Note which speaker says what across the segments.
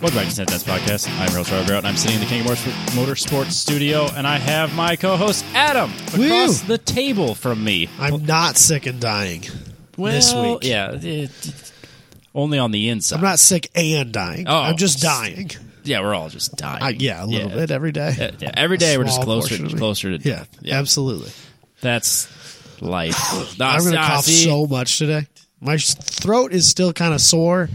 Speaker 1: Welcome back to Sentence Podcast. I'm Real Charlie Brown. I'm sitting in the King of Motors- Motorsports studio, and I have my co-host Adam across
Speaker 2: Woo!
Speaker 1: the table from me.
Speaker 2: I'm not sick and dying this
Speaker 1: Well,
Speaker 2: week.
Speaker 1: yeah, it- only on the inside.
Speaker 2: I'm not sick and dying.
Speaker 1: Oh.
Speaker 2: I'm just dying.
Speaker 1: yeah, we're all just dying.
Speaker 2: I, yeah, a little bit every day.
Speaker 1: Yeah, Uh, yeah. Every day we're just
Speaker 2: Small
Speaker 1: closer,
Speaker 2: portion of me.
Speaker 1: closer to
Speaker 2: Yeah,
Speaker 1: death. Yeah,
Speaker 2: absolutely.
Speaker 1: that's life.
Speaker 2: I'm going to
Speaker 1: Ah,
Speaker 2: cough
Speaker 1: see?
Speaker 2: so much today. My s- throat is still kind of sore.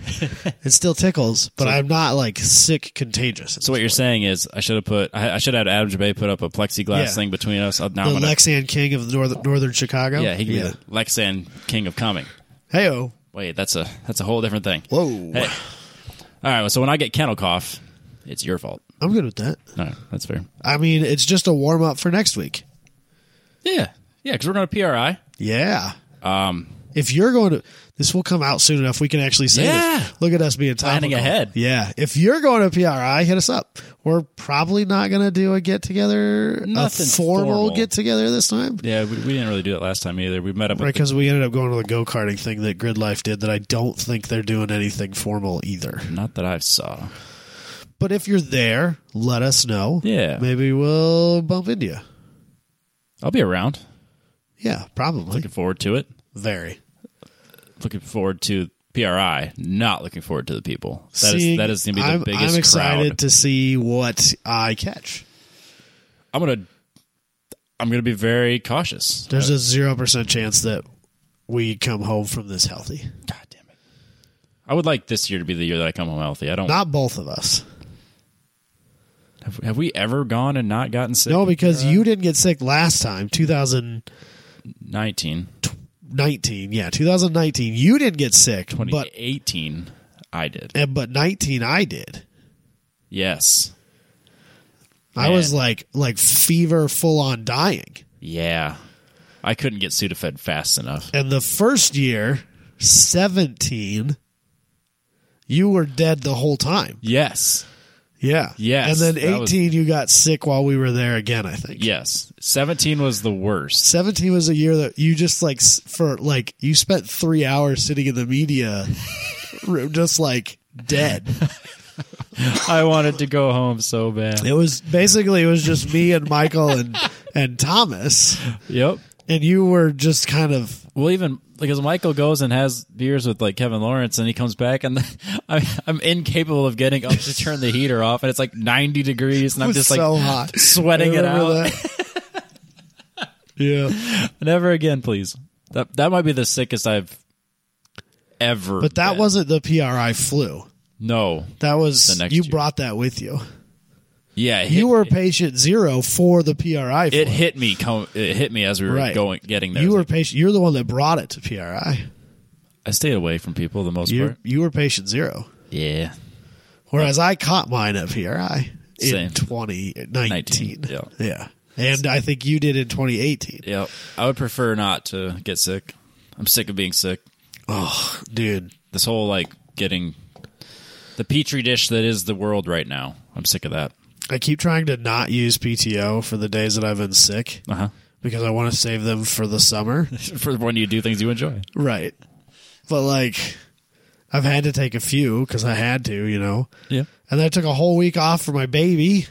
Speaker 2: it still tickles, but I'm not like sick contagious.
Speaker 1: So what you're saying is, I should have put, I, I should have had Adam Jabe put up a plexiglass
Speaker 2: Yeah.
Speaker 1: thing between us. Uh, Now
Speaker 2: the
Speaker 1: I'm gonna,
Speaker 2: Lexan King of the northern, northern Chicago.
Speaker 1: yeah, he can be the Lexan King of Coming.
Speaker 2: Hey oh.
Speaker 1: Wait, that's a that's a whole different thing.
Speaker 2: Whoa.
Speaker 1: Hey. All right. well, So when I get kennel cough, it's your fault.
Speaker 2: I'm good with that.
Speaker 1: No, that's fair.
Speaker 2: I mean, it's just a warm up for next week.
Speaker 1: Yeah, yeah. Because we're going to PRI.
Speaker 2: Yeah. Um, if you're going to, this will come out soon enough. We can actually say
Speaker 1: Yeah.
Speaker 2: this. Look at us being
Speaker 1: Planning
Speaker 2: topical.
Speaker 1: ahead.
Speaker 2: Yeah. If you're going to PRI, hit us up. We're probably not going to do a get together, a
Speaker 1: Nothing
Speaker 2: formal,
Speaker 1: formal.
Speaker 2: get together this time.
Speaker 1: Yeah, we, we didn't really do that last time either. We met up.
Speaker 2: Right,
Speaker 1: with
Speaker 2: because we ended up going to the go karting thing that Grid Life did that I don't think they're doing anything formal either.
Speaker 1: the, not that I saw.
Speaker 2: But if you're there, let us know.
Speaker 1: Yeah.
Speaker 2: Maybe we'll bump into you.
Speaker 1: I'll be around.
Speaker 2: Yeah, probably.
Speaker 1: Looking forward to it.
Speaker 2: Very.
Speaker 1: Looking forward to PRI. Not looking forward to the people. That is
Speaker 2: Seeing-
Speaker 1: that is going to be the
Speaker 2: I'm,
Speaker 1: biggest
Speaker 2: I'm excited
Speaker 1: crowd.
Speaker 2: to see what I catch.
Speaker 1: I'm gonna I'm gonna be very cautious.
Speaker 2: There's a zero percent chance that we come home from this healthy.
Speaker 1: God damn it! I would like this year to be the year that I come home healthy. I don't.
Speaker 2: Not both of us.
Speaker 1: have, have we ever gone and not gotten sick?
Speaker 2: No, because
Speaker 1: uh,
Speaker 2: you didn't get sick last time, 2019.
Speaker 1: Nineteen.
Speaker 2: Yeah, 2019. You didn't get sick, but
Speaker 1: 2018 I did.
Speaker 2: eh, but 19 I did.
Speaker 1: Yes.
Speaker 2: I was
Speaker 1: Man.
Speaker 2: like like fever, full on dying.
Speaker 1: Yeah. I couldn't get Sudafed fast enough.
Speaker 2: And the first year, 17, you were dead the whole time.
Speaker 1: Yes.
Speaker 2: Yeah.
Speaker 1: Yes,
Speaker 2: And then
Speaker 1: that was-
Speaker 2: 18, you got sick while we were there again. I think.
Speaker 1: Yes. 17 was the worst.
Speaker 2: 17 was a year that you just like s- for like you spent three hours sitting in the media room just like dead
Speaker 1: I wanted to go home so bad.
Speaker 2: it was basically it was just me and michael and and thomas
Speaker 1: Yep.
Speaker 2: and you were just kind of
Speaker 1: Well, even because Michael goes and has beers with like Kevin Lawrence, and he comes back, and I'm, I'm incapable of getting up to turn the heater off, and it's like 90 degrees, and I'm
Speaker 2: was
Speaker 1: just
Speaker 2: so
Speaker 1: like
Speaker 2: hot
Speaker 1: sweating it
Speaker 2: I remember
Speaker 1: out.
Speaker 2: that. yeah
Speaker 1: Never again, please. That that might be the sickest I've ever.
Speaker 2: but that
Speaker 1: been.
Speaker 2: wasn't the pri flu
Speaker 1: no.
Speaker 2: that was
Speaker 1: The next
Speaker 2: you
Speaker 1: year.
Speaker 2: brought that with you
Speaker 1: Yeah, it hit-
Speaker 2: you were patient zero for the pri flu.
Speaker 1: It hit me. Come, it hit me as we were
Speaker 2: Right.
Speaker 1: going, getting there.
Speaker 2: you
Speaker 1: It's
Speaker 2: were
Speaker 1: like,
Speaker 2: patient you're the one that brought it to pri
Speaker 1: I stayed away from people the most
Speaker 2: you
Speaker 1: part.
Speaker 2: you were patient zero
Speaker 1: Yeah,
Speaker 2: Whereas I caught mine up here, I in
Speaker 1: Same.
Speaker 2: 2019.
Speaker 1: 19, yeah.
Speaker 2: yeah. And I think you did in 2018.
Speaker 1: yeah. I would prefer not to get sick. I'm sick of being sick.
Speaker 2: Oh, dude.
Speaker 1: This whole like getting the petri dish that is the world right now. I'm sick of that.
Speaker 2: I keep trying to not use PTO for the days that I've been sick
Speaker 1: Uh huh.
Speaker 2: because I want to save them for the summer.
Speaker 1: For when you do things you enjoy.
Speaker 2: right. But like I've had to take a few because I had to, you know.
Speaker 1: Yeah,
Speaker 2: And I took a whole week off for my baby.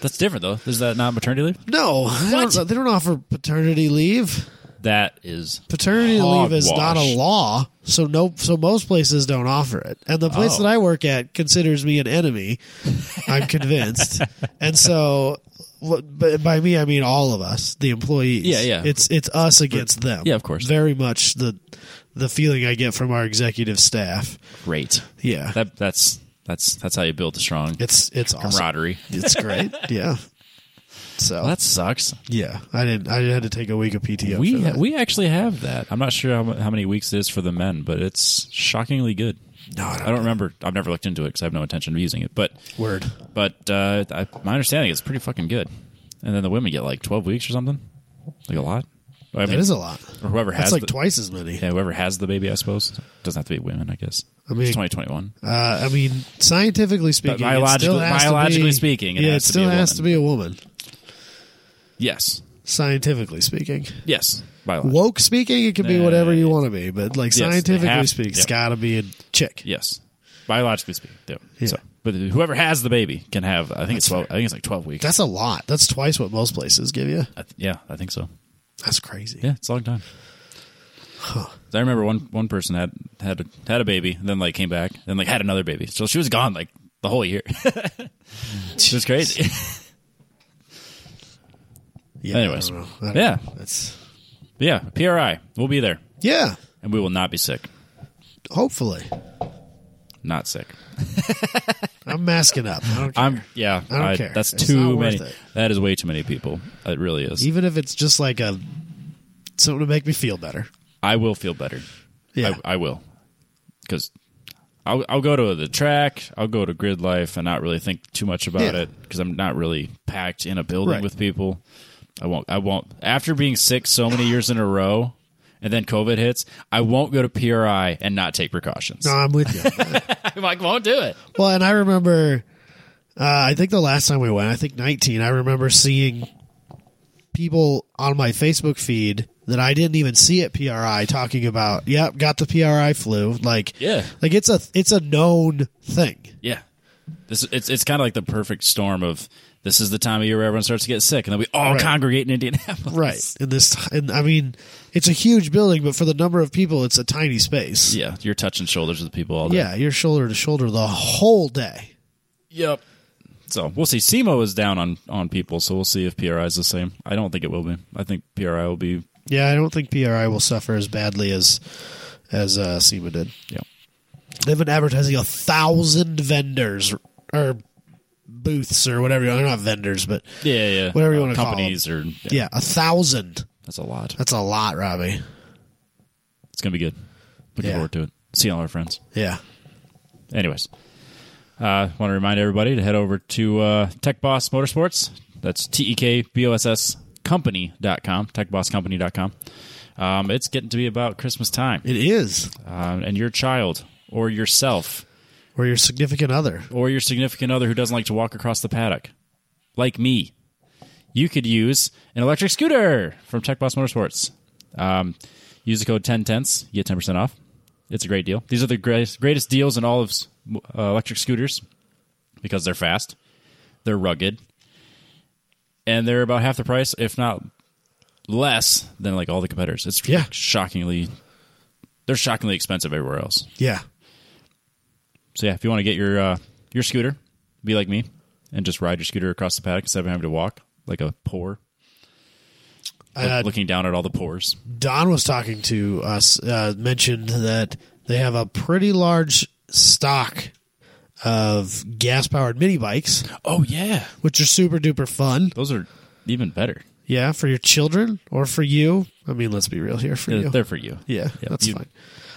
Speaker 1: that's different though. Is that not maternity leave?
Speaker 2: No, I don't- they don't offer paternity leave.
Speaker 1: That is
Speaker 2: paternity leave is not a
Speaker 1: Hogwash.
Speaker 2: law, so no, so most places don't offer it. And the place
Speaker 1: Oh.
Speaker 2: that I work at considers me an enemy. I'm convinced, and so, wh- but by me I mean all of us, the employees.
Speaker 1: Yeah, yeah.
Speaker 2: It's it's us against them.
Speaker 1: Yeah, of course.
Speaker 2: Very much the the feeling I get from our executive staff.
Speaker 1: great.
Speaker 2: Yeah,
Speaker 1: That that's that's that's how you build a strong
Speaker 2: it's it's awesome.
Speaker 1: camaraderie.
Speaker 2: It's great. yeah. So
Speaker 1: Well, that sucks.
Speaker 2: yeah, I didn't. I had to take a week of PTO. for
Speaker 1: we
Speaker 2: that.
Speaker 1: we actually have that. I'm not sure how, mu- how many weeks it is for the men, but it's shockingly good.
Speaker 2: no, I
Speaker 1: I
Speaker 2: don't,
Speaker 1: don't remember. I've never looked into it because I have no intention of using it. But
Speaker 2: word.
Speaker 1: but uh, I, my understanding is pretty fucking good. And then the women get like 12 weeks or something, like a lot. I
Speaker 2: That is a lot.
Speaker 1: or whoever
Speaker 2: That's
Speaker 1: has
Speaker 2: like
Speaker 1: the,
Speaker 2: twice as many.
Speaker 1: yeah, whoever has the baby, I suppose doesn't have to be women. I guess
Speaker 2: I mean-
Speaker 1: it's 2021.
Speaker 2: Uh, I mean, scientifically speaking, it still
Speaker 1: biologically-
Speaker 2: has to
Speaker 1: biologically
Speaker 2: be-
Speaker 1: speaking, it
Speaker 2: yeah,
Speaker 1: has
Speaker 2: it
Speaker 1: to
Speaker 2: still
Speaker 1: be a
Speaker 2: has
Speaker 1: woman.
Speaker 2: to be a woman.
Speaker 1: Yes,
Speaker 2: Scientifically speaking,
Speaker 1: yes. Biologically.
Speaker 2: woke speaking, it can be
Speaker 1: Yeah,
Speaker 2: whatever
Speaker 1: yeah,
Speaker 2: you want to be, but like
Speaker 1: Oh. they
Speaker 2: scientifically
Speaker 1: have-
Speaker 2: speaking,
Speaker 1: yeah.
Speaker 2: it's got to be a chick.
Speaker 1: Yes, biologically speaking. Yeah.
Speaker 2: Yeah.
Speaker 1: So, but whoever has the baby can have. I think it's twelve. I think it's like twelve weeks.
Speaker 2: That's a lot. That's twice what most places give you.
Speaker 1: I th- yeah, I think so.
Speaker 2: That's crazy.
Speaker 1: Yeah, it's a long time. 'Cause I remember one one person had had a, had a baby, and then like came back, then like had another baby. So she was gone like the whole year. it was crazy.
Speaker 2: Yeah,
Speaker 1: Anyways.
Speaker 2: I don't know. I don't
Speaker 1: Yeah.
Speaker 2: know. That's
Speaker 1: But yeah, PRI. We'll be there,
Speaker 2: yeah.
Speaker 1: and we will not be sick.
Speaker 2: Hopefully,
Speaker 1: Not sick.
Speaker 2: I'm masking up. I don't care.
Speaker 1: I'm yeah.
Speaker 2: I don't care.
Speaker 1: That's
Speaker 2: It's
Speaker 1: too
Speaker 2: not worth
Speaker 1: many.
Speaker 2: it.
Speaker 1: That is way too many people. It really is.
Speaker 2: Even if it's just like a something to make me feel better.
Speaker 1: I will feel better.
Speaker 2: Yeah.
Speaker 1: I, I will. Because I'll, I'll go to the track, I'll go to grid life and not really think too much about
Speaker 2: Yeah.
Speaker 1: it because I'm not really packed in a building
Speaker 2: Right.
Speaker 1: with people. I won't, I won't. After being sick so many years in a row and then COVID hits, I won't go to PRI and not take precautions.
Speaker 2: No, I'm with you.
Speaker 1: I'm like, won't do it.
Speaker 2: Well, and I remember, uh, I think the last time we went, I think 19, I remember seeing people on my Facebook feed that I didn't even see at PRI talking about, yep, got the PRI flu. Like,
Speaker 1: Yeah.
Speaker 2: like it's a, it's a known thing.
Speaker 1: Yeah. This, it's it's kind of like the perfect storm of this is the time of year where everyone starts to get sick and then we all
Speaker 2: Right.
Speaker 1: congregate in Indianapolis.
Speaker 2: Right. And this, and I mean, it's a huge building, but for the number of people, it's a tiny space.
Speaker 1: Yeah. You're touching shoulders with people all day.
Speaker 2: Yeah. You're shoulder to shoulder the whole day.
Speaker 1: Yep. So we'll see. SEMO is down on, on people, so we'll see if PRI is the same. I don't think it will be. I think PRI will be.
Speaker 2: Yeah. I don't think PRI will suffer as badly as, as, uh, SEMA did.
Speaker 1: Yeah.
Speaker 2: They've been advertising a thousand vendors or booths or whatever. They're not vendors, but
Speaker 1: Yeah, yeah.
Speaker 2: Whatever you wanna call
Speaker 1: companies or
Speaker 2: yeah, a thousand.
Speaker 1: that's a lot.
Speaker 2: That's a lot, Robbie.
Speaker 1: It's gonna be good. Looking
Speaker 2: Yeah.
Speaker 1: forward to it. See all our friends.
Speaker 2: Yeah.
Speaker 1: Anyways, uh, want to remind everybody to head over to uh, Tech Boss Motorsports. That's T E K B O S S company.com, techbosscompany.com. Um, it's getting to be about Christmas time.
Speaker 2: It is.
Speaker 1: Um, and your child or yourself
Speaker 2: Or your significant other.
Speaker 1: or your significant other who doesn't like to walk across the paddock, like me, you could use an electric scooter from Tech Boss Motorsports. Um, use the code 10tenths, you get 10% off. It's a great deal. These are the greatest, greatest deals in all of s- uh, electric scooters because they're fast, they're rugged, and they're about half the price, if not less, than like all the competitors. It's
Speaker 2: Yeah.
Speaker 1: shockingly, they're shockingly expensive everywhere else.
Speaker 2: Yeah.
Speaker 1: So yeah, if you want to get your uh, your scooter, be like me and just ride your scooter across the paddock instead of having to walk like a poor, like,
Speaker 2: Uh,
Speaker 1: looking down at all the pores.
Speaker 2: Don was talking to us, uh, mentioned that they have a pretty large stock of gas powered mini bikes,
Speaker 1: Oh yeah,
Speaker 2: which are super duper fun.
Speaker 1: those are even better.
Speaker 2: Yeah, for your children or for you. I mean, let's be real here for
Speaker 1: They're-
Speaker 2: you.
Speaker 1: They're for you.
Speaker 2: yeah,
Speaker 1: Yeah,
Speaker 2: that's
Speaker 1: you-
Speaker 2: fine.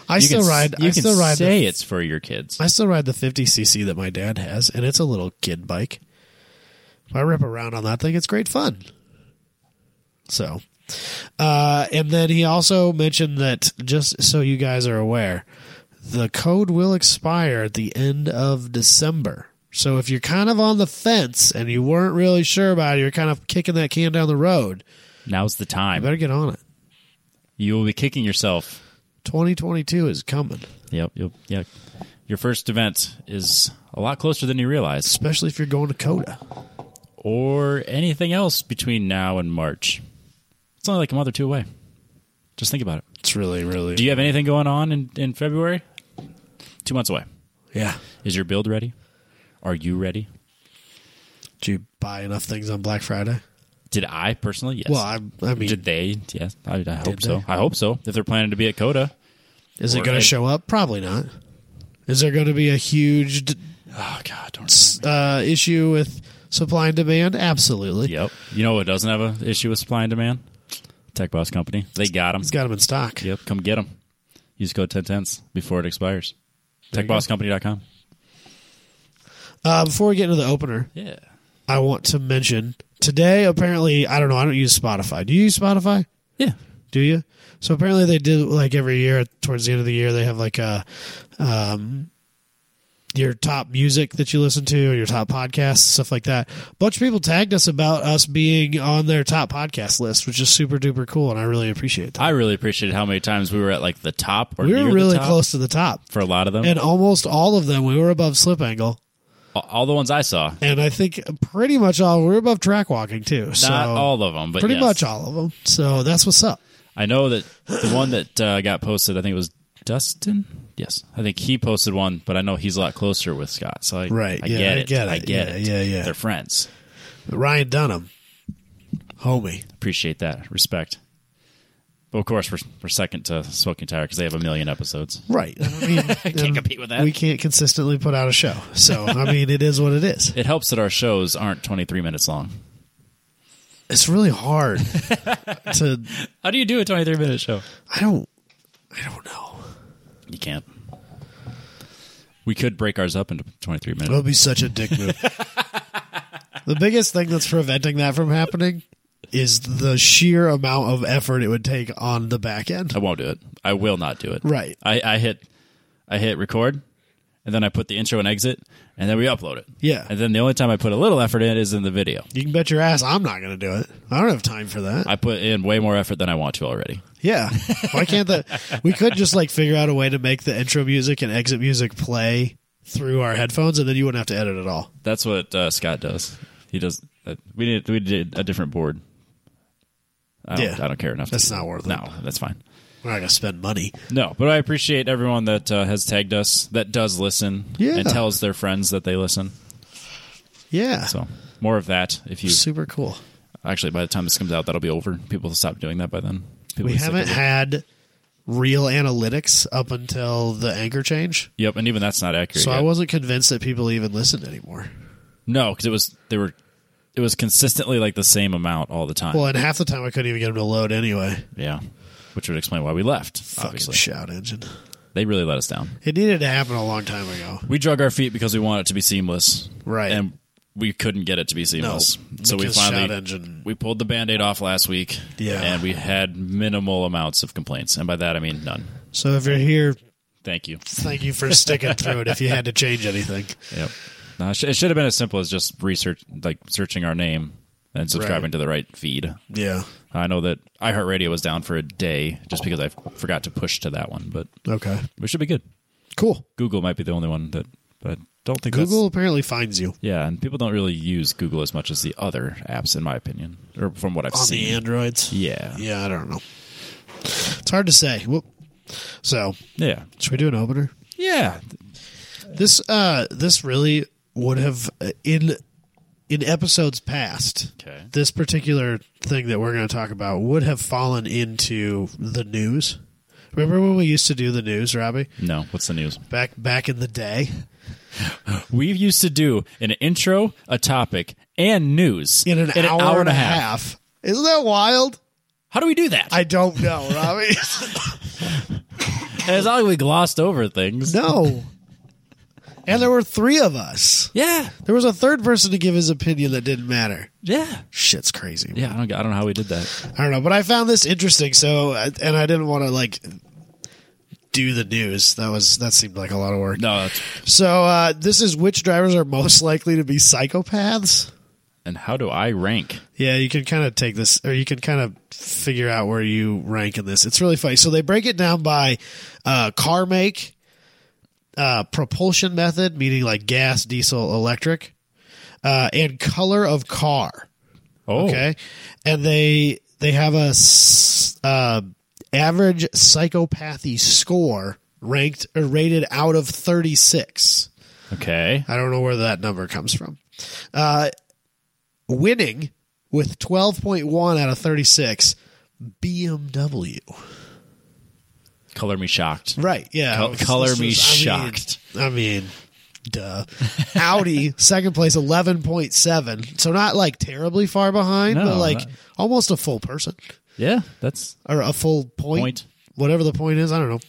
Speaker 2: I
Speaker 1: You
Speaker 2: still
Speaker 1: can, s-
Speaker 2: ride.
Speaker 1: You
Speaker 2: I
Speaker 1: can
Speaker 2: still ride the
Speaker 1: say it's for your kids.
Speaker 2: I still ride the 50cc that my dad has, and it's a little kid bike. If I rip around on that thing, it's great fun. So, uh, and then he also mentioned that just so you guys are aware, the code will expire at the end of December. So if you're kind of on the fence and you weren't really sure about it, you're kind of kicking that can down the road.
Speaker 1: Now's the
Speaker 2: You
Speaker 1: time.
Speaker 2: better get on it.
Speaker 1: You will be kicking yourself.
Speaker 2: 2022 is coming,
Speaker 1: Yep. Yep. Yep. Your first event is a lot closer than you realize,
Speaker 2: especially if you're going to Coda.
Speaker 1: or anything else between now and March. It's only like a month or two away. Just think about it.
Speaker 2: It's really, really,
Speaker 1: Do you have anything going on in, in February? Two months away.
Speaker 2: yeah.
Speaker 1: Is your build ready? Are you ready?
Speaker 2: Do you buy enough things on Black Friday?
Speaker 1: Did I personally? Yes.
Speaker 2: Well, I, I mean,
Speaker 1: Did they? Yes. I, I hope
Speaker 2: Did
Speaker 1: so.
Speaker 2: they?
Speaker 1: I hope so. If they're planning to be at Coda,
Speaker 2: is it
Speaker 1: or
Speaker 2: going
Speaker 1: it-
Speaker 2: to show up? Probably not. Is there going to be a huge d-
Speaker 1: oh god, don't.
Speaker 2: uh, issue with supply and demand? Absolutely.
Speaker 1: Yep. You know what doesn't have an issue with supply and demand? Tech Boss Company. They got them.
Speaker 2: It's got them in stock.
Speaker 1: Yep. Come get them. Use code ten tenths before it expires.
Speaker 2: There you go.
Speaker 1: TechBossCompany.com.
Speaker 2: Uh, before we get into the opener,
Speaker 1: Yeah.
Speaker 2: I want to mention today, apparently, I don't know, I don't use Spotify. Do you use Spotify?
Speaker 1: Yeah.
Speaker 2: Do you? So apparently they do like every year towards the end of the year they have like a um your top music that you listen to, your top podcasts, stuff like that. A bunch of people tagged us about us being on their top podcast list, which is super duper cool, and I really appreciate that.
Speaker 1: I really appreciated how many times we were at like the top or
Speaker 2: We
Speaker 1: near
Speaker 2: were
Speaker 1: the
Speaker 2: really
Speaker 1: top
Speaker 2: close to the top,
Speaker 1: for a lot of them.
Speaker 2: and almost all of them we were above slip angle.
Speaker 1: All- All the ones I saw.
Speaker 2: and I think pretty much all we're above track walking too. So
Speaker 1: Not all of them, but
Speaker 2: pretty
Speaker 1: yes.
Speaker 2: much all of them. So that's what's up.
Speaker 1: I know that the one that uh, got posted, I think it was Dustin. Yes, I think he posted one, but I know he's a lot closer with Scott. So I,
Speaker 2: Right,
Speaker 1: I
Speaker 2: yeah,
Speaker 1: get
Speaker 2: I
Speaker 1: it.
Speaker 2: get
Speaker 1: I
Speaker 2: it.
Speaker 1: get
Speaker 2: Yeah,
Speaker 1: it.
Speaker 2: yeah, yeah.
Speaker 1: They're friends.
Speaker 2: Ryan Dunham, homie.
Speaker 1: Appreciate that. Respect. But of course, we're, we're second to Smoking Tire because they have a million episodes.
Speaker 2: Right. I mean,
Speaker 1: Can't compete with that.
Speaker 2: Um, We can't consistently put out a show. So I mean, it is what it is.
Speaker 1: It helps that our shows aren't 23 minutes long.
Speaker 2: It's really hard to.
Speaker 1: How do you do a 23 minute show?
Speaker 2: I don't. I don't know.
Speaker 1: You can't. We could break ours up into 23 minutes.
Speaker 2: It would be such a dick move. the biggest thing that's preventing that from happening is the sheer amount of effort it would take on the back end.
Speaker 1: I won't do it. I will not do it.
Speaker 2: Right.
Speaker 1: I, I hit I hit record and then I put the intro and exit and then we upload it.
Speaker 2: Yeah.
Speaker 1: And then the only time I put a little effort in is in the video.
Speaker 2: You can bet your ass I'm not going to do it. I don't have time for that.
Speaker 1: I put in way more effort than I want to already.
Speaker 2: Yeah. Why can't that? We could just like figure out a way to make the intro music and exit music play through our headphones, and then you wouldn't have to edit at all.
Speaker 1: That's what uh, Scott does. He does uh, we did we did a different board. I don't,
Speaker 2: Yeah.
Speaker 1: I don't care enough. to
Speaker 2: That's
Speaker 1: do
Speaker 2: not worth it.
Speaker 1: No, that's fine.
Speaker 2: We're not going to spend money.
Speaker 1: No, but I appreciate everyone that uh, has tagged us that does listen
Speaker 2: Yeah.
Speaker 1: and tells their friends that they listen.
Speaker 2: Yeah.
Speaker 1: So more of that if you
Speaker 2: Super cool.
Speaker 1: Actually, by the time this comes out, that'll be over. People will stop doing that by then. People
Speaker 2: We
Speaker 1: will be sick of
Speaker 2: haven't
Speaker 1: it.
Speaker 2: had real analytics up until the anchor change,
Speaker 1: Yep, and even that's not accurate.
Speaker 2: so I
Speaker 1: yet.
Speaker 2: wasn't convinced that people even listened anymore.
Speaker 1: no, because it was they were, it was consistently like the same amount all the time.
Speaker 2: Well, and half the time I couldn't even get them to load anyway.
Speaker 1: yeah, which would explain why we left.
Speaker 2: Fucking
Speaker 1: obviously,
Speaker 2: shout engine.
Speaker 1: they really let us down.
Speaker 2: It needed to happen a long time ago.
Speaker 1: We drug our feet because we want it to be seamless,
Speaker 2: Right.
Speaker 1: And we couldn't get it to be
Speaker 2: No,
Speaker 1: seamless, so we
Speaker 2: because
Speaker 1: finally
Speaker 2: shout engine.
Speaker 1: we pulled the band-aid off last week.
Speaker 2: Yeah.
Speaker 1: and we had minimal amounts of complaints, and by that I mean none.
Speaker 2: So if you're here,
Speaker 1: Thank you.
Speaker 2: thank you for sticking through it. If you had to change anything,
Speaker 1: Yep. No, it, sh- it should have been as simple as just research, like searching our name and subscribing
Speaker 2: Right.
Speaker 1: to the right feed.
Speaker 2: yeah.
Speaker 1: I know that iHeartRadio was down for a day just because I f- forgot to push to that one, but
Speaker 2: Okay.
Speaker 1: we should be good.
Speaker 2: Cool.
Speaker 1: Google might be the only one that, but I don't think that's-
Speaker 2: Google apparently finds you
Speaker 1: yeah, and people don't really use Google as much as the other apps, in my opinion, or from what I've
Speaker 2: on the
Speaker 1: seen.
Speaker 2: androids.
Speaker 1: yeah, yeah,
Speaker 2: Yeah, I don't know. It's hard to say. Whoop. So,
Speaker 1: yeah,
Speaker 2: should we do an opener?
Speaker 1: yeah.
Speaker 2: This uh this really would have uh, in in episodes past.
Speaker 1: Okay.
Speaker 2: This particular thing that we're going to talk about would have fallen into the news. Remember when we used to do the news, Robbie?
Speaker 1: No, what's the news?
Speaker 2: Back back in the day.
Speaker 1: We used to do an intro, a topic, and news
Speaker 2: in an, hour, and a half. Isn't that wild?
Speaker 1: How do we do that?
Speaker 2: I don't know, Robbie.
Speaker 1: It's not like we glossed over things.
Speaker 2: no. And there were three of us.
Speaker 1: Yeah,
Speaker 2: There was a third person to give his opinion that didn't matter.
Speaker 1: yeah,
Speaker 2: Shit's crazy.
Speaker 1: yeah. I don't, I don't know how we did that.
Speaker 2: I don't know, but I found this interesting. So, and I didn't want to like do the news. That was that seemed like a lot of work.
Speaker 1: No, it's-
Speaker 2: So, uh, this is which drivers are most likely to be psychopaths.
Speaker 1: and how do I rank?
Speaker 2: Yeah, you can kind of take this, or you can kind of figure out where you rank in this. It's really funny. So they break it down by uh, car make, uh, propulsion method, meaning like gas, diesel, electric, uh, and color of car.
Speaker 1: Oh,
Speaker 2: Okay, and they they have a s- uh, average psychopathy score ranked or rated out of thirty six.
Speaker 1: Okay.
Speaker 2: I don't know where that number comes from. Uh, winning with 12.1 out of 36, BMW.
Speaker 1: Color me shocked.
Speaker 2: Right. Yeah.
Speaker 1: Col- color me shocked.
Speaker 2: I mean, duh. Audi, second place, 11.7. So not like terribly far behind,
Speaker 1: No,
Speaker 2: but like
Speaker 1: not-
Speaker 2: almost a full person
Speaker 1: Yeah, that's
Speaker 2: or a full point.
Speaker 1: Point.
Speaker 2: Whatever the point is, I don't know.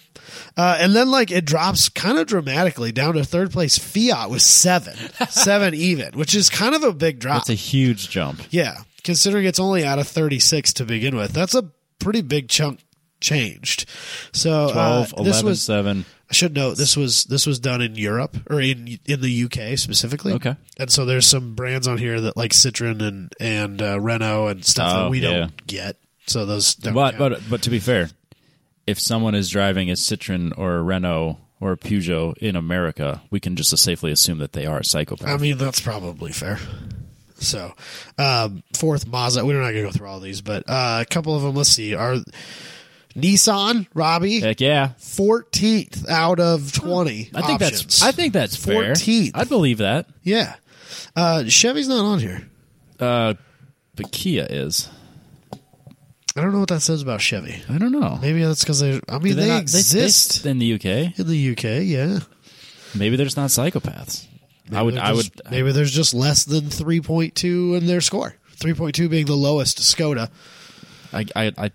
Speaker 2: Uh, and then like it drops kind of dramatically down to third place Fiat with seven, seven even, which is kind of a big drop.
Speaker 1: that's a huge jump.
Speaker 2: Yeah, considering it's only out of 36 to begin with, that's a pretty big chunk changed. So uh,
Speaker 1: 12,
Speaker 2: this
Speaker 1: 11,
Speaker 2: was
Speaker 1: 7.
Speaker 2: I should note this was this was done in Europe or in in the UK specifically.
Speaker 1: Okay.
Speaker 2: and so there's some brands on here that like Citroen and and uh, Renault and stuff
Speaker 1: Oh,
Speaker 2: that we
Speaker 1: yeah.
Speaker 2: don't get. So those don't
Speaker 1: But
Speaker 2: count.
Speaker 1: but but to be fair, if someone is driving a Citroen or a Renault or a Peugeot in America, we can just as safely assume that they are a psychopath.
Speaker 2: I mean, that's probably fair. So, um, fourth Mazda. We're not going to go through all these, but uh, a couple of them. Let's see. Are Nissan Robbie
Speaker 1: Heck yeah,
Speaker 2: fourteenth out of twenty?
Speaker 1: I think that's I think that's fair.
Speaker 2: 14th.
Speaker 1: I'd believe that.
Speaker 2: yeah. Uh, Chevy's not on here.
Speaker 1: Uh, but Kia is.
Speaker 2: I don't know what that says about Chevy.
Speaker 1: I don't know.
Speaker 2: Maybe that's because they. I mean,
Speaker 1: Do
Speaker 2: they,
Speaker 1: not-
Speaker 2: exist
Speaker 1: they- in the UK.
Speaker 2: in the UK. Yeah.
Speaker 1: Maybe they're just not psychopaths. I would.
Speaker 2: They're
Speaker 1: I would.
Speaker 2: just- Maybe there's just less than three point two in their score. Three point two being the lowest Skoda.
Speaker 1: I. I. I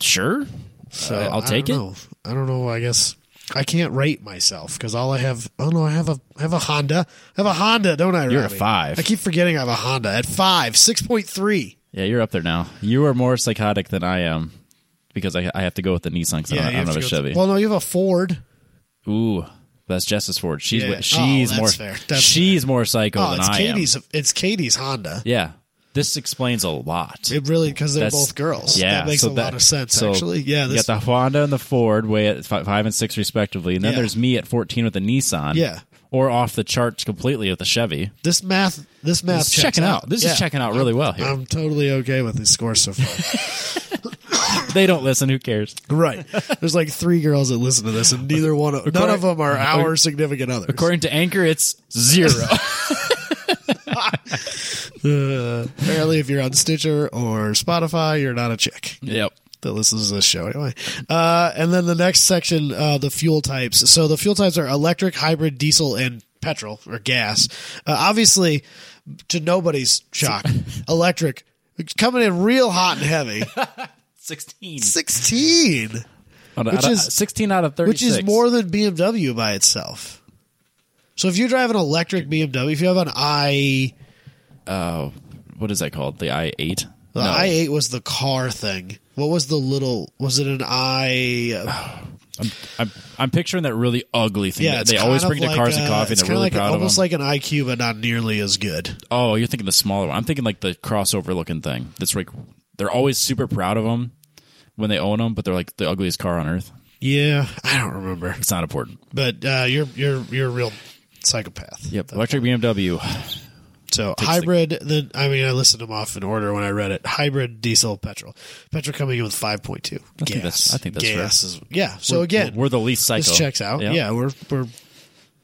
Speaker 1: sure.
Speaker 2: So
Speaker 1: Uh, I'll
Speaker 2: Oh, I
Speaker 1: take
Speaker 2: don't
Speaker 1: it.
Speaker 2: know. I don't know. I guess I can't rate myself because all I have. Oh no, I have a I have a Honda. I have a Honda, don't I?
Speaker 1: You're a
Speaker 2: Robbie?
Speaker 1: five.
Speaker 2: I keep forgetting I have a Honda at five, six point three.
Speaker 1: Yeah, you're up there now. You are more psychotic than I am because I, I have to go with the Nissan. 'cause I don't, I
Speaker 2: you
Speaker 1: don't have
Speaker 2: have
Speaker 1: a
Speaker 2: to go to-
Speaker 1: Chevy.
Speaker 2: well, no, you have a Ford.
Speaker 1: Ooh, that's Justice Ford. She's
Speaker 2: Yeah.
Speaker 1: wi-
Speaker 2: Oh,
Speaker 1: she's
Speaker 2: that's
Speaker 1: more.
Speaker 2: fair. That's
Speaker 1: she's more psycho
Speaker 2: Oh,
Speaker 1: than
Speaker 2: it's
Speaker 1: I am.
Speaker 2: Katie's. It's Katie's Honda.
Speaker 1: Yeah, this explains a lot.
Speaker 2: It really because they're
Speaker 1: That's-
Speaker 2: both girls.
Speaker 1: Yeah,
Speaker 2: that makes
Speaker 1: so
Speaker 2: a
Speaker 1: that-
Speaker 2: lot of sense.
Speaker 1: so
Speaker 2: actually, yeah,
Speaker 1: you
Speaker 2: this,
Speaker 1: got the Honda and the Ford way at fi- five and six respectively, and then
Speaker 2: Yeah.
Speaker 1: there's me at fourteen with the Nissan.
Speaker 2: Yeah.
Speaker 1: or off the charts completely with the Chevy.
Speaker 2: this math. This math.
Speaker 1: It's
Speaker 2: checks
Speaker 1: checking out. This
Speaker 2: Yeah.
Speaker 1: is checking out really well here.
Speaker 2: I'm totally okay with these scores so far.
Speaker 1: they don't listen. Who cares?
Speaker 2: right. There's like three girls that listen to this, and neither one, of, none of them are our significant others.
Speaker 1: According to Anchor, it's zero.
Speaker 2: Uh, apparently, if you're on Stitcher or Spotify, you're not a chick
Speaker 1: yep.
Speaker 2: that listens to this show anyway. Uh, and then the next section, uh, the fuel types. So the fuel types are electric, hybrid, diesel, and petrol or gas. Uh, obviously, to nobody's shock, electric it's coming in real hot and heavy.
Speaker 1: Sixteen.
Speaker 2: 16,
Speaker 1: Out of-
Speaker 2: Which
Speaker 1: out of-
Speaker 2: is-
Speaker 1: sixteen out of
Speaker 2: which
Speaker 1: thirty-six.
Speaker 2: is more than BMW by itself. So if you drive an electric BMW, if you have an i,
Speaker 1: What is that called? The i eight.
Speaker 2: the i8 was the car thing. What was the little? Was it an i?
Speaker 1: Um, I'm I'm picturing that really ugly thing
Speaker 2: Yeah,
Speaker 1: that
Speaker 2: it's
Speaker 1: they always
Speaker 2: kind
Speaker 1: bring
Speaker 2: of
Speaker 1: to cars
Speaker 2: like,
Speaker 1: and
Speaker 2: uh,
Speaker 1: coffee. and
Speaker 2: It's
Speaker 1: They're
Speaker 2: kind
Speaker 1: really
Speaker 2: of like
Speaker 1: proud
Speaker 2: almost
Speaker 1: of them.
Speaker 2: like an IQ, but not nearly as good.
Speaker 1: oh, you're thinking the smaller one. I'm thinking like the crossover looking thing. That's like they're always super proud of them when they own them, but they're like the ugliest car on earth.
Speaker 2: Yeah, I don't remember.
Speaker 1: It's not important.
Speaker 2: But uh, you're you're you're a real psychopath.
Speaker 1: Yep. Electric BMW.
Speaker 2: So hybrid. Then I mean, I listed them off in order when I read it. Hybrid, diesel, petrol. Petrol coming in with five point two. Gas.
Speaker 1: think that's- I think that's
Speaker 2: gas
Speaker 1: fair.
Speaker 2: is- yeah. So again,
Speaker 1: we're the least psycho.
Speaker 2: this checks out.
Speaker 1: Yep.
Speaker 2: Yeah, we're we're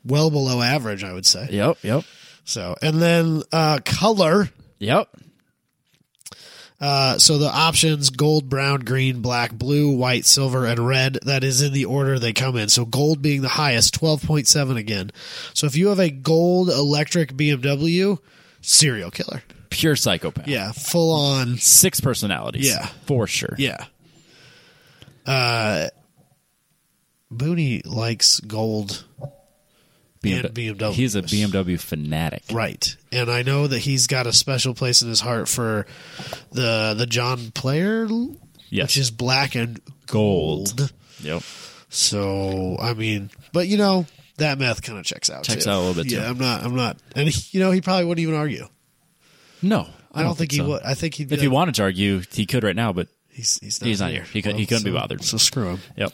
Speaker 2: well below average, I would say.
Speaker 1: Yep. Yep.
Speaker 2: So and then uh, color.
Speaker 1: Yep.
Speaker 2: Uh, so the options gold, brown, green, black, blue, white, silver, and red. That is in the order they come in. So gold being the highest, 12.7 again. So if you have a gold electric BMW, serial killer.
Speaker 1: Pure psychopath.
Speaker 2: Yeah, full on.
Speaker 1: Six personalities.
Speaker 2: Yeah.
Speaker 1: For sure.
Speaker 2: Yeah. Uh, Booney likes gold. And BMW.
Speaker 1: He's a BMW fanatic.
Speaker 2: Right. And I know that he's got a special place in his heart for the the John Player,
Speaker 1: Yes.
Speaker 2: which is black and
Speaker 1: Gold.
Speaker 2: gold.
Speaker 1: Yep.
Speaker 2: So I mean, but you know that math kind of checks out.
Speaker 1: Checks
Speaker 2: too.
Speaker 1: out a little bit,
Speaker 2: Yeah,
Speaker 1: too.
Speaker 2: I'm not. I'm not. And he, you know, he probably wouldn't even argue.
Speaker 1: No,
Speaker 2: I, don't, think, he
Speaker 1: so.
Speaker 2: would. I think he'd. Be
Speaker 1: If he
Speaker 2: like,
Speaker 1: wanted to argue, he could right now, but
Speaker 2: he's he's not,
Speaker 1: he's not here. He could- he couldn't be
Speaker 2: so-
Speaker 1: bothered.
Speaker 2: So screw him.
Speaker 1: yep.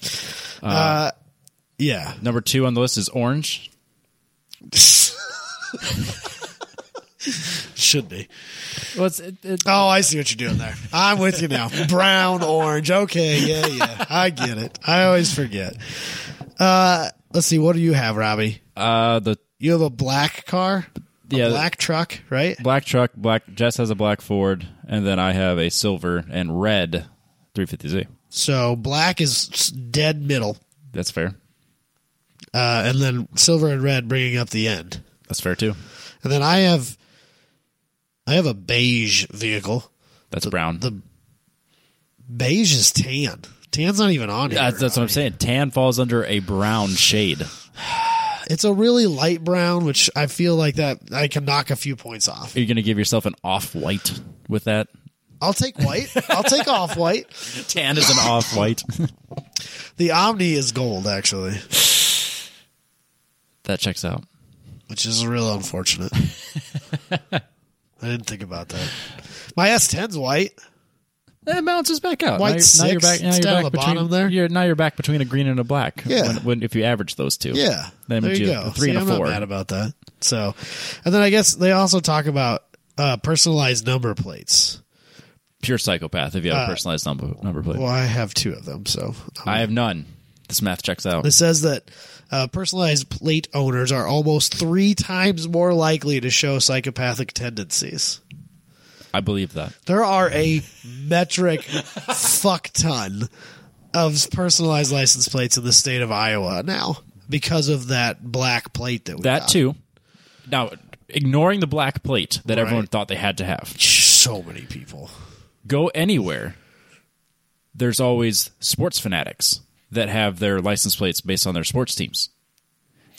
Speaker 2: Yeah.
Speaker 1: Number two on the list is orange.
Speaker 2: Should be.
Speaker 1: Well, it's, it, it,
Speaker 2: Oh, I see what you're doing there. I'm with you now. Brown, orange. Okay, yeah, yeah. I get it. I always forget. Uh, let's see. What do you have, Robbie?
Speaker 1: uh, the
Speaker 2: You have a black car, a
Speaker 1: Yeah.
Speaker 2: black truck, right?
Speaker 1: black truck, black Jess has a black Ford, and then I have a silver and red 350Z.
Speaker 2: So black is s- dead middle.
Speaker 1: That's fair.
Speaker 2: uh, and then silver and red bringing up the end.
Speaker 1: That's fair too.
Speaker 2: And then I have, I have a beige vehicle.
Speaker 1: That's brown.
Speaker 2: The beige is tan. Tan's not even on here.
Speaker 1: that's, that's what I'm saying. Tan falls under a brown shade. Are
Speaker 2: It's a really light brown, which I feel like that I can knock a few points off.
Speaker 1: you going to give yourself an off white with that?
Speaker 2: I'll take white. I'll take off white.
Speaker 1: Tan is an off white.
Speaker 2: The Omni is gold, actually,
Speaker 1: that checks out.
Speaker 2: which is real unfortunate. I didn't think about that. My S10's white.
Speaker 1: It bounces back out.
Speaker 2: White
Speaker 1: now, you're- now you're
Speaker 2: six,
Speaker 1: back. Now
Speaker 2: it's
Speaker 1: you're
Speaker 2: down
Speaker 1: back
Speaker 2: the
Speaker 1: between,
Speaker 2: bottom there.
Speaker 1: You're, now you're back between a green and a black.
Speaker 2: Yeah.
Speaker 1: When, when, if you average those two.
Speaker 2: Yeah,
Speaker 1: That
Speaker 2: there
Speaker 1: makes
Speaker 2: you
Speaker 1: you
Speaker 2: go.
Speaker 1: a three
Speaker 2: See,
Speaker 1: and a
Speaker 2: I'm not
Speaker 1: four.
Speaker 2: mad about that. So, and then I guess they also talk about uh, personalized number plates.
Speaker 1: Pure psychopath. If you have
Speaker 2: Uh,
Speaker 1: a personalized number number plate,
Speaker 2: Well, I have two of them, so um,
Speaker 1: I have none. This math checks out.
Speaker 2: It says that uh, personalized plate owners are almost three times more likely to show psychopathic tendencies.
Speaker 1: I believe that.
Speaker 2: There are a metric fuck ton of personalized license plates in the state of Iowa now because of that black plate that we
Speaker 1: That
Speaker 2: got.
Speaker 1: too. Now, ignoring the black plate that everyone
Speaker 2: Right.
Speaker 1: thought they had to have,
Speaker 2: So many people.
Speaker 1: go anywhere. There's always sports fanatics that have their license plates based on their sports teams.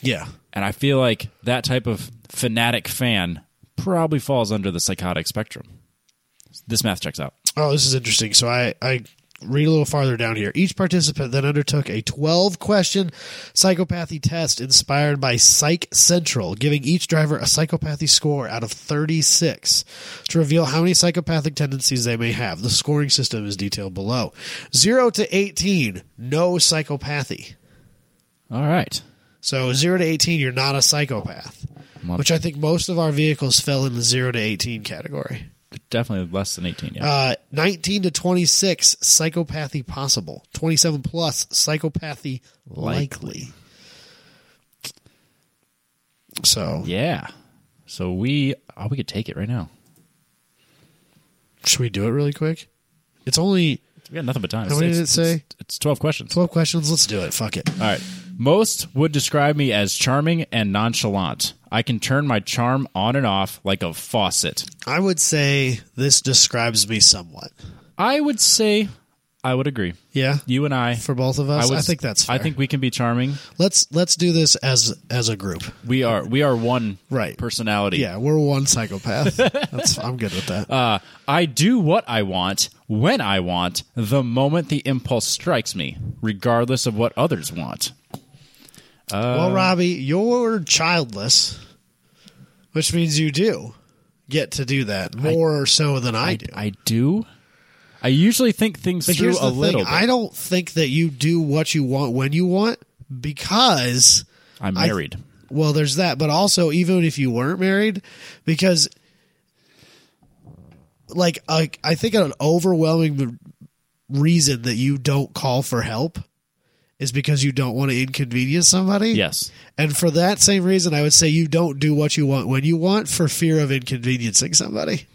Speaker 2: Yeah.
Speaker 1: And I feel like that type of fanatic fan probably falls under the psychotic spectrum. This math checks out.
Speaker 2: Oh, this is interesting. So I, I read a little farther down here. Each participant then undertook a 12 question psychopathy test inspired by Psych Central, giving each driver a psychopathy score out of 36 to reveal how many psychopathic tendencies they may have. The scoring system is detailed below 0 to 18, no psychopathy.
Speaker 1: All right.
Speaker 2: So 0 to 18, you're not a psychopath,
Speaker 1: Well-
Speaker 2: which I think most of our vehicles fell in the 0 to 18 category.
Speaker 1: Definitely less than 18. Yeah.
Speaker 2: Uh, 19 to 26, psychopathy possible. 27 plus, psychopathy likely. So,
Speaker 1: yeah. So we, oh, we could take it right now.
Speaker 2: should we do it really quick? It's only
Speaker 1: We got nothing but time.
Speaker 2: How many did it say?
Speaker 1: It's, it's 12 questions.
Speaker 2: 12 questions. Let's do it. Fuck it.
Speaker 1: All right. Most would describe me as charming and nonchalant. I can turn my charm on and off like a faucet.
Speaker 2: I would say this describes me somewhat.
Speaker 1: I would say I would agree.
Speaker 2: Yeah.
Speaker 1: You and I.
Speaker 2: For both of us, I, think that's fair.
Speaker 1: I think we can be charming.
Speaker 2: let's let's do this as as a group.
Speaker 1: We are we are one
Speaker 2: Right.
Speaker 1: personality.
Speaker 2: Yeah, we're one psychopath. that's I'm good with that.
Speaker 1: Uh, I do what I want when I want the moment the impulse strikes me, regardless of what others want.
Speaker 2: Well, Robbie, you're childless, which means you do get to do that more so than I, do.
Speaker 1: I do. I usually think things
Speaker 2: but
Speaker 1: through
Speaker 2: here's
Speaker 1: a
Speaker 2: the
Speaker 1: little.
Speaker 2: thing:
Speaker 1: bit.
Speaker 2: I don't think that you do what you want when you want because,
Speaker 1: I'm
Speaker 2: I-
Speaker 1: married.
Speaker 2: well, there's that. But also, even if you weren't married, because, like, I, I think an overwhelming reason that you don't call for help is because you don't want to inconvenience somebody.
Speaker 1: yes.
Speaker 2: And for that same reason, I would say you don't do what you want when you want for fear of inconveniencing somebody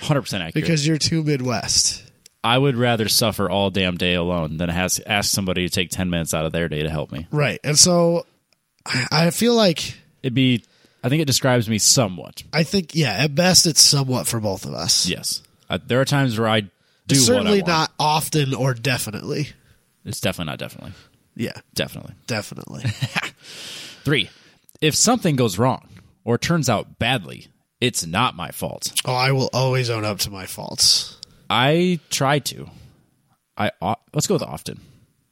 Speaker 1: 100% accurate.
Speaker 2: because you're too Midwest.
Speaker 1: I would rather suffer all damn day alone than has, ask somebody to take 10 minutes out of their day to help me.
Speaker 2: Right. And so I I feel like,
Speaker 1: It'd be, I think it describes me somewhat.
Speaker 2: I think, yeah, at best, it's somewhat for both of us.
Speaker 1: Yes. Uh, there are times where I do
Speaker 2: It's certainly
Speaker 1: what I want.
Speaker 2: not often or definitely.
Speaker 1: It's definitely not definitely.
Speaker 2: Yeah,
Speaker 1: Definitely.
Speaker 2: definitely.
Speaker 1: Three, if something goes wrong or turns out badly, it's not my fault.
Speaker 2: oh, I will always own up to my faults.
Speaker 1: I try to. I o- Let's go with often.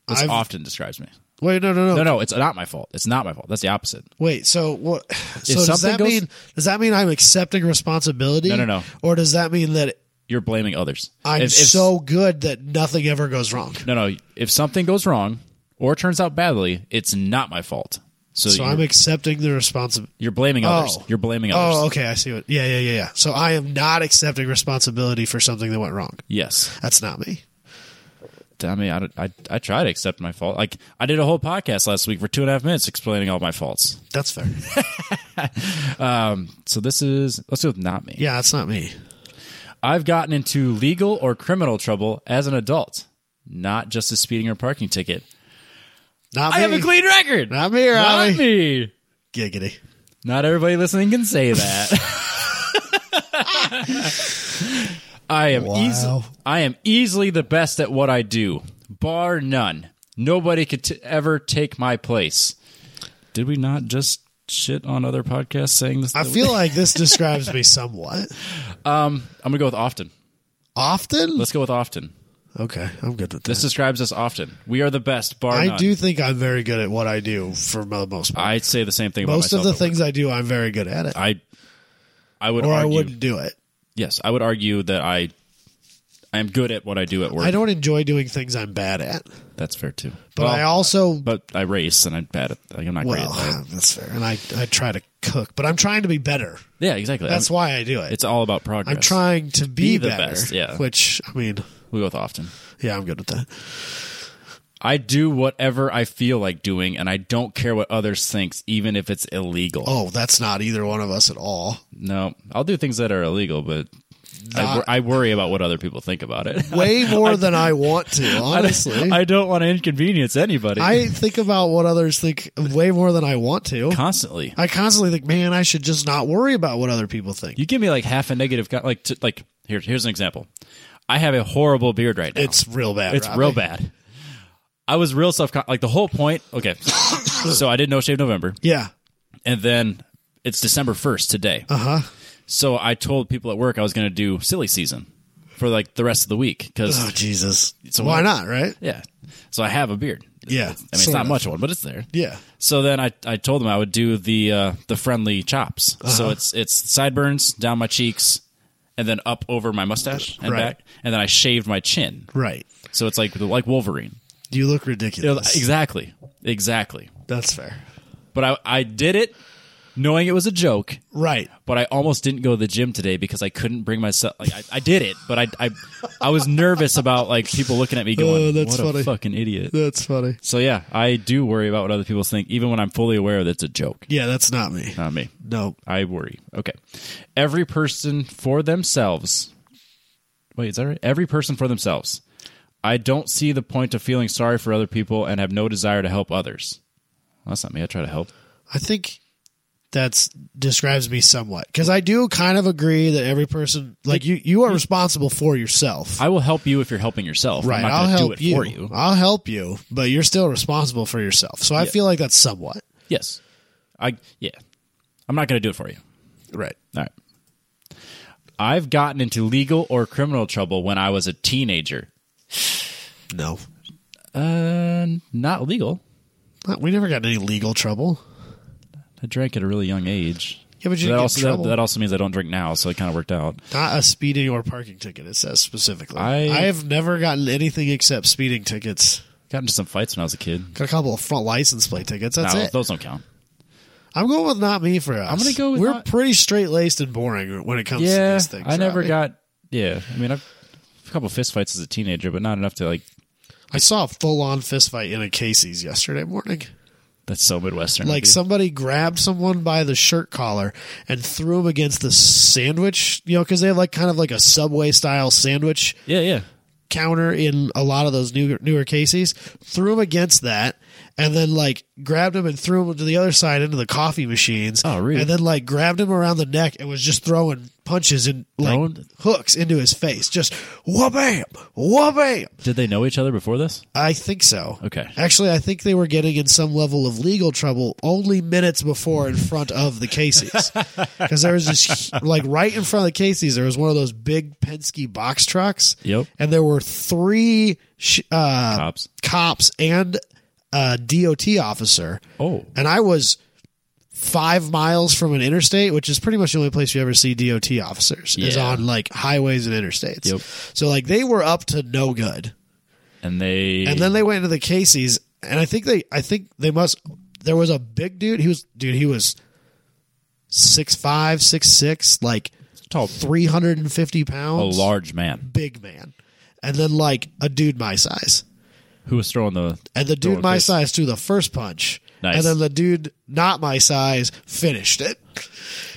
Speaker 1: This
Speaker 2: I've-
Speaker 1: often describes me.
Speaker 2: Wait, no, no, no.
Speaker 1: No, no, it's not my fault. It's not my fault. That's the opposite.
Speaker 2: Wait, so what? So does
Speaker 1: something
Speaker 2: that
Speaker 1: goes-
Speaker 2: mean does that mean I'm accepting responsibility?
Speaker 1: No, no, no.
Speaker 2: Or does that mean that
Speaker 1: You're blaming others.
Speaker 2: I'm
Speaker 1: If- if-
Speaker 2: so good that nothing ever goes wrong?
Speaker 1: No, no. If something goes wrong or turns out badly, it's not my fault. So,
Speaker 2: So
Speaker 1: you're,
Speaker 2: I'm accepting the responsibility.
Speaker 1: you're blaming others.
Speaker 2: Oh.
Speaker 1: You're blaming others.
Speaker 2: Oh, okay. I see what. Yeah, yeah, yeah, yeah. So I am not accepting responsibility for something that went wrong.
Speaker 1: Yes.
Speaker 2: That's not me.
Speaker 1: I mean, I, don't- I, I try to accept my fault. Like, I did a whole podcast last week for two and a half minutes explaining all my faults.
Speaker 2: That's fair.
Speaker 1: So this is, let's do it, not me.
Speaker 2: Yeah, that's not me.
Speaker 1: I've gotten into legal or criminal trouble as an adult, not just a speeding or parking ticket.
Speaker 2: Not me.
Speaker 1: I have a clean record.
Speaker 2: Not me, Robbie.
Speaker 1: Not me.
Speaker 2: Giggity.
Speaker 1: Not everybody listening can say that. I am eas-
Speaker 2: Wow.
Speaker 1: I am easily the best at what I do, bar none. Nobody could t- ever take my place. Did we not just shit on other podcasts saying this?
Speaker 2: I feel like this describes me somewhat.
Speaker 1: I'm gonna go with often.
Speaker 2: Often.
Speaker 1: Let's go with often.
Speaker 2: Okay, I'm good with
Speaker 1: This
Speaker 2: this.
Speaker 1: describes us often. We are the best, bar
Speaker 2: I
Speaker 1: none.
Speaker 2: do think I'm very good at what I do for the most part.
Speaker 1: I'd say the same thing.
Speaker 2: most
Speaker 1: about
Speaker 2: of the
Speaker 1: myself.
Speaker 2: things I do, I'm very good at it,
Speaker 1: I, I would
Speaker 2: or I
Speaker 1: argue.
Speaker 2: wouldn't do it.
Speaker 1: Yes, I would argue that I I'm good at what I do at work.
Speaker 2: I don't enjoy doing things I'm bad at,
Speaker 1: That's fair too.
Speaker 2: but
Speaker 1: Well,
Speaker 2: I also
Speaker 1: but I race and I'm bad at. Like, I'm not great.
Speaker 2: well,
Speaker 1: At that.
Speaker 2: that's fair. And I I try to cook, but I'm trying to be better.
Speaker 1: Yeah, exactly.
Speaker 2: That's
Speaker 1: I'm-
Speaker 2: why I do it.
Speaker 1: It's all about progress.
Speaker 2: I'm trying to be,
Speaker 1: the
Speaker 2: better.
Speaker 1: best, yeah.
Speaker 2: Which I mean,
Speaker 1: We both often.
Speaker 2: yeah, I'm good with that.
Speaker 1: I do whatever I feel like doing, and I don't care what others thinks, even if it's illegal.
Speaker 2: Oh, that's not either one of us at all.
Speaker 1: No, I'll do things that are illegal, but I, wor- I worry about what other people think about it.
Speaker 2: Way more than I want to, honestly. I,
Speaker 1: I don't want to inconvenience anybody
Speaker 2: think about what others think way more than I want to.
Speaker 1: constantly.
Speaker 2: I constantly think, man, I should just not worry about what other people think.
Speaker 1: You give me like half a negative, co- like t- like here, here's an example. I have a horrible beard right now.
Speaker 2: It's real bad.
Speaker 1: It's
Speaker 2: Robbie.
Speaker 1: real bad. I was real self con like the whole point. Okay, so I did no shave November,
Speaker 2: Yeah.
Speaker 1: and then it's December first today.
Speaker 2: Uh huh.
Speaker 1: So I told people at work I was going to do silly season for like the rest of the week because
Speaker 2: Oh Jesus.
Speaker 1: So
Speaker 2: why
Speaker 1: what-
Speaker 2: not? Right?
Speaker 1: yeah. So I have a beard.
Speaker 2: Yeah,
Speaker 1: I mean it's
Speaker 2: sort
Speaker 1: not
Speaker 2: of.
Speaker 1: much one, but it's there.
Speaker 2: Yeah.
Speaker 1: So then I, I told them I would do the uh, the friendly chops.
Speaker 2: Uh-huh.
Speaker 1: So it's it's sideburns down my cheeks, and then up over my mustache and
Speaker 2: Right.
Speaker 1: back, and then I shaved my chin.
Speaker 2: Right.
Speaker 1: So it's like like Wolverine.
Speaker 2: You look
Speaker 1: You know,
Speaker 2: ridiculous.
Speaker 1: Exactly, exactly.
Speaker 2: That's fair.
Speaker 1: But I I did it knowing it was a joke,
Speaker 2: Right.
Speaker 1: but I almost didn't go to the gym today because I couldn't bring myself. Like I, I did it, but I, I I was nervous about like people looking at me going,
Speaker 2: Oh, that's
Speaker 1: "What
Speaker 2: funny.
Speaker 1: a fucking idiot."
Speaker 2: That's funny.
Speaker 1: So yeah, I do worry about what other people think, even when I'm fully aware that it's a joke.
Speaker 2: Yeah, that's not me.
Speaker 1: Not me.
Speaker 2: No.
Speaker 1: I worry. Okay. Every person for themselves. Wait, is that right? Every person for themselves. I don't see the point of feeling sorry for other people and have no desire to help others. Well, that's not me. I try to help.
Speaker 2: I think that's describes me somewhat because I do kind of agree that every person, like you, you are responsible for yourself.
Speaker 1: I will help you if you're helping yourself.
Speaker 2: right,
Speaker 1: I'm not
Speaker 2: I'll
Speaker 1: gonna
Speaker 2: help
Speaker 1: do it
Speaker 2: you.
Speaker 1: for you.
Speaker 2: I'll help you, but you're still responsible for yourself. So I feel like that's somewhat
Speaker 1: Yes. I yeah. I'm not going to do it for you.
Speaker 2: right.
Speaker 1: All right. I've gotten into legal or criminal trouble when I was a teenager.
Speaker 2: No,
Speaker 1: Uh, not legal.
Speaker 2: Not- we never got in any legal trouble.
Speaker 1: I drank at a really young age.
Speaker 2: Yeah, but
Speaker 1: So
Speaker 2: you didn't
Speaker 1: that
Speaker 2: get
Speaker 1: also
Speaker 2: in trouble.
Speaker 1: That, that also means I don't drink now, so it kind of worked out.
Speaker 2: Not a speeding or parking ticket. It says specifically.
Speaker 1: I-
Speaker 2: have never gotten anything except speeding tickets.
Speaker 1: Got into some fights when I was a kid.
Speaker 2: Got a couple of front license plate tickets. That's
Speaker 1: No,
Speaker 2: it.
Speaker 1: those don't count.
Speaker 2: I'm going with not me for us.
Speaker 1: I'm gonna go with
Speaker 2: We're
Speaker 1: not-
Speaker 2: pretty straight laced and boring when it comes to
Speaker 1: Yeah,
Speaker 2: these things.
Speaker 1: I never
Speaker 2: Robbie.
Speaker 1: got. Yeah, I mean, I've a couple fist fights as a teenager, but not enough to like.
Speaker 2: I saw a full on fist fight in a Casey's yesterday morning.
Speaker 1: That's so midwestern. of
Speaker 2: Like
Speaker 1: you.
Speaker 2: somebody grabbed someone by the shirt collar and threw him against the sandwich, you know, because they have like kind of like a subway style sandwich
Speaker 1: Yeah, yeah.
Speaker 2: counter in a lot of those newer, newer Casey's. Threw him against that, and then like grabbed him and threw him to the other side into the coffee machines.
Speaker 1: Oh, really?
Speaker 2: And then like grabbed him around the neck and was just throwing punches and like
Speaker 1: Throwing-
Speaker 2: hooks into his face. Just wha bam, wha bam.
Speaker 1: Did they know each other before this?
Speaker 2: I think so.
Speaker 1: Okay.
Speaker 2: Actually, I think they were getting in some level of legal trouble only minutes before in front of the Casey's. Because there was this, like, right in front of the Casey's, there was one of those big Penske box trucks.
Speaker 1: Yep.
Speaker 2: And there were three sh- uh,
Speaker 1: Cops.
Speaker 2: cops and a DOT officer.
Speaker 1: Oh.
Speaker 2: And I was five miles from an interstate, which is pretty much the only place you ever see DOT officers, is
Speaker 1: Yeah.
Speaker 2: on, like, highways and interstates.
Speaker 1: Yep.
Speaker 2: So, like, they were up to no good
Speaker 1: And they.
Speaker 2: and then they went into the Casey's, and I think they, I think they must. There was a big dude. He was, dude, he was six five, six six, like
Speaker 1: tall,
Speaker 2: three hundred and fifty
Speaker 1: a
Speaker 2: pounds,
Speaker 1: large man
Speaker 2: big man, and then like a dude my size,
Speaker 1: who was throwing the.
Speaker 2: and the dude
Speaker 1: Throwing
Speaker 2: my
Speaker 1: fists.
Speaker 2: size threw the first punch,
Speaker 1: Nice.
Speaker 2: and then the dude not my size finished it.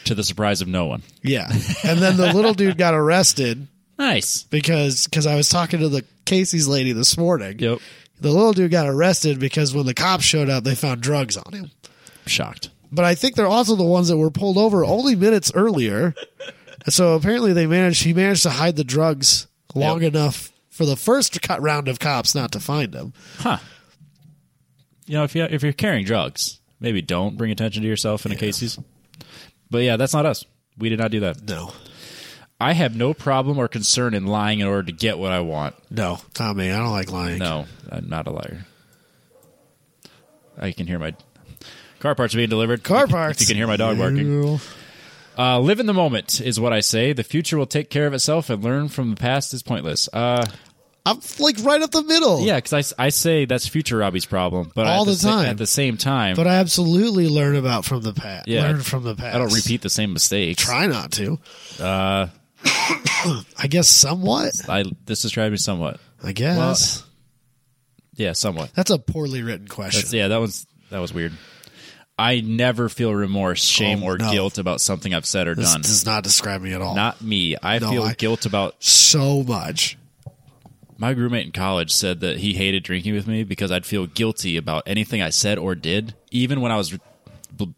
Speaker 1: to the surprise of no one.
Speaker 2: Yeah, and then the little dude got arrested
Speaker 1: Nice.
Speaker 2: because because I was talking to the Casey's lady this morning.
Speaker 1: Yep.
Speaker 2: The little dude got arrested because when the cops showed up, they found drugs on him.
Speaker 1: Shocked.
Speaker 2: but I think they're also the ones that were pulled over only minutes earlier. so apparently they managed he managed to hide the drugs long
Speaker 1: Yep.
Speaker 2: enough for the first co- round of cops not to find him.
Speaker 1: Huh. You know, if you if you're carrying drugs, maybe don't bring attention to yourself in a Casey's. But yeah, that's not us. We did not do that.
Speaker 2: No.
Speaker 1: I have no problem or concern in lying in order to get what I want.
Speaker 2: No, Tommy, I don't like lying.
Speaker 1: No, I'm not a liar. I can hear my car parts being delivered.
Speaker 2: Car
Speaker 1: If you- If
Speaker 2: parts.
Speaker 1: you can hear my dog barking.
Speaker 2: Ew.
Speaker 1: Uh, live in the moment is what I say. The future will take care of itself, and learn from the past is pointless. Uh,
Speaker 2: I'm like right up the middle.
Speaker 1: yeah, because I, I say that's future Robbie's problem, but
Speaker 2: All
Speaker 1: at
Speaker 2: the
Speaker 1: sa-
Speaker 2: time.
Speaker 1: at the same time,
Speaker 2: But I absolutely learn about from the past.
Speaker 1: Yeah.
Speaker 2: Learn from the past.
Speaker 1: I don't repeat the same mistakes.
Speaker 2: Try not to. Uh, I guess somewhat.
Speaker 1: I this describes me somewhat.
Speaker 2: I guess
Speaker 1: Yeah, somewhat.
Speaker 2: that's a poorly written question.
Speaker 1: That's, yeah, that was that was weird. I never feel remorse, shame,
Speaker 2: Oh,
Speaker 1: or
Speaker 2: no.
Speaker 1: guilt about something I've said or
Speaker 2: This
Speaker 1: done.
Speaker 2: does not describe me at all.
Speaker 1: Not me. I
Speaker 2: No,
Speaker 1: feel
Speaker 2: I-
Speaker 1: guilt about
Speaker 2: so much.
Speaker 1: My roommate in college said that he hated drinking with me because I'd feel guilty about anything I said or did, even when I was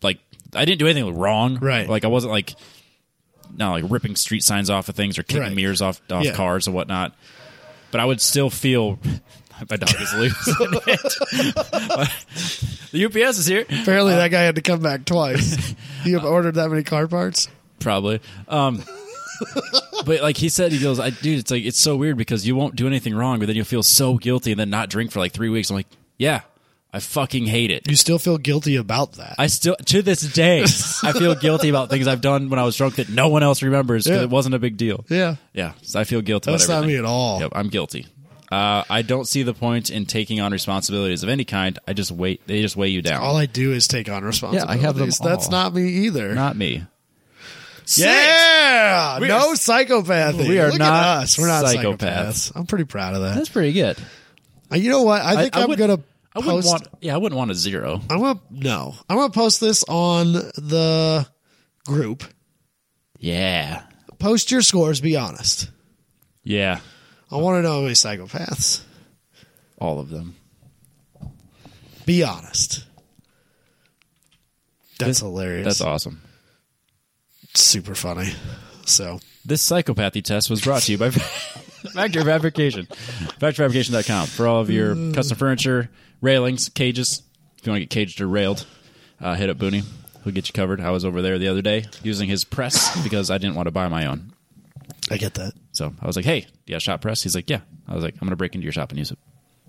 Speaker 1: like I didn't do anything wrong.
Speaker 2: Right.
Speaker 1: Like I wasn't like not like ripping street signs off of things or kicking
Speaker 2: Right.
Speaker 1: mirrors off off
Speaker 2: Yeah.
Speaker 1: cars or whatnot. But I would still feel my dog is losing it. the UPS is here.
Speaker 2: Apparently, that guy had to come back twice. you have ordered that many car parts?
Speaker 1: probably. Um, but like he said, he goes, "I dude, it's like it's so weird because you won't do anything wrong, but then you'll feel so guilty and then not drink for like three weeks." I'm like, yeah, I fucking hate it.
Speaker 2: You still feel guilty about that.
Speaker 1: I still to this day I feel guilty about things I've done when I was drunk that no one else remembers because
Speaker 2: Yeah.
Speaker 1: it wasn't a big deal.
Speaker 2: yeah.
Speaker 1: Yeah, so I feel guilty.
Speaker 2: That's
Speaker 1: about
Speaker 2: not me
Speaker 1: everything.
Speaker 2: at all.
Speaker 1: Yep, I'm guilty. Uh, I don't see the point in taking on responsibilities of any kind. I just wait. They just weigh you down.
Speaker 2: All I do is take on responsibilities.
Speaker 1: them
Speaker 2: That's
Speaker 1: all.
Speaker 2: not me either.
Speaker 1: not me.
Speaker 2: yeah.
Speaker 1: We
Speaker 2: no
Speaker 1: are-
Speaker 2: psychopathy.
Speaker 1: we are
Speaker 2: Look
Speaker 1: not
Speaker 2: at us. We're not
Speaker 1: psychopaths.
Speaker 2: psychopaths. I'm pretty proud of that.
Speaker 1: That's pretty good.
Speaker 2: Uh, You know what? I think I, am
Speaker 1: would-
Speaker 2: gonna.
Speaker 1: I wouldn't
Speaker 2: post,
Speaker 1: want. Yeah, I wouldn't want a zero.
Speaker 2: I'm gonna no. I'm gonna post this on the group.
Speaker 1: Yeah.
Speaker 2: Post your scores. Be honest.
Speaker 1: Yeah.
Speaker 2: I want to know how many psychopaths.
Speaker 1: All of them.
Speaker 2: Be honest. That's hilarious.
Speaker 1: That's awesome.
Speaker 2: super funny. So
Speaker 1: This psychopathy test was brought to you by Factor Fabrication. FactorFabrication.com for all of your custom furniture, railings, cages. If you want to get caged or railed, uh, hit up Booney. He'll get you covered. I was over there the other day using his press because I didn't want to buy my own.
Speaker 2: I get that.
Speaker 1: So I was like, hey, do you got a shop press? He's like, yeah. I was like, I'm going to break into your shop and use it.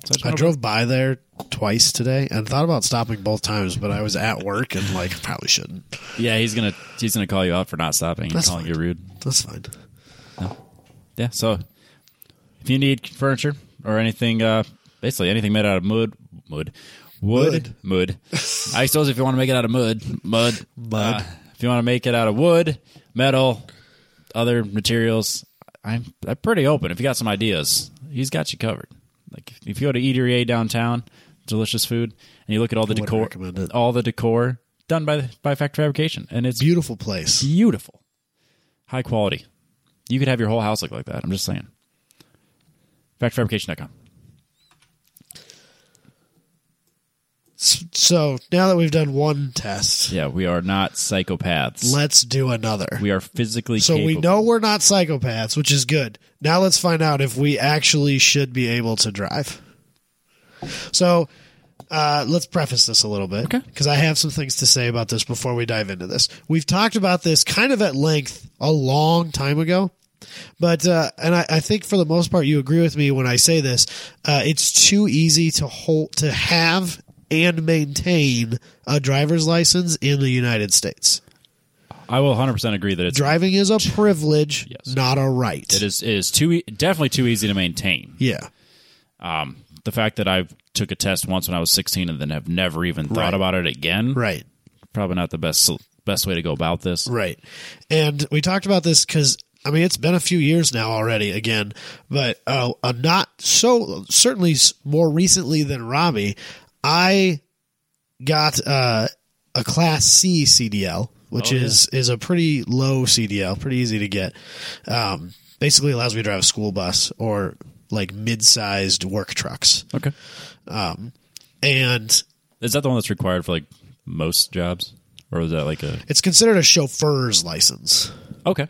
Speaker 1: So just
Speaker 2: I
Speaker 1: went over-
Speaker 2: drove by there twice today and thought about stopping both times, but I was at work and like probably shouldn't.
Speaker 1: Yeah, he's going to he's gonna call you out for not stopping and
Speaker 2: That's
Speaker 1: calling
Speaker 2: fine.
Speaker 1: you rude.
Speaker 2: That's fine.
Speaker 1: yeah so if you need furniture or anything uh basically anything made out of mud mud wood mud i suppose if you want to make it out of mud mud
Speaker 2: Mud.
Speaker 1: uh, if you want to make it out of wood metal other materials i'm i'm pretty open if you got some ideas he's got you covered like if you go to eateria downtown delicious food and you look at all the
Speaker 2: Wouldn't
Speaker 1: decor
Speaker 2: recommend it.
Speaker 1: all the decor done by by factory fabrication and it's
Speaker 2: Beautiful place.
Speaker 1: beautiful, high quality. You could have your whole house look like that. I'm just saying. Factfabrication.com.
Speaker 2: S- So now that we've done one test,
Speaker 1: Yeah, we are not psychopaths.
Speaker 2: let's do another.
Speaker 1: we are physically
Speaker 2: so
Speaker 1: capable.
Speaker 2: we know we're not psychopaths, which is good. Now let's find out if we actually should be able to drive. So uh, let's preface this a little bit
Speaker 1: Okay.
Speaker 2: because I have some things to say about this before we dive into this. We've talked about this kind of at length a long time ago, but uh, and I, I think for the most part you agree with me when I say this. Uh, it's too easy to hold to have and maintain a driver's license in the United States.
Speaker 1: I will 100% agree that it's
Speaker 2: Driving is a privilege,
Speaker 1: Yes.
Speaker 2: not a right.
Speaker 1: it is it is too e- definitely too easy to maintain.
Speaker 2: Yeah.
Speaker 1: The fact that I took a test once when I was 16 and then have never even thought
Speaker 2: Right.
Speaker 1: about it again.
Speaker 2: Right.
Speaker 1: Probably not the best best way to go about this.
Speaker 2: Right. And we talked about this because, I mean, it's been a few years now already, again, but uh, uh, not so, certainly s- more recently than Robbie, I got uh, a Class C CDL, which
Speaker 1: Oh, yeah.
Speaker 2: is, is a pretty low CDL, pretty easy to get. Um, basically allows me to drive a school bus or like mid sized work trucks.
Speaker 1: Okay.
Speaker 2: And
Speaker 1: Is that the one that's required for like most jobs or was that like a
Speaker 2: it's considered a chauffeur's license.
Speaker 1: Okay.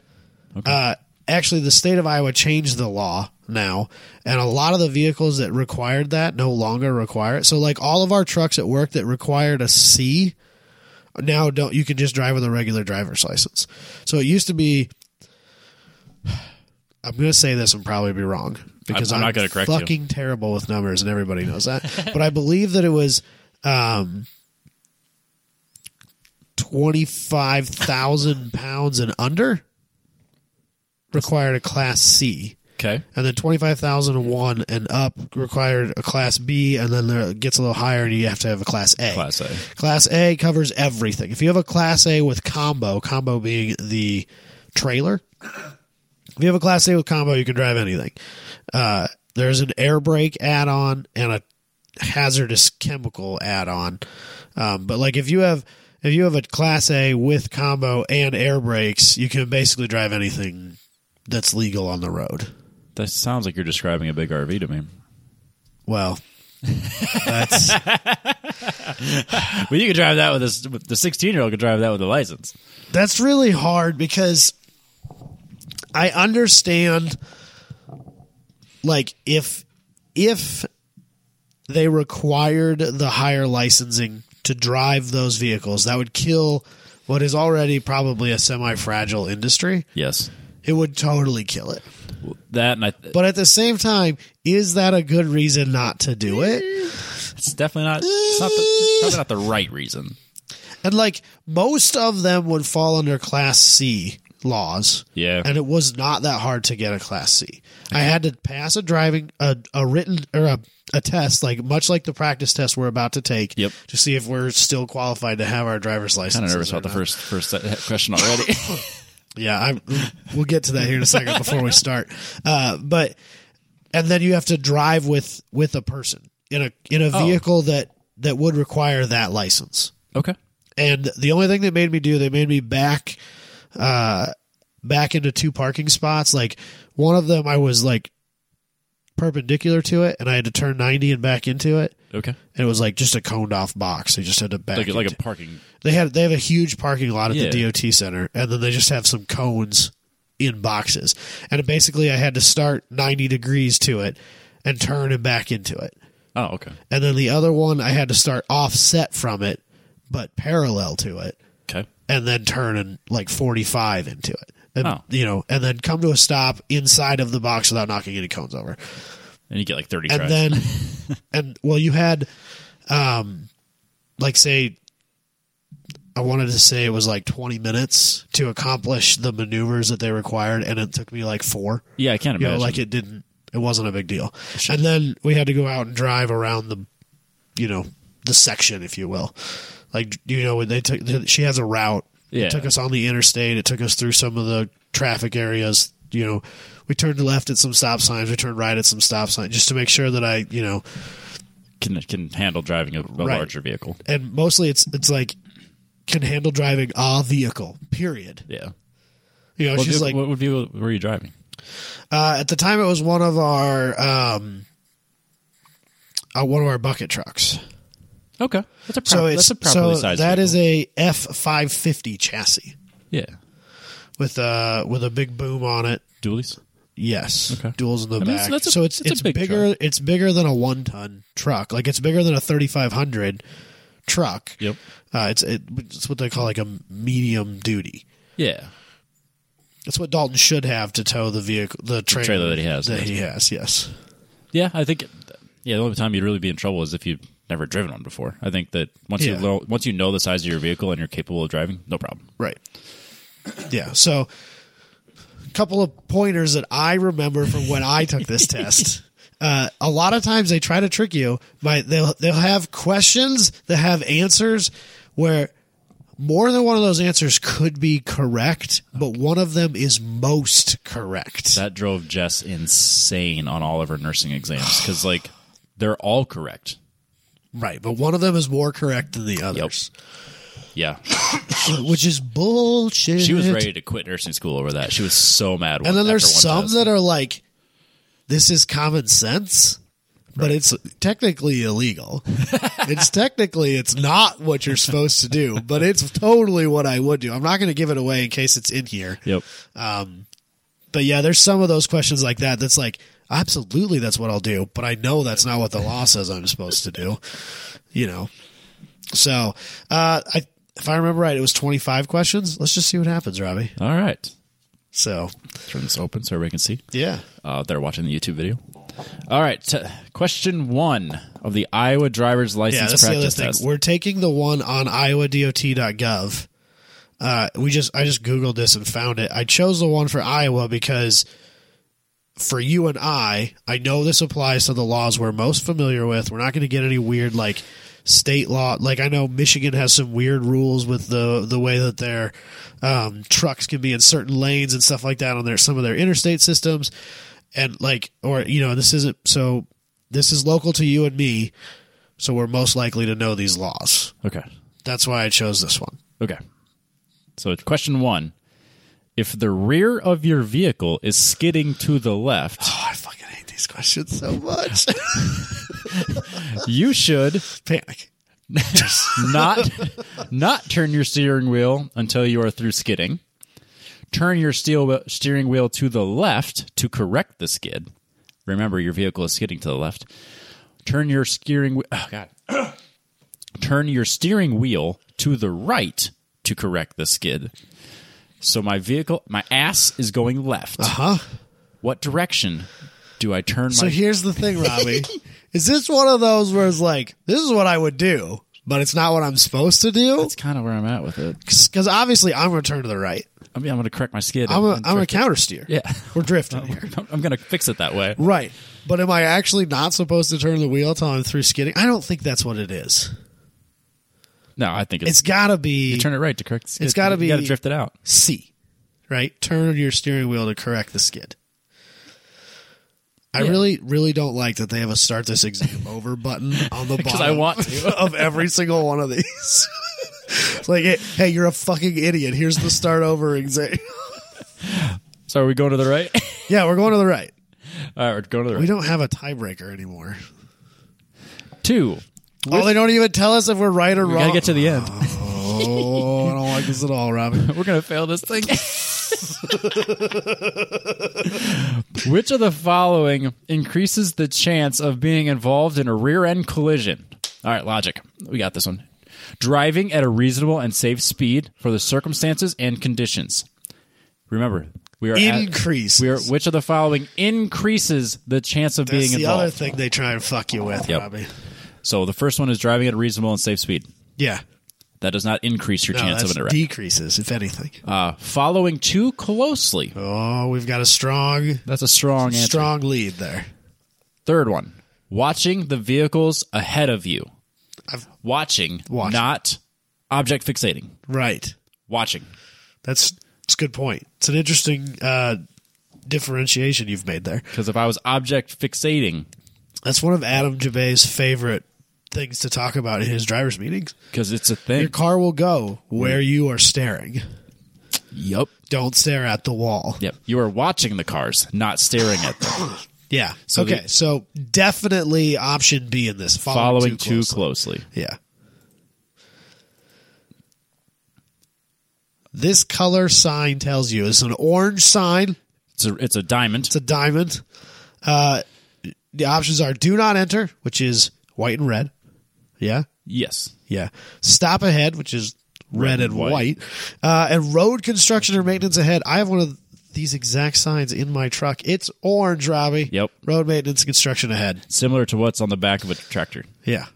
Speaker 2: uh, actually the state of Iowa changed the law now, and a lot of the vehicles that required that no longer require it. So like all of our trucks at work that required a C now don't you can just drive with a regular driver's license. So it used to be I'm going to say this and probably be wrong because
Speaker 1: I'm
Speaker 2: I'm,
Speaker 1: not gonna correct you.
Speaker 2: fucking terrible with numbers and everybody knows that. but I believe that it was um twenty-five thousand pounds and under required a Class C,
Speaker 1: Okay.
Speaker 2: and then twenty-five thousand and one and up required a Class B, and then there, it gets a little higher, and you have to have a Class A.
Speaker 1: Class A.
Speaker 2: Class A covers everything. If you have a Class A with combo, combo being the trailer, if you have a Class A with combo, you can drive anything. Uh, there's an air brake add on and a hazardous chemical add on. Um, but like if you have if you have a Class A with combo and air brakes, you can basically drive anything that's legal on the road.
Speaker 1: That sounds like you're describing a big RV to me.
Speaker 2: Well, that's
Speaker 1: But you could drive that with, a, with the 16 year old could drive that with a license.
Speaker 2: That's really hard because I understand like if if they required the higher licensing to drive those vehicles, that would kill what is already probably a semi-fragile industry.
Speaker 1: Yes.
Speaker 2: It would totally kill it.
Speaker 1: That and I,
Speaker 2: But at the same time, is that a good reason not to do it?
Speaker 1: it's definitely not it's not the, probably not the right reason.
Speaker 2: And like most of them would fall under class C laws.
Speaker 1: Yeah.
Speaker 2: And it was not that hard to get a class C. I had to pass a driving a, a written or a, a test like much like the practice test we're about to take
Speaker 1: Yep.
Speaker 2: to see if we're still qualified to have our driver's license.
Speaker 1: Kind of nervous about the first first set- question already.
Speaker 2: Yeah, I'm, we'll get to that here in a second before we start. Uh, but and then you have to drive with with a person in a in a
Speaker 1: Oh.
Speaker 2: vehicle that that would require that license.
Speaker 1: okay.
Speaker 2: and the only thing that made me do they made me back uh back into two parking spots like one of them i was like perpendicular to it and i had to turn 90 and back into it
Speaker 1: Okay.
Speaker 2: and it was like just a coned off box they just had to back
Speaker 1: Like like a
Speaker 2: into-
Speaker 1: parking.
Speaker 2: they had they have a huge parking lot at
Speaker 1: Yeah.
Speaker 2: the dot center and then they just have some cones in boxes and basically i had to start 90 degrees to it and turn and back into it
Speaker 1: Oh, okay.
Speaker 2: and then the other one i had to start offset from it but parallel to it
Speaker 1: Okay.
Speaker 2: and then turn and like 45 into it. And,
Speaker 1: Oh.
Speaker 2: You know, and then come to a stop inside of the box without knocking any cones over.
Speaker 1: And you get like 30
Speaker 2: And
Speaker 1: tries.
Speaker 2: then, and well, you had, um, like say, I wanted to say it was like 20 minutes to accomplish the maneuvers that they required, and it took me like four.
Speaker 1: yeah, I can't
Speaker 2: You
Speaker 1: imagine.
Speaker 2: know, like it didn't, it wasn't a big deal. And then we had to go out and drive around the, you know, the section, if you will. Like, you know, when they took, she has a route.
Speaker 1: Yeah.
Speaker 2: It took us on the interstate. It took us through some of the traffic areas. You know, we turned left at some stop signs. We turned right at some stop signs just to make sure that I, you know,
Speaker 1: can can handle driving a, a
Speaker 2: Right.
Speaker 1: larger vehicle.
Speaker 2: and mostly it's, it's like, can handle driving a vehicle, period.
Speaker 1: Yeah.
Speaker 2: You know,
Speaker 1: What,
Speaker 2: she's
Speaker 1: vehicle,
Speaker 2: like,
Speaker 1: what what vehicle were you driving?
Speaker 2: Uh, at the time, it was one of our um, uh, one of our bucket trucks.
Speaker 1: Okay. That's a pro-
Speaker 2: So it's
Speaker 1: that's a properly
Speaker 2: so
Speaker 1: sized
Speaker 2: that is
Speaker 1: vehicle.
Speaker 2: a F five fifty chassis
Speaker 1: Yeah.
Speaker 2: with a with a big boom on it.
Speaker 1: Dualies?
Speaker 2: Yes,
Speaker 1: Okay.
Speaker 2: duels in the
Speaker 1: I mean,
Speaker 2: back.
Speaker 1: that's a-
Speaker 2: so it's
Speaker 1: that's a
Speaker 2: it's
Speaker 1: big
Speaker 2: bigger. It's bigger than a one ton truck. Like it's bigger than a thirty five hundred truck.
Speaker 1: Yep.
Speaker 2: Uh, it's it, it's what they call like a medium duty.
Speaker 1: Yeah.
Speaker 2: That's what Dalton should have to tow the vehicle, the trailer,
Speaker 1: trailer that he has.
Speaker 2: That he has, yes.
Speaker 1: Yeah, I think. Yeah, the only time you'd really be in trouble is if you've never driven one before. I think that once you
Speaker 2: Yeah.
Speaker 1: lo- once you know the size of your vehicle and you're capable of driving, no problem.
Speaker 2: Right. Yeah. So, a couple of pointers that I remember from when I took this test. Uh, a lot of times they try to trick you by they'll they'll have questions that have answers where more than one of those answers could be correct, but one of them is most correct.
Speaker 1: That drove Jess insane on all of her nursing exams because like they're all correct.
Speaker 2: right, but one of them is more correct than the others,
Speaker 1: Yeah,
Speaker 2: which is bullshit.
Speaker 1: she was ready to quit nursing school over that. She was so mad.
Speaker 2: And then there's some that are like, this is common sense, but it's technically illegal. it's technically it's not what you're supposed to do, but it's totally what I would do. I'm not going to give it away in case it's in here.
Speaker 1: Yep.
Speaker 2: But yeah, there's some of those questions like that. That's like, absolutely, that's what I'll do, but I know that's not what the law says I'm supposed to do. You know, so uh, I. If I remember right, it was 25 questions. Let's just see what happens, Robbie.
Speaker 1: All right.
Speaker 2: So,
Speaker 1: Turn this open so everybody can see.
Speaker 2: yeah.
Speaker 1: Uh, they're watching the YouTube video. All right. T- question one of the Iowa driver's license
Speaker 2: Yeah, that's the other
Speaker 1: practice
Speaker 2: thing.
Speaker 1: test.
Speaker 2: We're taking the one on iowadot.gov Uh, we just I just googled this and found it. I chose the one for Iowa because for you and I, I know this applies to the laws we're most familiar with. We're not going to get any weird like state law. Like I know Michigan has some weird rules with the the way that their um, trucks can be in certain lanes and stuff like that on their some of their interstate systems, and like or you know this isn't so this is local to you and me, so we're most likely to know these laws.
Speaker 1: Okay.
Speaker 2: That's why I chose this one.
Speaker 1: Okay. So, question one If the rear of your vehicle is skidding to the left,
Speaker 2: Oh, I fucking hate these questions so much.
Speaker 1: you should
Speaker 2: Panic.
Speaker 1: not not turn your steering wheel until you are through skidding. Turn your steel steering wheel to the left to correct the skid. Remember, your vehicle is skidding to the left. Turn your steering wheel. Oh God. turn your steering wheel to the right to correct the skid. So my vehicle, my ass is going left.
Speaker 2: Huh?
Speaker 1: What direction do I turn
Speaker 2: Uh-huh. So
Speaker 1: my?
Speaker 2: here's the thing, Robbie. is this one of those where it's like, this is what I would do, but it's not what I'm supposed to do?
Speaker 1: That's kind of where I'm at with it.
Speaker 2: Because obviously I'm going to turn to the right.
Speaker 1: I mean, I'm going to correct my skid.
Speaker 2: I'm a,
Speaker 1: and
Speaker 2: I'm a
Speaker 1: drift it.
Speaker 2: counter steer.
Speaker 1: Yeah. Oh.
Speaker 2: We're drifting here.
Speaker 1: I'm going to fix it that way.
Speaker 2: Right. But am I actually not supposed to turn the wheel till I'm through skidding? I don't think that's what it is.
Speaker 1: No, I think it's,
Speaker 2: It's got to be
Speaker 1: turn it right to correct.
Speaker 2: It's gotta be-
Speaker 1: got to drift it out.
Speaker 2: C, right? Turn your steering wheel to correct the skid. I
Speaker 1: Yeah.
Speaker 2: really, really don't like that they have a start this exam over button on the bottom
Speaker 1: I want to.
Speaker 2: of every single one of these. it's like, hey, hey, you're a fucking idiot. Here's the start over exam.
Speaker 1: So are we going to the right?
Speaker 2: yeah, we're going to the right.
Speaker 1: All right, we're going to the
Speaker 2: We
Speaker 1: right.
Speaker 2: don't have a tiebreaker anymore.
Speaker 1: Two.
Speaker 2: Oh, they don't even tell us if we're right or
Speaker 1: We
Speaker 2: wrong.
Speaker 1: gotta get to the end.
Speaker 2: oh, I don't like this at all, Robin.
Speaker 1: We're gonna fail this thing. Which of the following increases the chance of being involved in a rear end collision? All right, logic. We got this one. Driving at a reasonable and safe speed for the circumstances and conditions. Remember, we are at-
Speaker 2: Increase.
Speaker 1: we are. Which of the following increases the chance of
Speaker 2: That's
Speaker 1: being
Speaker 2: the
Speaker 1: involved?
Speaker 2: other thing they try and fuck you with,
Speaker 1: Yep.
Speaker 2: Robbie.
Speaker 1: So the first one is driving at a reasonable and safe speed.
Speaker 2: Yeah.
Speaker 1: That does not increase your
Speaker 2: No,
Speaker 1: chance of
Speaker 2: that's
Speaker 1: an erect.
Speaker 2: decreases, if anything.
Speaker 1: uh, following too closely.
Speaker 2: Oh, we've got a strong,
Speaker 1: That's a strong answer.
Speaker 2: strong lead there.
Speaker 1: Third one. Watching the vehicles ahead of you.
Speaker 2: I've-
Speaker 1: watching,
Speaker 2: Watch.
Speaker 1: not object fixating.
Speaker 2: Right.
Speaker 1: Watching.
Speaker 2: That's it's a good point. It's an interesting uh, differentiation you've made there.
Speaker 1: Because if I was object fixating,
Speaker 2: That's one of Adam Jabay's favorite things to talk about in his drivers' meetings.
Speaker 1: because it's a
Speaker 2: Your
Speaker 1: thing.
Speaker 2: car will go where you are staring.
Speaker 1: Yep.
Speaker 2: Don't stare at the wall.
Speaker 1: Yep. You are watching the cars, not staring at them.
Speaker 2: Yeah. okay.
Speaker 1: the-
Speaker 2: so definitely option B in this.
Speaker 1: following
Speaker 2: Following,
Speaker 1: too
Speaker 2: close.
Speaker 1: closely.
Speaker 2: Yeah. This color sign tells you it's an orange sign.
Speaker 1: It's a, it's a diamond.
Speaker 2: It's a diamond. Uh, the options are do not enter, which is white and red. Yeah.
Speaker 1: yes.
Speaker 2: Yeah. Stop ahead, which is red, and white. Uh, and road construction or maintenance ahead. I have one of these exact signs in my truck. It's orange, Robbie.
Speaker 1: Yep.
Speaker 2: Road maintenance construction ahead.
Speaker 1: Similar to what's on the back of a tractor
Speaker 2: Yeah.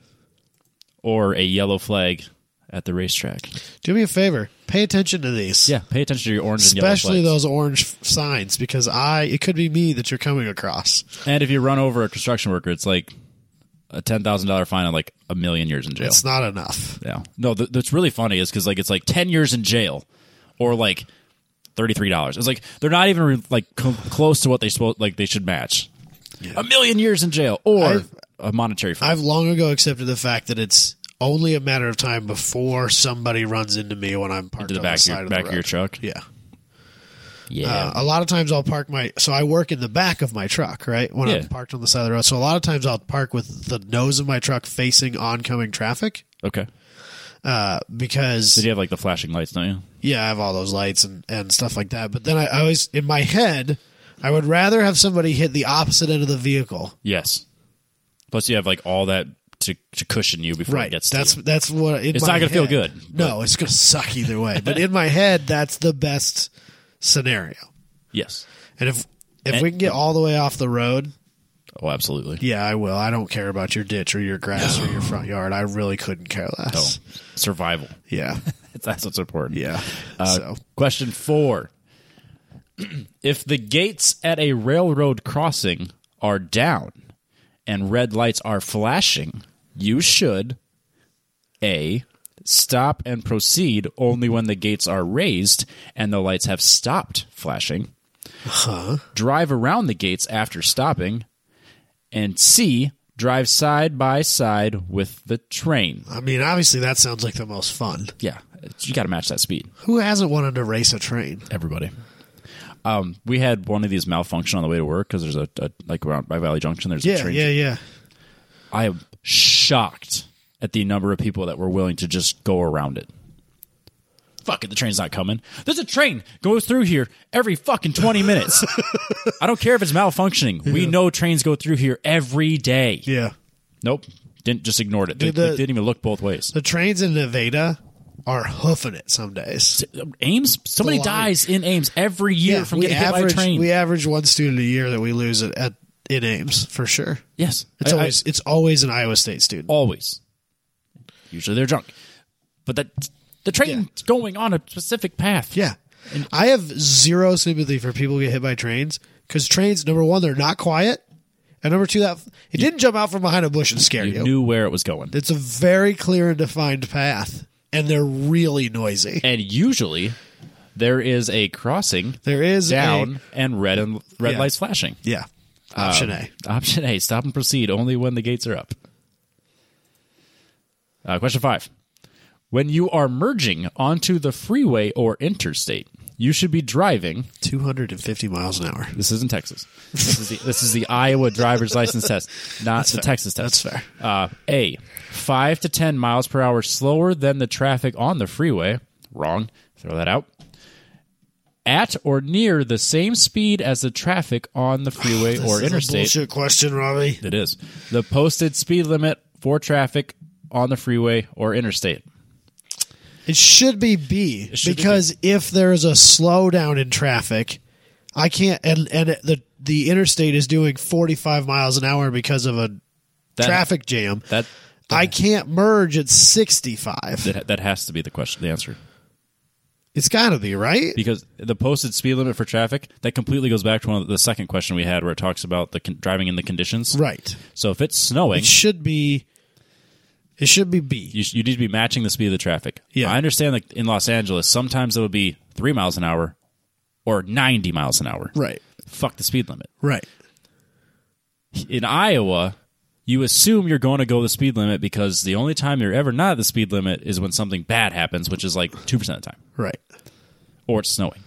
Speaker 1: or a yellow flag at the racetrack.
Speaker 2: Do me a favor. Pay attention to these.
Speaker 1: Yeah, pay attention to your orange and yellow
Speaker 2: Especially
Speaker 1: flags.
Speaker 2: those orange f- signs because I it could be me that you're coming across.
Speaker 1: And if you run over a construction worker, it's like a ten thousand dollar fine and like a million years in jail.
Speaker 2: It's not enough.
Speaker 1: yeah. No, th- that's really funny is because like it's like ten years in jail, or like thirty three dollars. It's like they're not even re- like co- close to what they supposed like they should match. A million years in jail or
Speaker 2: I've-
Speaker 1: a monetary fine.
Speaker 2: I've long ago accepted the fact that it's only a matter of time before somebody runs into me when I'm parked
Speaker 1: to the
Speaker 2: on
Speaker 1: back
Speaker 2: the
Speaker 1: of
Speaker 2: side
Speaker 1: your,
Speaker 2: of
Speaker 1: back
Speaker 2: the
Speaker 1: of your
Speaker 2: road.
Speaker 1: truck.
Speaker 2: Yeah.
Speaker 1: Yeah.
Speaker 2: Uh, a lot of times I'll park my so I work in the back of my truck, right? When
Speaker 1: Yeah.
Speaker 2: I'm parked on the side of the road. So a lot of times I'll park with the nose of my truck facing oncoming traffic
Speaker 1: okay.
Speaker 2: uh, because
Speaker 1: Did you have like the flashing lights? Don't you?
Speaker 2: yeah, I have all those lights and, and stuff like that. But then I, I always, in my head, I would rather have somebody hit the opposite end of the vehicle.
Speaker 1: Yes. Plus, you have like all that to, to cushion you before it
Speaker 2: Right.
Speaker 1: gets to
Speaker 2: That's
Speaker 1: you.
Speaker 2: that's what in
Speaker 1: It's
Speaker 2: my
Speaker 1: not gonna feel
Speaker 2: head-
Speaker 1: good,
Speaker 2: No, it's gonna suck either way. But in my head, that's the best scenario.
Speaker 1: Yes.
Speaker 2: And if if we can get all the way off the road,
Speaker 1: Oh, absolutely.
Speaker 2: Yeah, I will. I don't care about your ditch or your grass or your front yard. I really couldn't care
Speaker 1: No.
Speaker 2: less.
Speaker 1: Survival.
Speaker 2: Yeah.
Speaker 1: That's what's important.
Speaker 2: Yeah.
Speaker 1: Uh,
Speaker 2: so,
Speaker 1: Question four. if the gates at a railroad crossing are down and red lights are flashing, you should A. Stop and proceed only when the gates are raised and the lights have stopped flashing. Drive around the gates after stopping. And C. Drive side by side with the train.
Speaker 2: I mean, obviously that sounds like the most fun.
Speaker 1: Yeah, you got to match that speed.
Speaker 2: Who hasn't wanted to race a train?
Speaker 1: everybody. Um, we had one of these malfunction on the way to work because there's a, a like around by Valley Junction. There's a
Speaker 2: Yeah,
Speaker 1: train.
Speaker 2: yeah, yeah.
Speaker 1: I am shocked at the number of people that were willing to just go around it. Fuck it, the train's not coming. There's a train goes through here every fucking twenty minutes. I don't care if it's malfunctioning. We know trains go through here every day.
Speaker 2: Yeah.
Speaker 1: Nope, didn't just ignored it. They,
Speaker 2: Dude, the-
Speaker 1: they didn't even look both ways.
Speaker 2: The trains in Nevada are hoofing it some days.
Speaker 1: Ames, somebody
Speaker 2: line.
Speaker 1: dies in Ames every year from getting hit by a
Speaker 2: average
Speaker 1: train.
Speaker 2: we average one student a year that we lose at, at in Ames for sure.
Speaker 1: yes,
Speaker 2: It's
Speaker 1: I- I-
Speaker 2: always it's always an Iowa State student.
Speaker 1: always. Usually they're drunk, but that the train's going on a specific path.
Speaker 2: Yeah. I have zero sympathy for people who get hit by trains because trains, number one, they're not quiet. And number two, that it didn't jump out from behind a bush and scare
Speaker 1: you
Speaker 2: you.
Speaker 1: knew where it was going,
Speaker 2: It's a very clear and defined path, and they're really noisy.
Speaker 1: and usually there is a crossing
Speaker 2: There is
Speaker 1: down
Speaker 2: A,
Speaker 1: and red and red
Speaker 2: Yeah.
Speaker 1: lights flashing.
Speaker 2: yeah. Option
Speaker 1: Um,
Speaker 2: A.
Speaker 1: Option A: Stop and proceed only when the gates are up. Uh, question five: When you are merging onto the freeway or interstate, you should be driving
Speaker 2: 250 miles an hour.
Speaker 1: This isn't Texas. This is the, this is the Iowa driver's license test, not the Texas test.
Speaker 2: That's fair.
Speaker 1: Uh, A, five to 10 miles per hour slower than the traffic on the freeway. Wrong. Throw that out. At or near the same speed as the traffic on the freeway or interstate.
Speaker 2: bullshit question, Robbie.
Speaker 1: It is. The posted speed limit for traffic on the freeway or interstate.
Speaker 2: It should be B
Speaker 1: should be
Speaker 2: because if there is a slowdown in traffic, I can't. And and it- the the interstate is doing 45 miles an hour because of a
Speaker 1: That-
Speaker 2: traffic jam.
Speaker 1: That,
Speaker 2: I can't merge at 65.
Speaker 1: that that has to be the question, the answer.
Speaker 2: It's got to be right.
Speaker 1: because the posted speed limit for traffic that completely goes back to one of the second question we had where it talks about the con- driving in the conditions
Speaker 2: Right.
Speaker 1: so if it's snowing
Speaker 2: It should be. It should be B.
Speaker 1: you, sh- you need to be matching the speed of the traffic
Speaker 2: Yeah.
Speaker 1: i understand that in los angeles sometimes it'll be three miles an hour or 90 miles an hour
Speaker 2: Right.
Speaker 1: fuck the speed limit
Speaker 2: Right.
Speaker 1: in iowa you assume you're going to go the speed limit because the only time you're ever not at the speed limit is when something bad happens which is like 2% of the time
Speaker 2: Right.
Speaker 1: or it's snowing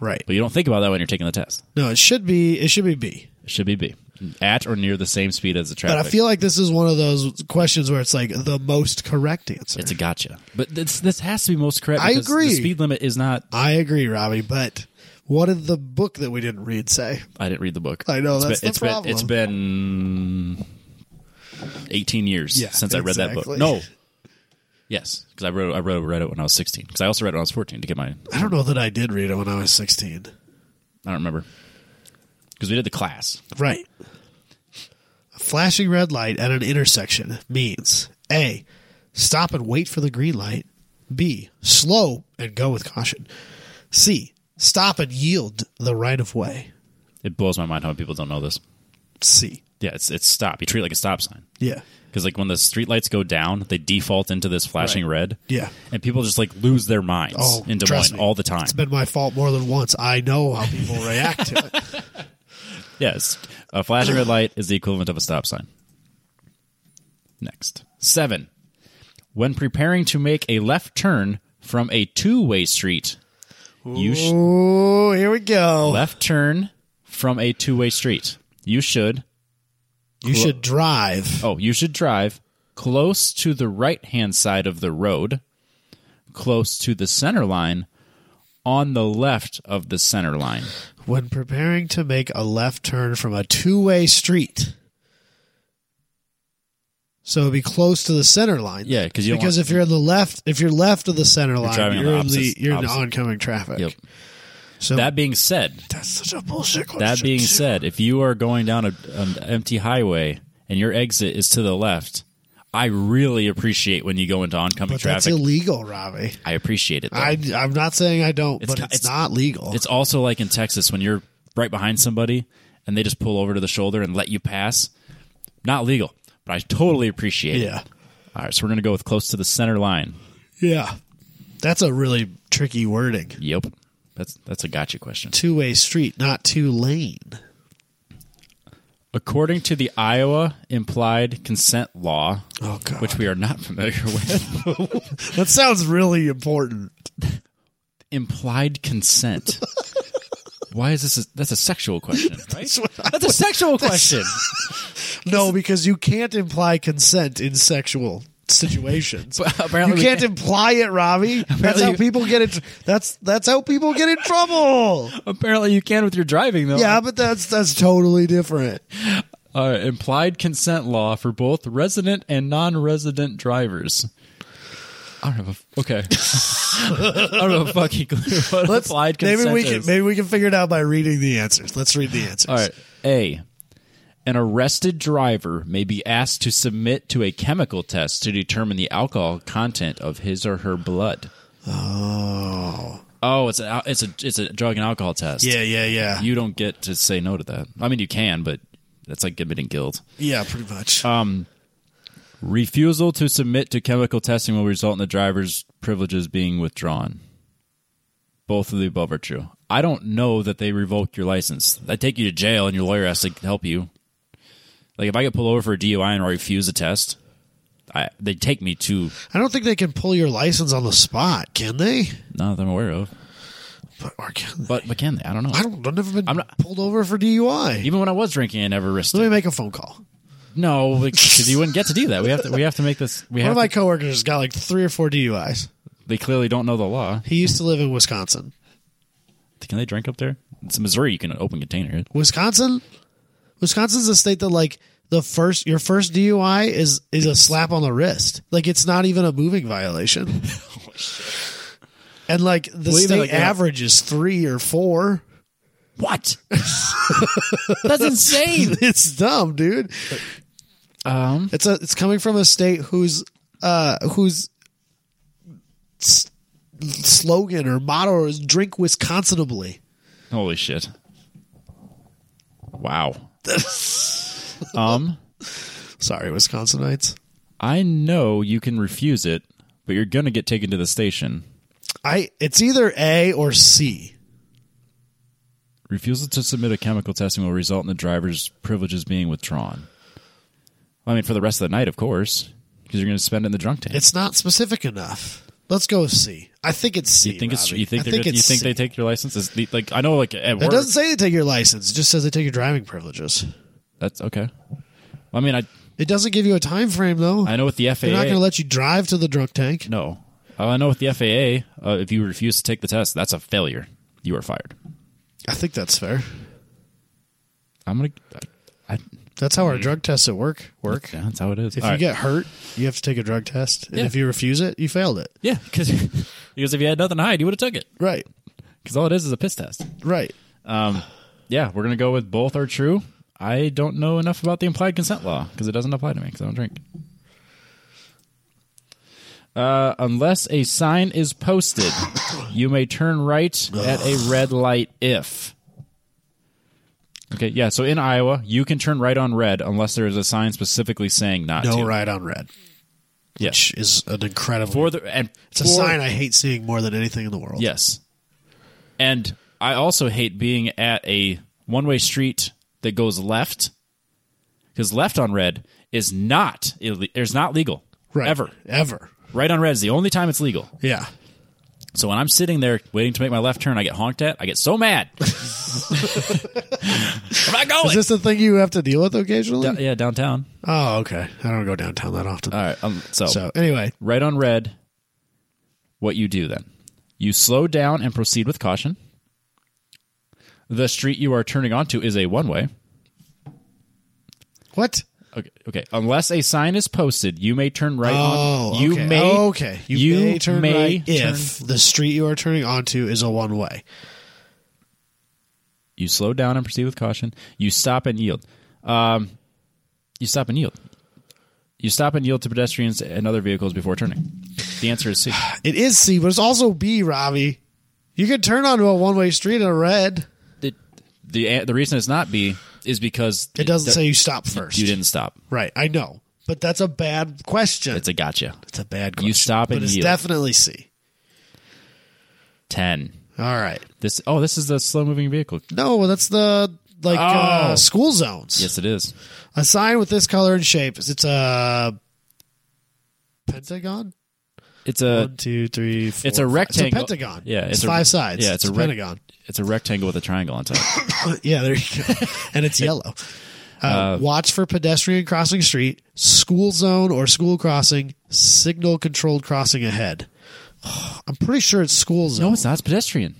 Speaker 2: Right.
Speaker 1: but you don't think about that when you're taking the test
Speaker 2: No, it should be. It should be B.
Speaker 1: it should be b at or near the same speed as the traffic
Speaker 2: But I feel like this is one of those questions where it's like the most correct answer.
Speaker 1: It's a gotcha. But this this has to be most correct.
Speaker 2: I
Speaker 1: because
Speaker 2: agree.
Speaker 1: The speed limit is not.
Speaker 2: I agree, Robbie. But what did the book that we didn't read say?
Speaker 1: I didn't read the book.
Speaker 2: I know,
Speaker 1: It's
Speaker 2: that's
Speaker 1: been,
Speaker 2: the
Speaker 1: it's been-
Speaker 2: problem.
Speaker 1: it's been eighteen years
Speaker 2: Yeah,
Speaker 1: since I read that
Speaker 2: exactly.
Speaker 1: book. No. Yes, because I wrote I wrote read it when I was sixteen. Because I also read it when I was fourteen to get my.
Speaker 2: I don't know that I did read it when I was sixteen.
Speaker 1: I don't remember. Because we did the class.
Speaker 2: Right. A flashing red light at an intersection means A. Stop and wait for the green light. B. Slow and go with caution. C. Stop and yield the right of way.
Speaker 1: It blows my mind how many people don't know this.
Speaker 2: C.
Speaker 1: Yeah, it's it's stop. You treat it like a stop sign.
Speaker 2: Yeah.
Speaker 1: Because like when the street lights go down, they default into this flashing red.
Speaker 2: Yeah.
Speaker 1: and people just like lose their minds
Speaker 2: Oh,
Speaker 1: in Des
Speaker 2: trust
Speaker 1: Moines
Speaker 2: me.
Speaker 1: all the time.
Speaker 2: It's been my fault more than once. I know how people react to it.
Speaker 1: Yes. A flashing red light is the equivalent of a stop sign. Next. Seven. When preparing to make a left turn from a two way street, you sh-
Speaker 2: Oh, here we go.
Speaker 1: left turn from a two way street. You should
Speaker 2: You should drive.
Speaker 1: oh, you should drive close to the right hand side of the road, close to the center line, on the left of the center line.
Speaker 2: When preparing to make a left turn from a two way street. So it'd be close to the center line.
Speaker 1: Yeah, 'cause you don't
Speaker 2: because
Speaker 1: want-
Speaker 2: if you're in the left, if you're left of the center line,
Speaker 1: driving on
Speaker 2: you're
Speaker 1: the
Speaker 2: in the
Speaker 1: opposite-
Speaker 2: you're in
Speaker 1: opposite.
Speaker 2: oncoming traffic.
Speaker 1: Yep.
Speaker 2: So
Speaker 1: That being said,
Speaker 2: that's such a bullshit question.
Speaker 1: that being said, if you are going down a, an empty highway and your exit is to the left, I really appreciate when you go into oncoming
Speaker 2: but that's
Speaker 1: traffic.
Speaker 2: illegal, Robbie.
Speaker 1: I appreciate it. Though.
Speaker 2: I, I'm not saying I don't,
Speaker 1: It's
Speaker 2: but
Speaker 1: ki-
Speaker 2: it's,
Speaker 1: it's-
Speaker 2: not legal.
Speaker 1: It's also like in Texas when you're right behind somebody and they just pull over to the shoulder and let you pass. Not legal, but I totally appreciate it.
Speaker 2: yeah,
Speaker 1: All right, so we're going to go with close to the center line.
Speaker 2: yeah. That's a really tricky wording.
Speaker 1: Yep. That's that's a gotcha question.
Speaker 2: Two way street, not two lane.
Speaker 1: According to the Iowa implied consent law,
Speaker 2: Oh god,
Speaker 1: which we are not familiar with,
Speaker 2: that sounds really important.
Speaker 1: implied consent. Why is this? A, that's a sexual question, right?
Speaker 2: That's what I-
Speaker 1: That's a sexual question.
Speaker 2: No, because you can't imply consent in sexual situations.
Speaker 1: But
Speaker 2: You
Speaker 1: apparently we
Speaker 2: can't imply it, Robbie. That's how
Speaker 1: you-
Speaker 2: people get it. That's that's how people get in trouble.
Speaker 1: Apparently, you can with your driving, though.
Speaker 2: Yeah, but that's that's totally different.
Speaker 1: uh, implied consent law for both resident and non-resident drivers. I don't have a okay. I don't have a fucking clue what
Speaker 2: Let's
Speaker 1: implied consent
Speaker 2: maybe we
Speaker 1: is.
Speaker 2: can maybe we can figure it out by reading the answers. Let's read the answers.
Speaker 1: All right, A. An arrested driver may be asked to submit to a chemical test to determine the alcohol content of his or her blood.
Speaker 2: Oh,
Speaker 1: Oh, it's a it's a it's a drug and alcohol test.
Speaker 2: yeah, yeah, yeah,
Speaker 1: you don't get to say no to that. I mean, you can, but that's like admitting guilt. Um,
Speaker 2: yeah. Pretty much.
Speaker 1: Uh, Refusal to submit to chemical testing will result in the driver's privileges being withdrawn. Both of the above are true. I don't know that they revoke your license. They take you to jail and your lawyer has to help you. Like if I get pulled over for a DUI and I refuse a test, I, they take me to
Speaker 2: I don't think they can pull your license on the spot, can they?
Speaker 1: none that I'm aware of.
Speaker 2: But, or can they?
Speaker 1: But but can they? I don't know.
Speaker 2: I don't. I've never been
Speaker 1: I'm not-
Speaker 2: pulled over for DUI.
Speaker 1: Even when I was drinking, I never risked
Speaker 2: Let
Speaker 1: it.
Speaker 2: me make a phone call.
Speaker 1: No, because you wouldn't get to do that. We have to. We have to make this. We
Speaker 2: One
Speaker 1: have.
Speaker 2: of my
Speaker 1: to-
Speaker 2: coworkers has got like three or four DUIs.
Speaker 1: they clearly don't know the law.
Speaker 2: He used to live in Wisconsin.
Speaker 1: Can they drink up there? It's Missouri. You can open container.
Speaker 2: Wisconsin, Wisconsin's a state that like the first your first DUI is is a slap on the wrist. Like it's not even a moving violation. and like the
Speaker 1: Oh, Believe it,
Speaker 2: state
Speaker 1: like, yeah.
Speaker 2: average is three or four.
Speaker 1: What? That's insane.
Speaker 2: It's dumb, dude.
Speaker 1: Um,
Speaker 2: It's a it's coming from a state whose uh whose s- slogan or motto is drink Wisconsinably.
Speaker 1: holy shit. Wow. um,
Speaker 2: Sorry, Wisconsinites.
Speaker 1: I know you can refuse it, but you're gonna get taken to the station.
Speaker 2: I it's either A or C.
Speaker 1: Refusal to submit a chemical testing will result in the driver's privileges being withdrawn. I mean, for the rest of the night, of course, because you're gonna spend it in the drunk tank.
Speaker 2: It's not specific enough. Let's go with C. I think it's C.
Speaker 1: you think it's
Speaker 2: Robbie.
Speaker 1: you think
Speaker 2: I
Speaker 1: they're gonna- you
Speaker 2: it's
Speaker 1: think
Speaker 2: C.
Speaker 1: they take your license? Is the, like I know like at
Speaker 2: It
Speaker 1: work
Speaker 2: doesn't say they take your license. It just says they take your driving privileges.
Speaker 1: that's okay. I mean, I
Speaker 2: It doesn't give you a time frame though.
Speaker 1: I know with the FAA
Speaker 2: They're not going to let you drive to the drunk tank.
Speaker 1: No. Uh, I know with the FAA, uh, if you refuse to take the test, that's a failure. You are fired.
Speaker 2: I think that's fair.
Speaker 1: I'm gonna. I, I,
Speaker 2: That's how our drug tests at work work.
Speaker 1: yeah, that's how it is.
Speaker 2: If
Speaker 1: Mm-hmm. All
Speaker 2: you
Speaker 1: right.
Speaker 2: get hurt, you have to take a drug test, and
Speaker 1: Yeah.
Speaker 2: if you refuse it, you failed it.
Speaker 1: yeah, because because if you had nothing to hide, you would have took it.
Speaker 2: Right.
Speaker 1: Because all it is is a piss test.
Speaker 2: Right.
Speaker 1: Yeah, we're gonna go with both are true. I don't know enough about the implied consent law because it doesn't apply to me because I don't drink. Uh, unless a sign is posted, you may turn right at a red light if. Okay, yeah. So in Iowa, you can turn right on red unless there is a sign specifically saying not
Speaker 2: No
Speaker 1: to.
Speaker 2: ride on red.
Speaker 1: Yeah.
Speaker 2: Which is an incredible.
Speaker 1: For the and
Speaker 2: it's a
Speaker 1: for-
Speaker 2: sign I hate seeing more than anything in the world.
Speaker 1: Yes. And I also hate being at a one way street that goes left because left on red is not ill- is not legal
Speaker 2: Right.
Speaker 1: ever.
Speaker 2: Ever.
Speaker 1: Right on red is the only time it's legal.
Speaker 2: Yeah.
Speaker 1: So when I'm sitting there waiting to make my left turn, I get honked at. I get so mad. I'm not going.
Speaker 2: Is this the thing you have to deal with occasionally?
Speaker 1: yeah, downtown.
Speaker 2: Oh, okay. I don't go downtown that often.
Speaker 1: All right. Um,
Speaker 2: so anyway,
Speaker 1: right on red, what you do then. You slow down and proceed with caution. The street you are turning onto is a one way.
Speaker 2: what?
Speaker 1: Okay, okay. Unless a sign is posted, you may turn right
Speaker 2: Oh,
Speaker 1: on. You
Speaker 2: okay.
Speaker 1: may
Speaker 2: Oh, okay. You, may turn
Speaker 1: may
Speaker 2: right
Speaker 1: turn-
Speaker 2: if the street you are turning onto is a one way.
Speaker 1: You slow down and proceed with caution. You stop and yield. Um, you stop and yield. You stop and yield to pedestrians and other vehicles before turning. The answer is C.
Speaker 2: It is C, but it's also B, Robbie. You can turn onto a one way street in a red.
Speaker 1: the, the the reason it's not B is because
Speaker 2: It doesn't
Speaker 1: the-
Speaker 2: say you stop first.
Speaker 1: you didn't stop.
Speaker 2: Right, I know. But that's a bad question.
Speaker 1: It's a gotcha.
Speaker 2: It's a bad question.
Speaker 1: You stop
Speaker 2: but
Speaker 1: and
Speaker 2: it's
Speaker 1: yield.
Speaker 2: definitely C.
Speaker 1: Ten.
Speaker 2: All right.
Speaker 1: This oh, this is the slow moving vehicle.
Speaker 2: No, that's the like uh,
Speaker 1: Oh.
Speaker 2: school zones.
Speaker 1: Yes, it is.
Speaker 2: A sign with this color and shape. It's a pentagon.
Speaker 1: It's a
Speaker 2: One, two, three, four.
Speaker 1: it's a
Speaker 2: five.
Speaker 1: rectangle.
Speaker 2: It's a pentagon.
Speaker 1: Yeah,
Speaker 2: it's,
Speaker 1: it's a-
Speaker 2: five sides.
Speaker 1: yeah, it's a
Speaker 2: a
Speaker 1: rec-
Speaker 2: pentagon.
Speaker 1: it's a rectangle with a triangle on top.
Speaker 2: yeah, there you go. and it's yellow. Uh, watch for pedestrian crossing street, school zone or school crossing, signal controlled crossing ahead. I'm pretty sure it's school zone.
Speaker 1: no, it's not. It's pedestrian.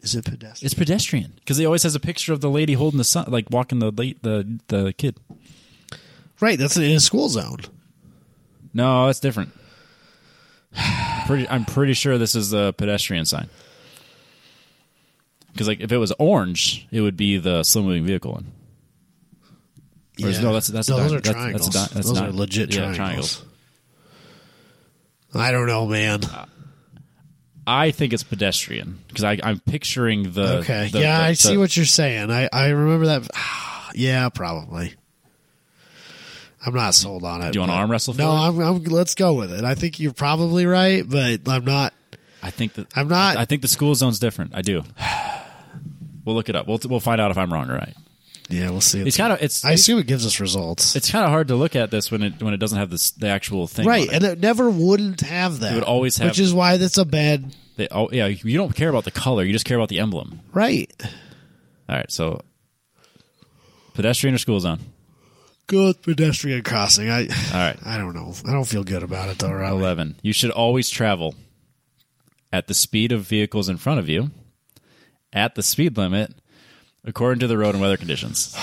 Speaker 2: Is it pedestrian?
Speaker 1: It's pedestrian because he always has a picture of the lady holding the son, like walking the late the the kid.
Speaker 2: Right, that's in a school zone.
Speaker 1: No, that's different. pretty, I'm pretty sure this is the pedestrian sign. Because like if it was orange, it would be the slow moving vehicle one. Or is- no, that's- that's a
Speaker 2: those
Speaker 1: di-
Speaker 2: are
Speaker 1: that's-
Speaker 2: triangles.
Speaker 1: that's a di- that's
Speaker 2: those
Speaker 1: not-
Speaker 2: are legit
Speaker 1: yeah,
Speaker 2: triangles.
Speaker 1: triangles.
Speaker 2: I don't know, man.
Speaker 1: I think it's pedestrian because I'm picturing the.
Speaker 2: okay,
Speaker 1: the-
Speaker 2: yeah,
Speaker 1: the-
Speaker 2: I
Speaker 1: the-
Speaker 2: see what you're saying. I I remember that. yeah, probably. I'm not sold on it.
Speaker 1: Do you wanna
Speaker 2: but-
Speaker 1: arm wrestle for
Speaker 2: No,
Speaker 1: it?
Speaker 2: I'm, I'm. Let's go with it. I think you're probably right, but I'm not.
Speaker 1: I think that
Speaker 2: I'm not-
Speaker 1: I think the school zone's different. I do. We'll look it up. We'll we'll find out if I'm wrong or right.
Speaker 2: Yeah, we'll see.
Speaker 1: It's kind of it's
Speaker 2: I assume it gives us results,
Speaker 1: it's kind of hard to look at this when it when it doesn't have this the actual thing. on
Speaker 2: right?
Speaker 1: it.
Speaker 2: And it never wouldn't have that. It
Speaker 1: would always have-
Speaker 2: which is why that's a bad
Speaker 1: They- oh yeah, you don't care about the color. You just care about the emblem.
Speaker 2: right.
Speaker 1: All right, so pedestrian or school zone.
Speaker 2: Good pedestrian crossing. I
Speaker 1: All right,
Speaker 2: I don't know. I don't feel good about it though. Robbie.
Speaker 1: eleven. You should always travel at the speed of vehicles in front of you, at the speed limit, according to the road and weather conditions.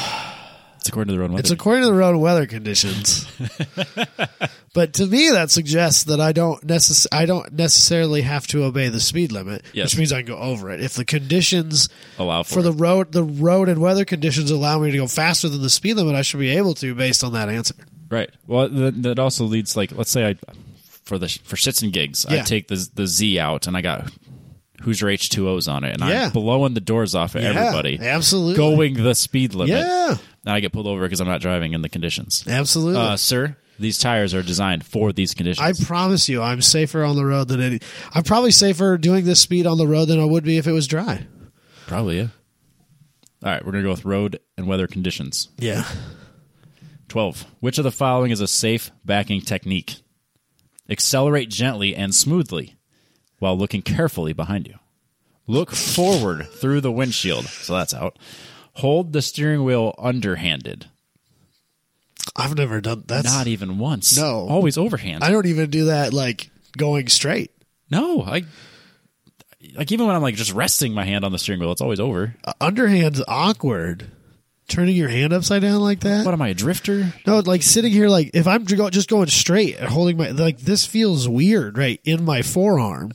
Speaker 1: It's according to the road and weather.
Speaker 2: It's according to the road weather conditions. but to me, that suggests that I don't necess- I don't necessarily have to obey the speed limit,
Speaker 1: Yes.
Speaker 2: which means I can go over it if the conditions
Speaker 1: allow for,
Speaker 2: for
Speaker 1: it.
Speaker 2: the road the road and weather conditions allow me to go faster than the speed limit. I should be able to based on that answer.
Speaker 1: Right. Well, th- that also leads like let's say I for the for shits and gigs I
Speaker 2: Yeah.
Speaker 1: take the the Z out and I got Hoosier H two O's on it and
Speaker 2: Yeah.
Speaker 1: I'm blowing the doors off at
Speaker 2: Yeah,
Speaker 1: everybody,
Speaker 2: absolutely.
Speaker 1: going the speed limit.
Speaker 2: Yeah.
Speaker 1: And I get pulled over because I'm not driving in the conditions.
Speaker 2: Absolutely.
Speaker 1: Uh, sir, these tires are designed for these conditions.
Speaker 2: I promise you, I'm safer on the road than any. I'm probably safer doing this speed on the road than I would be if it was dry.
Speaker 1: Probably yeah. All right, we're gonna go with road and weather conditions.
Speaker 2: Yeah.
Speaker 1: 12. Which of the following is a safe backing technique? Accelerate gently and smoothly while looking carefully behind you. Look forward through the windshield. So that's out. Hold the steering wheel underhanded.
Speaker 2: I've never done that's
Speaker 1: Not even once.
Speaker 2: No.
Speaker 1: Always overhand.
Speaker 2: I don't even do that like going straight.
Speaker 1: no, I like even when I'm like just resting my hand on the steering wheel, it's always over.
Speaker 2: Uh, underhand's awkward. Turning your hand upside down like that?
Speaker 1: What am I a drifter?
Speaker 2: No, like sitting here, like if I'm go- just going straight and holding my like this feels weird, right in my forearm.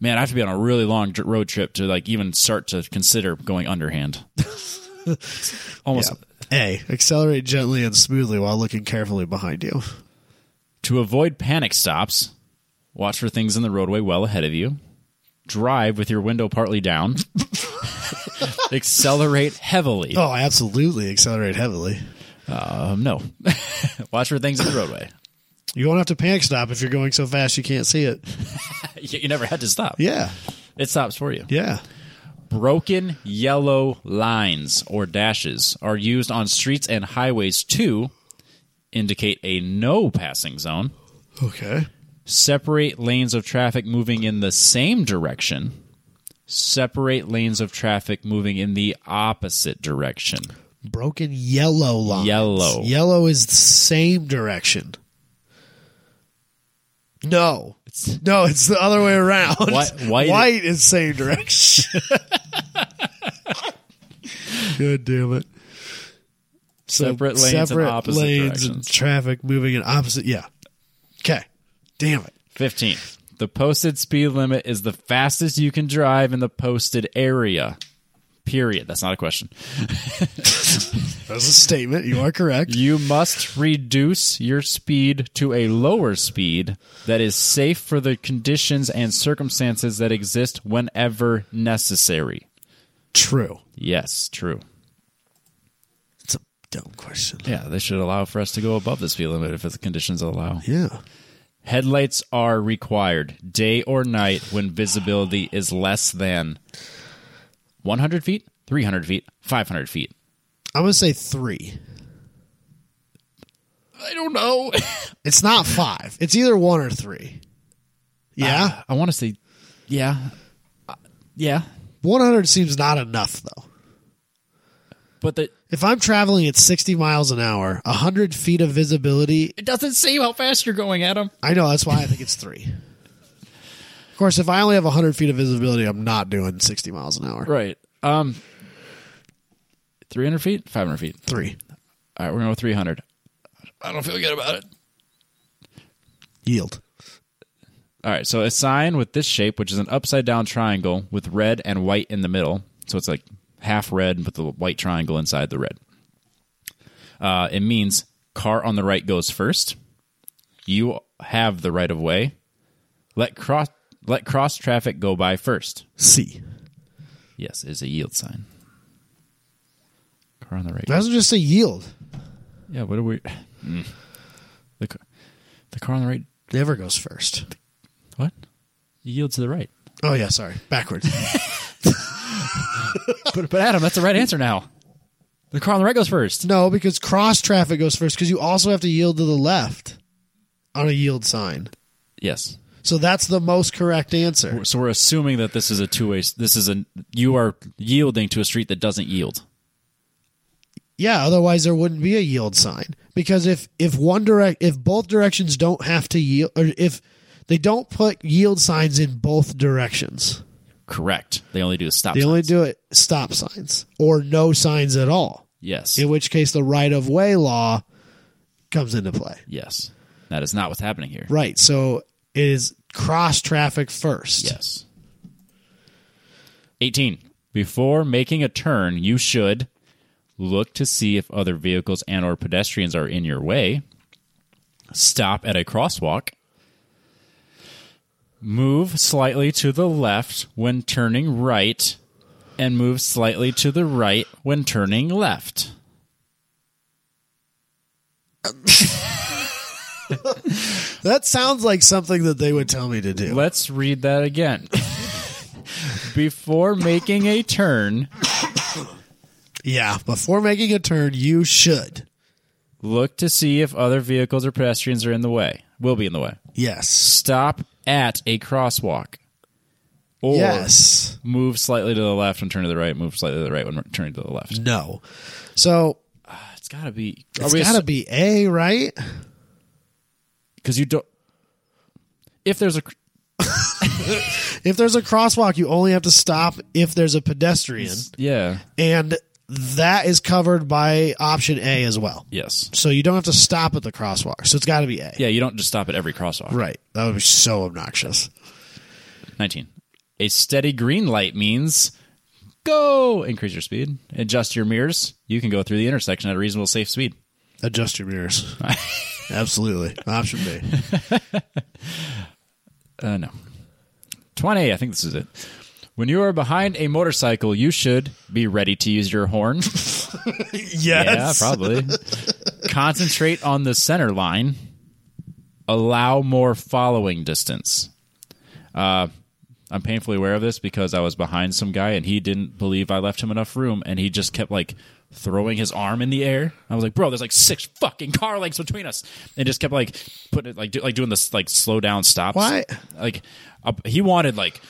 Speaker 1: Man, I have to be on a really long dr- road trip to like even start to consider going underhand. Almost
Speaker 2: A. Accelerate gently and smoothly while looking carefully behind you.
Speaker 1: To avoid panic stops, watch for things in the roadway well ahead of you. Drive with your window partly down. Accelerate heavily.
Speaker 2: Oh, absolutely. Accelerate heavily.
Speaker 1: Um, no. watch for things in the roadway.
Speaker 2: You won't have to panic stop if you're going so fast you can't see it.
Speaker 1: You you never had to stop.
Speaker 2: Yeah.
Speaker 1: It stops for you.
Speaker 2: Yeah.
Speaker 1: Broken yellow lines or dashes are used on streets and highways to indicate a no passing zone,
Speaker 2: Okay.
Speaker 1: separate lanes of traffic moving in the same direction, separate lanes of traffic moving in the opposite direction.
Speaker 2: Broken yellow line.
Speaker 1: Yellow.
Speaker 2: Yellow is the same direction. No.
Speaker 1: It's-
Speaker 2: no, it's the other way around.
Speaker 1: Whi- white-
Speaker 2: is same direction. Good damn it. So
Speaker 1: Separate lanes and
Speaker 2: separate
Speaker 1: opposite
Speaker 2: lanes and
Speaker 1: directions.
Speaker 2: traffic moving in opposite. Yeah. Okay. Damn it.
Speaker 1: 15. The posted speed limit is the fastest you can drive in the posted area. Period. That's not a question.
Speaker 2: That's a statement. You are correct.
Speaker 1: You must reduce your speed to a lower speed that is safe for the conditions and circumstances that exist whenever necessary.
Speaker 2: True.
Speaker 1: Yes, true.
Speaker 2: It's a dumb question.
Speaker 1: Yeah, they should allow for us to go above the speed limit if the conditions allow.
Speaker 2: Yeah.
Speaker 1: Headlights are required day or night when visibility is less than 100 feet, 300 feet, 500 feet.
Speaker 2: I'm going to say three.
Speaker 1: I don't know.
Speaker 2: It's not five. It's either one or three. Yeah.
Speaker 1: I want to say, yeah. Uh, yeah.
Speaker 2: 100 seems not enough, though.
Speaker 1: But the,
Speaker 2: If I'm traveling at 60 miles an hour, 100 feet of visibility,
Speaker 1: it doesn't say how fast you're going, Adam.
Speaker 2: I know. That's why I think it's three. Of course, if I only have 100 feet of visibility, I'm not doing 60 miles an hour.
Speaker 1: Right. Um, 300 feet, 500 feet.
Speaker 2: Three.
Speaker 1: All right, we're going with 300. I don't feel good about it.
Speaker 2: Yield.
Speaker 1: All right, so a sign with this shape, which is an upside down triangle with red and white in the middle. So it's like half red, but the white triangle inside the red. Uh, it means car on the right goes first. You have the right of way. Let cross let cross traffic go by first.
Speaker 2: C.
Speaker 1: Yes, is a yield sign. Car on the right.
Speaker 2: That's just a yield.
Speaker 1: Yeah, what are we? Mm. The, ca- the car on the right.
Speaker 2: Never goes first.
Speaker 1: What? You yield to the right.
Speaker 2: Oh, yeah. Sorry. Backwards.
Speaker 1: but, but Adam, that's the right answer now. The car on the right goes first.
Speaker 2: no, because cross traffic goes first because you also have to yield to the left on a yield sign.
Speaker 1: Yes.
Speaker 2: So that's the most correct answer.
Speaker 1: So we're assuming that this is a two way. This is a you are yielding to a street that doesn't yield.
Speaker 2: Yeah, otherwise there wouldn't be a yield sign because if if one direct if both directions don't have to yield or if they don't put yield signs in both directions.
Speaker 1: Correct. They only do stop.
Speaker 2: They only
Speaker 1: signs.
Speaker 2: do it stop signs or no signs at all.
Speaker 1: Yes.
Speaker 2: In which case the right of way law comes into play.
Speaker 1: yes. That is not what's happening here.
Speaker 2: Right. So it is cross traffic first.
Speaker 1: Yes. 18. Before making a turn, you should look to see if other vehicles and or pedestrians are in your way. Stop at a crosswalk. Move slightly to the left when turning right and move slightly to the right when turning left.
Speaker 2: That sounds like something that they would tell me to do.
Speaker 1: Let's read that again. Before making a turn,
Speaker 2: yeah, before making a turn you should.
Speaker 1: Look to see if other vehicles or pedestrians are in the way. Will be in the way.
Speaker 2: Yes.
Speaker 1: Stop at a crosswalk. Or
Speaker 2: yes.
Speaker 1: move slightly to the left and turn to the right. Move slightly to the right when turning to the left.
Speaker 2: No. So
Speaker 1: It's got to be.
Speaker 2: Mm. it's got to be A, right?
Speaker 1: because you don't. If there's a cr-
Speaker 2: If there's a crosswalk, you only have to stop if there's a pedestrian.
Speaker 1: yeah
Speaker 2: And that is covered by option A as well.
Speaker 1: yes
Speaker 2: So you don't have to stop at the crosswalk. So it's got to be A.
Speaker 1: yeah you don't just stop at every crosswalk.
Speaker 2: Right. That would be so obnoxious.
Speaker 1: Nineteen. A steady green light means go. Increase your speed. Adjust your mirrors. You can go through the intersection at a reasonable safe speed.
Speaker 2: Adjust your mirrors. Absolutely. Option B.
Speaker 1: Uh, no. 20, I think this is it. When you are behind a motorcycle, you should be ready to use your horn. yeah,
Speaker 2: yes.
Speaker 1: probably. Concentrate on the center line. Allow more following distance. Uh, I'm painfully aware of this because I was behind some guy and he didn't believe I left him enough room and he just kept like throwing his arm in the air. I was like, "Bro, there's like six fucking car lengths between us." And just kept like putting it like do, like doing this like slow down stops.
Speaker 2: Why?
Speaker 1: Like uh, he wanted like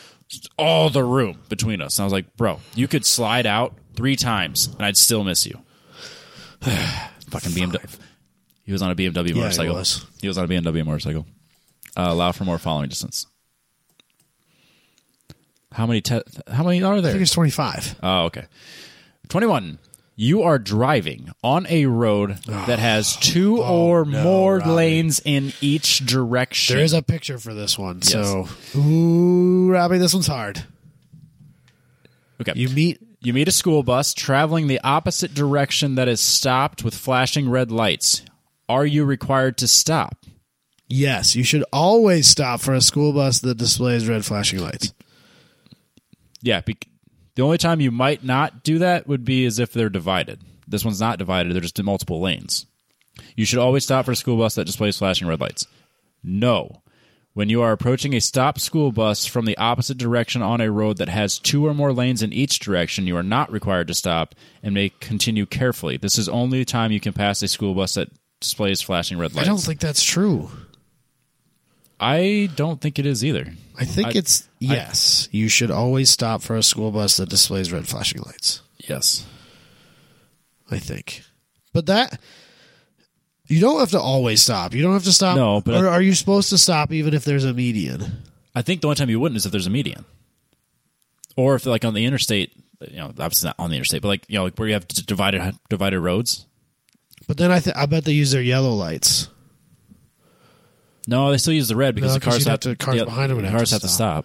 Speaker 1: all the room between us. And I was like, "Bro, you could slide out 3 times and I'd still miss you." fucking BMW. He was on a BMW
Speaker 2: he
Speaker 1: motorcycle.
Speaker 2: was.
Speaker 1: He was on a BMW motorcycle. Uh, allow for more following distance. How many? Te- how many are
Speaker 2: I think
Speaker 1: there?
Speaker 2: it's 25.
Speaker 1: Oh, okay. Twenty-one. You are driving on a road that has two
Speaker 2: Oh,
Speaker 1: or more lanes in each direction.
Speaker 2: There is a picture for this one. So, ooh, Robbie, this one's hard.
Speaker 1: okay.
Speaker 2: You meet
Speaker 1: You meet a school bus traveling the opposite direction that is stopped with flashing red lights. Are you required to stop?
Speaker 2: Yes, you should always stop for a school bus that displays red flashing lights.
Speaker 1: Yeah, bec the only time you might not do that would be as if they're divided. This one's not divided, they're just in multiple lanes. You should always stop for a school bus that displays flashing red lights. No. When you are approaching a stopped school bus from the opposite direction on a road that has two or more lanes in each direction, you are not required to stop and may continue carefully. This is only the time you can pass a school bus that displays flashing red
Speaker 2: I
Speaker 1: lights.
Speaker 2: don't think that's true.
Speaker 1: I don't think it is either.
Speaker 2: I think
Speaker 1: I-
Speaker 2: it's yes. you should always stop for a school bus that displays red flashing lights.
Speaker 1: Yes.
Speaker 2: I think, but that you don't have to always stop. You don't have to stop.
Speaker 1: No, but-
Speaker 2: or are you supposed to stop even if there's a median?
Speaker 1: I think the only time you wouldn't is if there's a median, or if like on the interstate. You know, obviously not on the interstate, but like you know, like where you have d- divided divided roads.
Speaker 2: But then I th- I bet they use their yellow lights.
Speaker 1: No, they still use the red because
Speaker 2: No,
Speaker 1: the
Speaker 2: 'cause
Speaker 1: cars
Speaker 2: you'd have
Speaker 1: have
Speaker 2: to- cars behind them would
Speaker 1: the
Speaker 2: have
Speaker 1: cars
Speaker 2: to
Speaker 1: have to stop.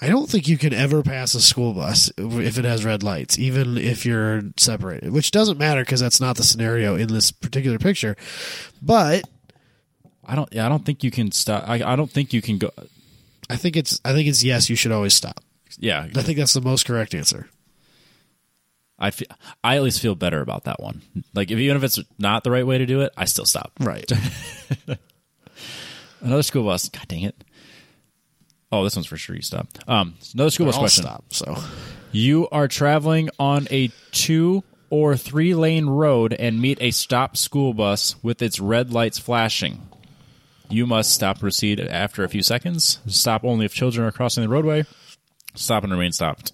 Speaker 2: I don't think you can ever pass a school bus if it has red lights, even if you're separated, which doesn't matter because that's not the scenario in this particular picture. But
Speaker 1: I don't. Yeah, I don't think you can stop. I, I don't think you can go.
Speaker 2: I think it's I think it's yes, you should always stop.
Speaker 1: Yeah,
Speaker 2: I think that's the most correct answer.
Speaker 1: I feel. I at least feel better about that one. Like if, even if it's not the right way to do it, I still stop.
Speaker 2: Right.
Speaker 1: Another school bus. God dang it. Oh, this one's for sure. You stop. Um, another school bus
Speaker 2: I'll
Speaker 1: question.
Speaker 2: stop. So
Speaker 1: You are traveling on a two or three lane road and meet a stop school bus with its red lights flashing. You must stop, proceed after a few seconds. Stop only if children are crossing the roadway. Stop and remain stopped.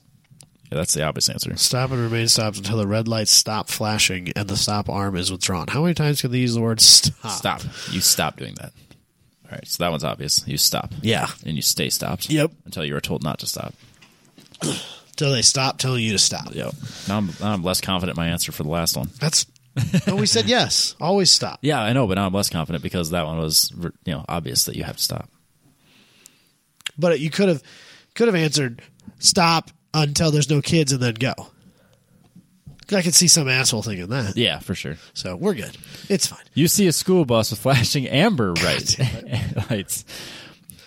Speaker 1: Yeah, that's the obvious answer.
Speaker 2: stop and remain stopped until the red lights stop flashing and the stop arm is withdrawn. How many times can they use the word stop?
Speaker 1: Stop. You stop doing that. All right, so that one's obvious. You stop.
Speaker 2: Yeah.
Speaker 1: And you stay stopped.
Speaker 2: Yep.
Speaker 1: Until you are told not to stop.
Speaker 2: Till they stop telling you to stop.
Speaker 1: Yep. Now I'm, now I'm less confident in my answer for the last one.
Speaker 2: That's no, we said yes. Always stop.
Speaker 1: Yeah, I know, but now I'm less confident because that one was, you know, obvious that you have to stop.
Speaker 2: But you could have could have answered stop until there's no kids and then go. 'Cause I could see some asshole thinking that.
Speaker 1: Yeah, for sure.
Speaker 2: So we're good. It's fine.
Speaker 1: You see a school bus with flashing amber right lights.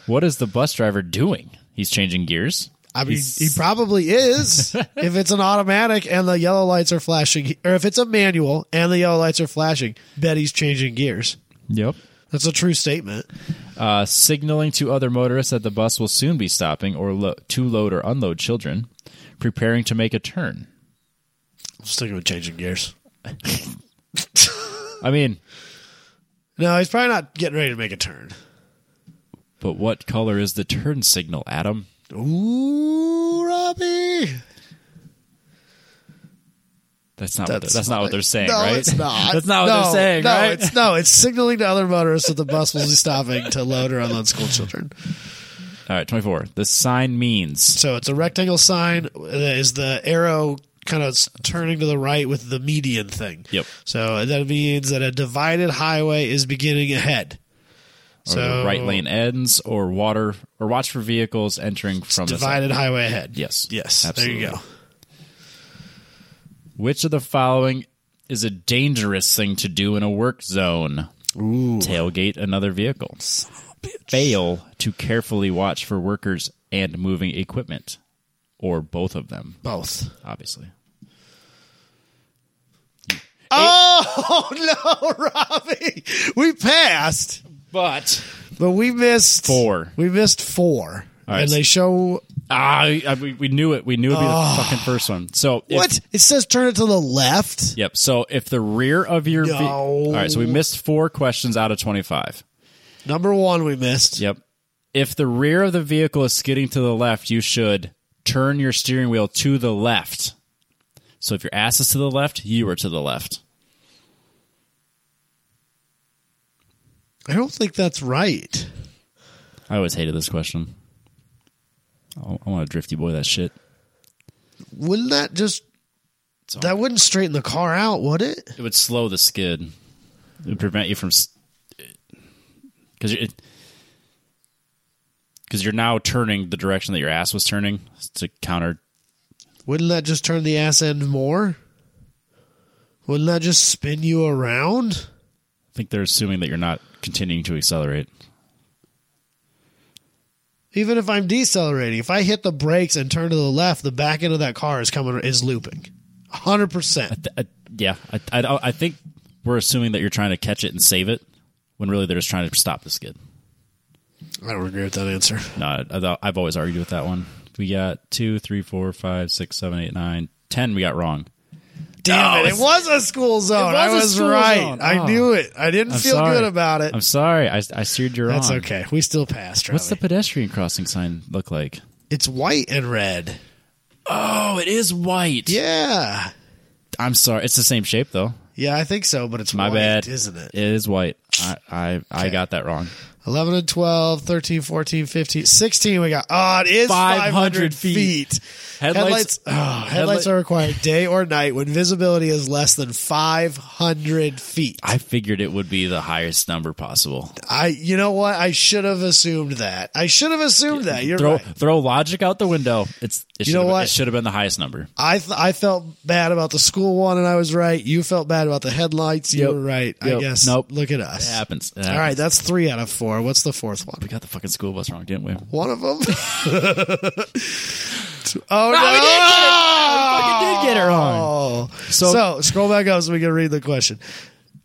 Speaker 1: What is the bus driver doing? He's changing gears.
Speaker 2: I mean,
Speaker 1: He's-
Speaker 2: he probably is if it's an automatic and the yellow lights are flashing, or if it's a manual and the yellow lights are flashing. Bet he's changing gears.
Speaker 1: Yep.
Speaker 2: That's a true statement.
Speaker 1: Uh, signaling to other motorists that the bus will soon be stopping or lo- to load or unload children, preparing to make a turn.
Speaker 2: I'm sticking with changing gears.
Speaker 1: I mean,
Speaker 2: No, he's probably not getting ready to make a turn.
Speaker 1: but what color is the turn signal, Adam?
Speaker 2: Ooh, Robbie.
Speaker 1: That's not what they're, that's not what they're saying,
Speaker 2: no,
Speaker 1: right?
Speaker 2: It's not.
Speaker 1: that's not what
Speaker 2: no,
Speaker 1: they're saying,
Speaker 2: no,
Speaker 1: right?
Speaker 2: It's, no, it's signaling to other motorists that the bus will be stopping to load or unload school children.
Speaker 1: All right, 24. The sign means
Speaker 2: So it's a rectangle sign. uh, Is the arrow kind of s- turning to the right with the median thing?
Speaker 1: Yep.
Speaker 2: So that means that a divided highway is beginning ahead.
Speaker 1: or
Speaker 2: so
Speaker 1: the right lane ends or water or watch for vehicles entering from the side.
Speaker 2: divided highway ahead.
Speaker 1: Yes.
Speaker 2: Yes. There you go.
Speaker 1: Which of the following is a dangerous thing to do in a work zone?
Speaker 2: Ooh.
Speaker 1: Tailgate another vehicle. Fail to carefully watch for workers and moving equipment, or both of them,
Speaker 2: Both.
Speaker 1: obviously.
Speaker 2: Oh no, Robbie. We passed,
Speaker 1: But
Speaker 2: but we missed
Speaker 1: Four.
Speaker 2: We missed four.
Speaker 1: right,
Speaker 2: and
Speaker 1: so-
Speaker 2: they show
Speaker 1: ah, I- we, we knew it. We knew it'd be the fucking first one. So if-
Speaker 2: Ah. what? It says turn it to the left.
Speaker 1: Yep. So if the rear of your ve-
Speaker 2: No.
Speaker 1: all right, so we missed four questions out of twenty-five.
Speaker 2: Number one we missed.
Speaker 1: Yep. If the rear of the vehicle is skidding to the left, you should turn your steering wheel to the left. So if your ass is to the left, you are to the left.
Speaker 2: I don't think that's right.
Speaker 1: I always hated this question. I I want to drifty boy that shit.
Speaker 2: Wouldn't that just
Speaker 1: It's all-
Speaker 2: that wouldn't straighten the car out, would it?
Speaker 1: It would slow the skid. It would prevent you from because you're because you're now turning the direction that your ass was turning to counter
Speaker 2: Wouldn't that just turn the ass end more? Wouldn't that just spin you around?
Speaker 1: I think they're assuming that you're not continuing to accelerate.
Speaker 2: Even if I'm decelerating, if I hit the brakes and turn to the left, the back end of that car is coming is looping. 100%.
Speaker 1: Th- I- yeah, I, I, I think we're assuming that you're trying to catch it and save it, when really they're just trying to stop the skid.
Speaker 2: I don't agree with that answer.
Speaker 1: No, I- I've always argued with that one. We got two, three, four, five, six, seven, eight, nine, ten. We got wrong.
Speaker 2: Damn
Speaker 1: No,
Speaker 2: it. It
Speaker 1: it's-
Speaker 2: was a school zone.
Speaker 1: was
Speaker 2: I
Speaker 1: a
Speaker 2: was
Speaker 1: school
Speaker 2: right.
Speaker 1: zone.
Speaker 2: I
Speaker 1: Oh.
Speaker 2: knew it. I didn't
Speaker 1: I'm
Speaker 2: feel
Speaker 1: sorry.
Speaker 2: good about it.
Speaker 1: I'm sorry. I, I steered you wrong.
Speaker 2: That's okay. We still passed, Robbie.
Speaker 1: What's the pedestrian crossing sign look like?
Speaker 2: It's white and red.
Speaker 1: Oh, it is white.
Speaker 2: Yeah.
Speaker 1: I'm sorry. It's the same shape though.
Speaker 2: Yeah, I think so, but it's
Speaker 1: My
Speaker 2: white,
Speaker 1: bad.
Speaker 2: isn't it?
Speaker 1: It is white. I I, I got that wrong.
Speaker 2: 11 and 12, 13, 14, 15, 16 we got. Oh, it is 500,
Speaker 1: 500
Speaker 2: feet.
Speaker 1: feet. Headlights-
Speaker 2: Headlights, oh, headlights
Speaker 1: headlight-
Speaker 2: are required day or night when visibility is less than 500 feet.
Speaker 1: I figured it would be the highest number possible.
Speaker 2: I, you know what? I should have assumed that. I should have assumed that. You're
Speaker 1: Throw
Speaker 2: right.
Speaker 1: throw logic out the window. It's it
Speaker 2: You know
Speaker 1: should've-
Speaker 2: what?
Speaker 1: It should have been the highest number.
Speaker 2: I th- I felt bad about the school one, and I was right. You felt bad about the headlights. You
Speaker 1: Yep.
Speaker 2: were right. I
Speaker 1: Yep.
Speaker 2: guess.
Speaker 1: Nope.
Speaker 2: Look at us.
Speaker 1: It happens. It
Speaker 2: All
Speaker 1: happens.
Speaker 2: right, that's three out of four. What's the fourth one?
Speaker 1: We got the fucking school bus wrong, didn't we?
Speaker 2: One of them. oh no!
Speaker 1: I did get it wrong.
Speaker 2: Oh. So,
Speaker 1: So-
Speaker 2: scroll back up so we can read the question.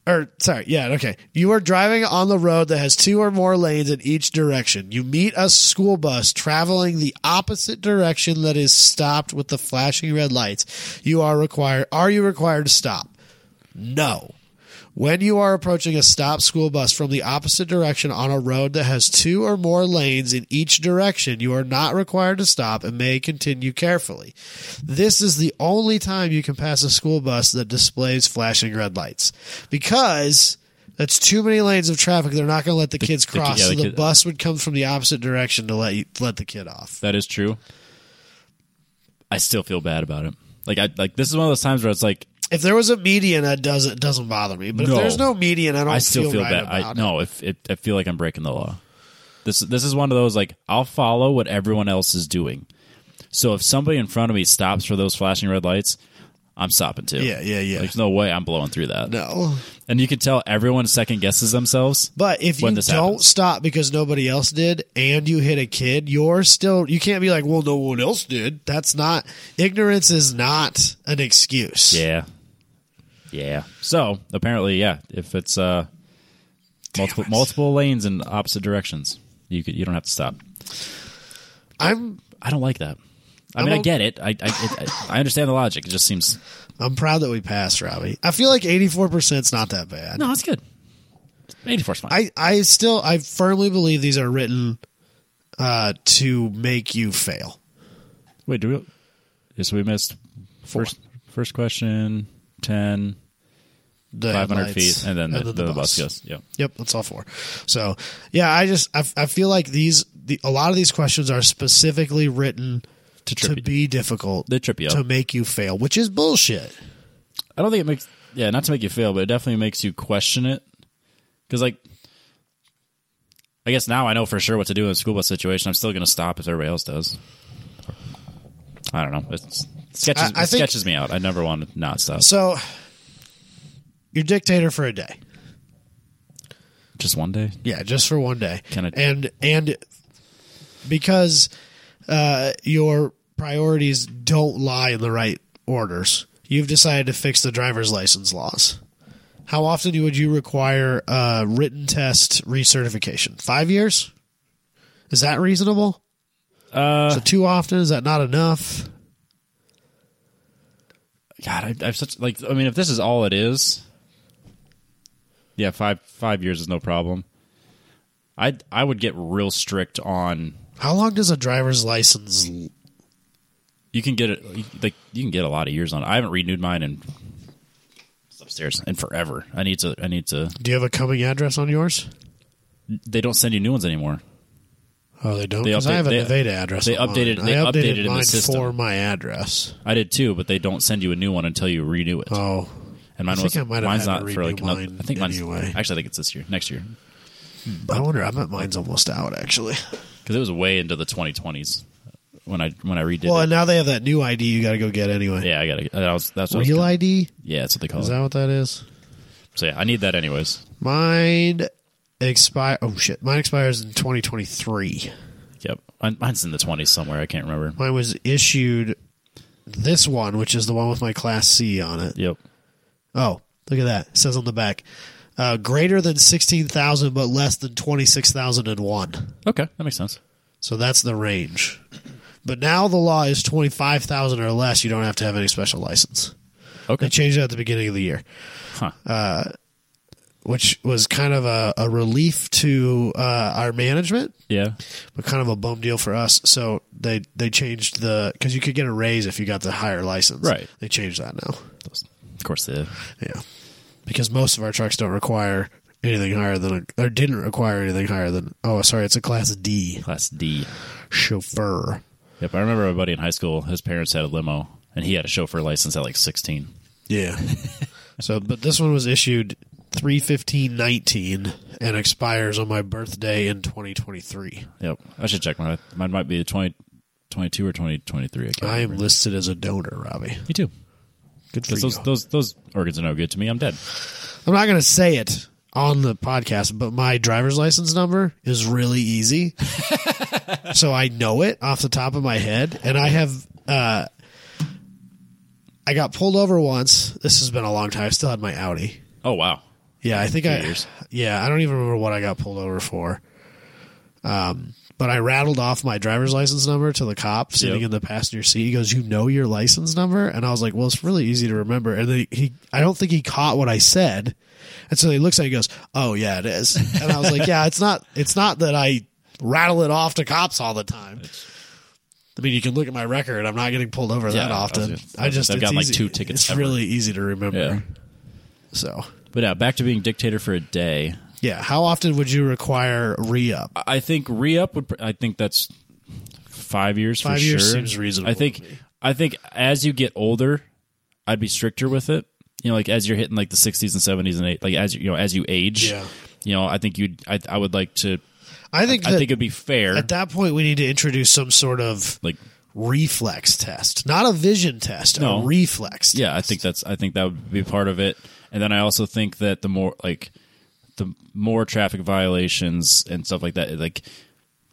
Speaker 2: Or sorry, yeah, okay. You are driving on the road that has two or more lanes in each direction. You meet a school bus traveling the opposite direction that is stopped with the flashing red lights. You are required are you required to stop? No. When you are approaching a stop school bus from the opposite direction on a road that has two or more lanes in each direction, you are not required to stop and may continue carefully. This is the only time you can pass a school bus that displays flashing red lights because that's too many lanes of traffic. They're not going to let the kids
Speaker 1: the ki-
Speaker 2: cross.
Speaker 1: yeah,
Speaker 2: so
Speaker 1: the
Speaker 2: the
Speaker 1: kid-
Speaker 2: bus would come from the opposite direction to let you, let the kid off.
Speaker 1: That is true. I still feel bad about it. Like I like this is one of those times where it's like
Speaker 2: If there was a median, that doesn't doesn't bother me. But
Speaker 1: No.
Speaker 2: if there's no median, I don't
Speaker 1: I still feel,
Speaker 2: right
Speaker 1: bad.
Speaker 2: About
Speaker 1: I
Speaker 2: it.
Speaker 1: no, if it, I feel like I'm breaking the law. This this is one of those like I'll follow what everyone else is doing. So if somebody in front of me stops for those flashing red lights, I'm stopping too.
Speaker 2: Yeah, yeah, yeah.
Speaker 1: There's no way I'm blowing through that.
Speaker 2: No.
Speaker 1: And you can tell everyone second guesses themselves.
Speaker 2: But if you
Speaker 1: when
Speaker 2: don't
Speaker 1: this happens.
Speaker 2: stop because nobody else did and you hit a kid, you're still you can't be like, "Well, no one else did." That's not ignorance is not an excuse.
Speaker 1: Yeah. Yeah. So apparently, yeah, if it's uh multiple
Speaker 2: it.
Speaker 1: multiple lanes in opposite directions, you could you don't have to stop.
Speaker 2: I'm
Speaker 1: I don't like that. I
Speaker 2: I'm
Speaker 1: mean, I
Speaker 2: o-
Speaker 1: get it. I I, it, I I understand the logic. It just seems
Speaker 2: I'm proud that we passed, Robbie. I feel like 84% is not that bad.
Speaker 1: no, it's good. Eighty four is fine.
Speaker 2: I I still I firmly believe these are written uh to make you fail.
Speaker 1: Wait, do we? Yes, we missed first first question ten.
Speaker 2: The
Speaker 1: 500
Speaker 2: headlights
Speaker 1: feet, and then the, the, bus goes. Yeah,
Speaker 2: Yep, that's all four. So, yeah, I just I, I feel like these the, a lot of these questions are specifically written to,
Speaker 1: trip you.
Speaker 2: be difficult,
Speaker 1: they trip you
Speaker 2: to
Speaker 1: up.
Speaker 2: make you fail, which is bullshit.
Speaker 1: I don't think it makes yeah, not to make you fail, but it definitely makes you question it. Because like, I guess now I know for sure what to do in a school bus situation. I'm still going to stop if everybody else does. I don't know. It's, it sketches
Speaker 2: I- I
Speaker 1: it
Speaker 2: think-
Speaker 1: sketches me out. I never want to not stop.
Speaker 2: So, you're dictator for a day.
Speaker 1: Just one day.
Speaker 2: Yeah, just for one day.
Speaker 1: Can I-
Speaker 2: and and because uh, your priorities don't lie in the right orders, you've decided to fix the driver's license laws. How often you- would you require a written test recertification? Five years? Is that reasonable?
Speaker 1: Uh,
Speaker 2: So too often? Is that not enough?
Speaker 1: God, I, I've such like. I mean, if this is all it is, yeah, five five years is no problem. I I would get real strict on.
Speaker 2: How long does a driver's license? l-
Speaker 1: You can get it. Like you can get a lot of years on. it. I haven't renewed mine in it's upstairs in forever. I need to. I need to.
Speaker 2: Do you have a coming address on yours?
Speaker 1: They don't send you new ones anymore.
Speaker 2: Oh, they don't.
Speaker 1: They
Speaker 2: 'Cause I
Speaker 1: update-
Speaker 2: have a
Speaker 1: they-
Speaker 2: Nevada address.
Speaker 1: they
Speaker 2: on mine.
Speaker 1: updated- they
Speaker 2: I
Speaker 1: updated in the
Speaker 2: mine
Speaker 1: system.
Speaker 2: for my address.
Speaker 1: I did too, but they don't send you a new one until you renew it.
Speaker 2: Oh,
Speaker 1: and mine
Speaker 2: I think
Speaker 1: was
Speaker 2: I might have
Speaker 1: mine's
Speaker 2: had to
Speaker 1: not for like
Speaker 2: renew
Speaker 1: another-
Speaker 2: mine
Speaker 1: I think mine's
Speaker 2: anyway.
Speaker 1: actually I think it's this year, next year,
Speaker 2: I wonder. I bet mine's almost out. Actually,
Speaker 1: because it was way into the 2020s. when I when I redid
Speaker 2: Well,
Speaker 1: it.
Speaker 2: and now they have that new ID you got to go get anyway.
Speaker 1: yeah, I gotta. That was, that's what I was
Speaker 2: Real
Speaker 1: gonna-
Speaker 2: ID?
Speaker 1: Yeah, that's what they call
Speaker 2: Is
Speaker 1: it.
Speaker 2: that what that is?
Speaker 1: so yeah, I need that anyways.
Speaker 2: Mine expire. Oh shit! Mine expires in 2023.
Speaker 1: Yep, Mine- mine's in the twenties somewhere. I can't remember.
Speaker 2: Mine was issued this one, which is the one with my Class C on it.
Speaker 1: Yep.
Speaker 2: Oh, look at that! It says on the back, uh, greater than sixteen thousand, but less than twenty six thousand and one.
Speaker 1: Okay, that makes sense.
Speaker 2: So that's the range. But now the law is twenty five thousand or less. You don't have to have any special license. They
Speaker 1: Okay.
Speaker 2: changed that at the beginning of the year.
Speaker 1: Huh.
Speaker 2: Uh, which was kind of a, a relief to uh, our management,
Speaker 1: yeah.
Speaker 2: but kind of a bum deal for us. So they they changed the because you could get a raise if you got the higher license.
Speaker 1: Right.
Speaker 2: They changed that now.
Speaker 1: Of course, the
Speaker 2: Yeah, because most of our trucks don't require anything higher than a, or didn't require anything higher than oh sorry it's a class D
Speaker 1: class D.
Speaker 2: chauffeur.
Speaker 1: Yep. I remember my buddy in high school. His parents had a limo, and he had a chauffeur license at like sixteen.
Speaker 2: Yeah. so but this one was issued. 31519 and expires on my birthday in 2023.
Speaker 1: Yep. I should check mine. Mine might be the 20, 22 or twenty twenty three. I can't.
Speaker 2: I am listed as a donor, Robbie.
Speaker 1: Me too.
Speaker 2: Good for
Speaker 1: Because those
Speaker 2: you.
Speaker 1: those those organs are no good to me. I'm dead.
Speaker 2: I'm not going to say it on the podcast, but my driver's license number is really easy. so I know it off the top of my head. And I have, uh, I got pulled over once. This has been a long time. I still had my Audi.
Speaker 1: Oh wow.
Speaker 2: Yeah, I think I,
Speaker 1: Years.
Speaker 2: yeah, I don't even remember what I got pulled over for. Um, but I rattled off my driver's license number to the cop sitting
Speaker 1: Yep.
Speaker 2: in the passenger seat. He goes, "You know your license number?" And I was like, "Well, it's really easy to remember." And then he, I don't think he caught what I said, and so he looks at, it, he goes, "Oh yeah, it is." And I was like, "Yeah, it's not. It's not that I rattle it off to cops all the time." I mean, you can look at my record. I'm not getting pulled over
Speaker 1: Yeah,
Speaker 2: that
Speaker 1: I was
Speaker 2: often.
Speaker 1: gonna- I
Speaker 2: I,
Speaker 1: was-
Speaker 2: just
Speaker 1: I've
Speaker 2: it's
Speaker 1: gotten, like,
Speaker 2: easy-
Speaker 1: two tickets
Speaker 2: It's
Speaker 1: ever.
Speaker 2: really easy to remember.
Speaker 1: Yeah.
Speaker 2: So
Speaker 1: But yeah, back to being dictator for a day.
Speaker 2: yeah, how often would you require re up?
Speaker 1: I think re up would. pr- I think that's five years.
Speaker 2: Five
Speaker 1: for
Speaker 2: years
Speaker 1: sure.
Speaker 2: seems reasonable
Speaker 1: I think.
Speaker 2: to me.
Speaker 1: I think as you get older, I'd be stricter with it. You know, like as you're hitting like the 60s and 70s and eight, like as you you know as you age.
Speaker 2: Yeah.
Speaker 1: You know, I think you'd. I, I would like to.
Speaker 2: I think
Speaker 1: I
Speaker 2: that
Speaker 1: think it'd be fair.
Speaker 2: at that point we need to introduce some sort of
Speaker 1: Like
Speaker 2: reflex test, not a vision test,
Speaker 1: No.
Speaker 2: a reflex.
Speaker 1: yeah i think that's i think that would be part of it and then i also think that the more like the more traffic violations and stuff like that like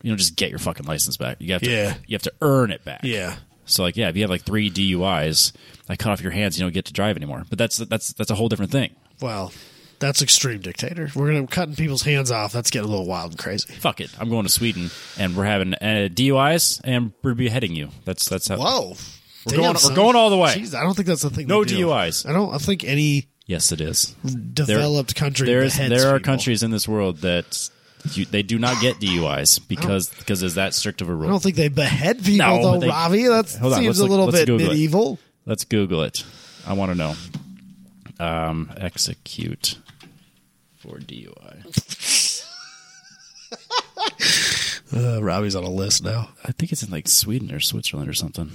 Speaker 1: you know just get your fucking license back you have to
Speaker 2: Yeah.
Speaker 1: you have to earn it back
Speaker 2: yeah,
Speaker 1: so like yeah if you have like three duis i cut off your hands you don't get to drive anymore but that's that's that's a whole different thing
Speaker 2: well, that's extreme dictator. We're gonna cutting people's hands off. That's getting a little wild and crazy.
Speaker 1: fuck it i'm going to sweden and we're having uh, duis and we're beheading you that's that's how
Speaker 2: Whoa, we're
Speaker 1: going- we're going all the way.
Speaker 2: Jeez, I don't think that's the thing.
Speaker 1: No
Speaker 2: we do.
Speaker 1: DUIs.
Speaker 2: I don't. I think any
Speaker 1: yes it is
Speaker 2: developed country
Speaker 1: there is
Speaker 2: beheads
Speaker 1: there are
Speaker 2: people.
Speaker 1: countries in this world that you, they do not get DUIs because because is that strict of a
Speaker 2: I
Speaker 1: rule.
Speaker 2: don't think they behead people
Speaker 1: No,
Speaker 2: though,
Speaker 1: they-
Speaker 2: Robbie. That
Speaker 1: Hold on, let's
Speaker 2: seems a
Speaker 1: look-
Speaker 2: little
Speaker 1: let's
Speaker 2: bit
Speaker 1: Google it.
Speaker 2: medieval.
Speaker 1: Let's Google it. I want to know. Um, execute for DUI.
Speaker 2: Uh, Robbie's on a list now.
Speaker 1: I think it's in like Sweden or Switzerland or something.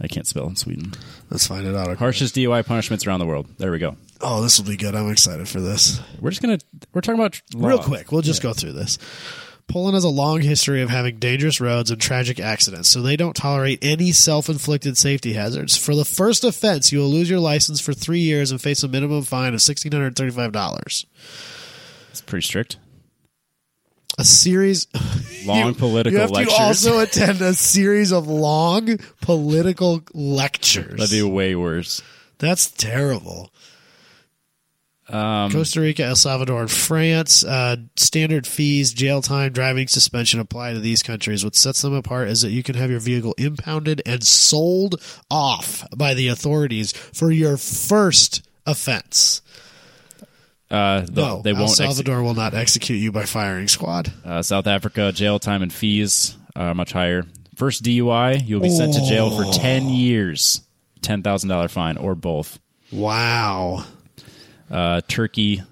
Speaker 1: I can't spell in Sweden.
Speaker 2: Let's find it out.
Speaker 1: Harshest DUI punishments around the world. There we go.
Speaker 2: Oh, this will be good. I'm excited for this.
Speaker 1: We're just gonna we're talking about law.
Speaker 2: Real quick, we'll just go through this. Poland has a long history of having dangerous roads and tragic accidents, so they don't tolerate any self inflicted safety hazards. For the first offense, you will lose your license for three years and face a minimum fine of $1,635.
Speaker 1: It's pretty strict.
Speaker 2: A series.
Speaker 1: Long political
Speaker 2: you have
Speaker 1: lectures.
Speaker 2: to also attend a series of long political lectures.
Speaker 1: That'd be way worse.
Speaker 2: That's terrible.
Speaker 1: Um,
Speaker 2: Costa Rica, El Salvador, and France. Uh, standard fees, jail time, driving suspension apply to these countries. What sets them apart is that you can have your vehicle impounded and sold off by the authorities for your first offense.
Speaker 1: Uh, the-
Speaker 2: No,
Speaker 1: they
Speaker 2: El
Speaker 1: won't. exe-
Speaker 2: Salvador will not execute you by firing squad.
Speaker 1: Uh, South Africa, jail time and fees are much higher. First DUI, you'll be sent to jail for 10 years, $10,000 fine, or both.
Speaker 2: Wow.
Speaker 1: Uh, Turkey,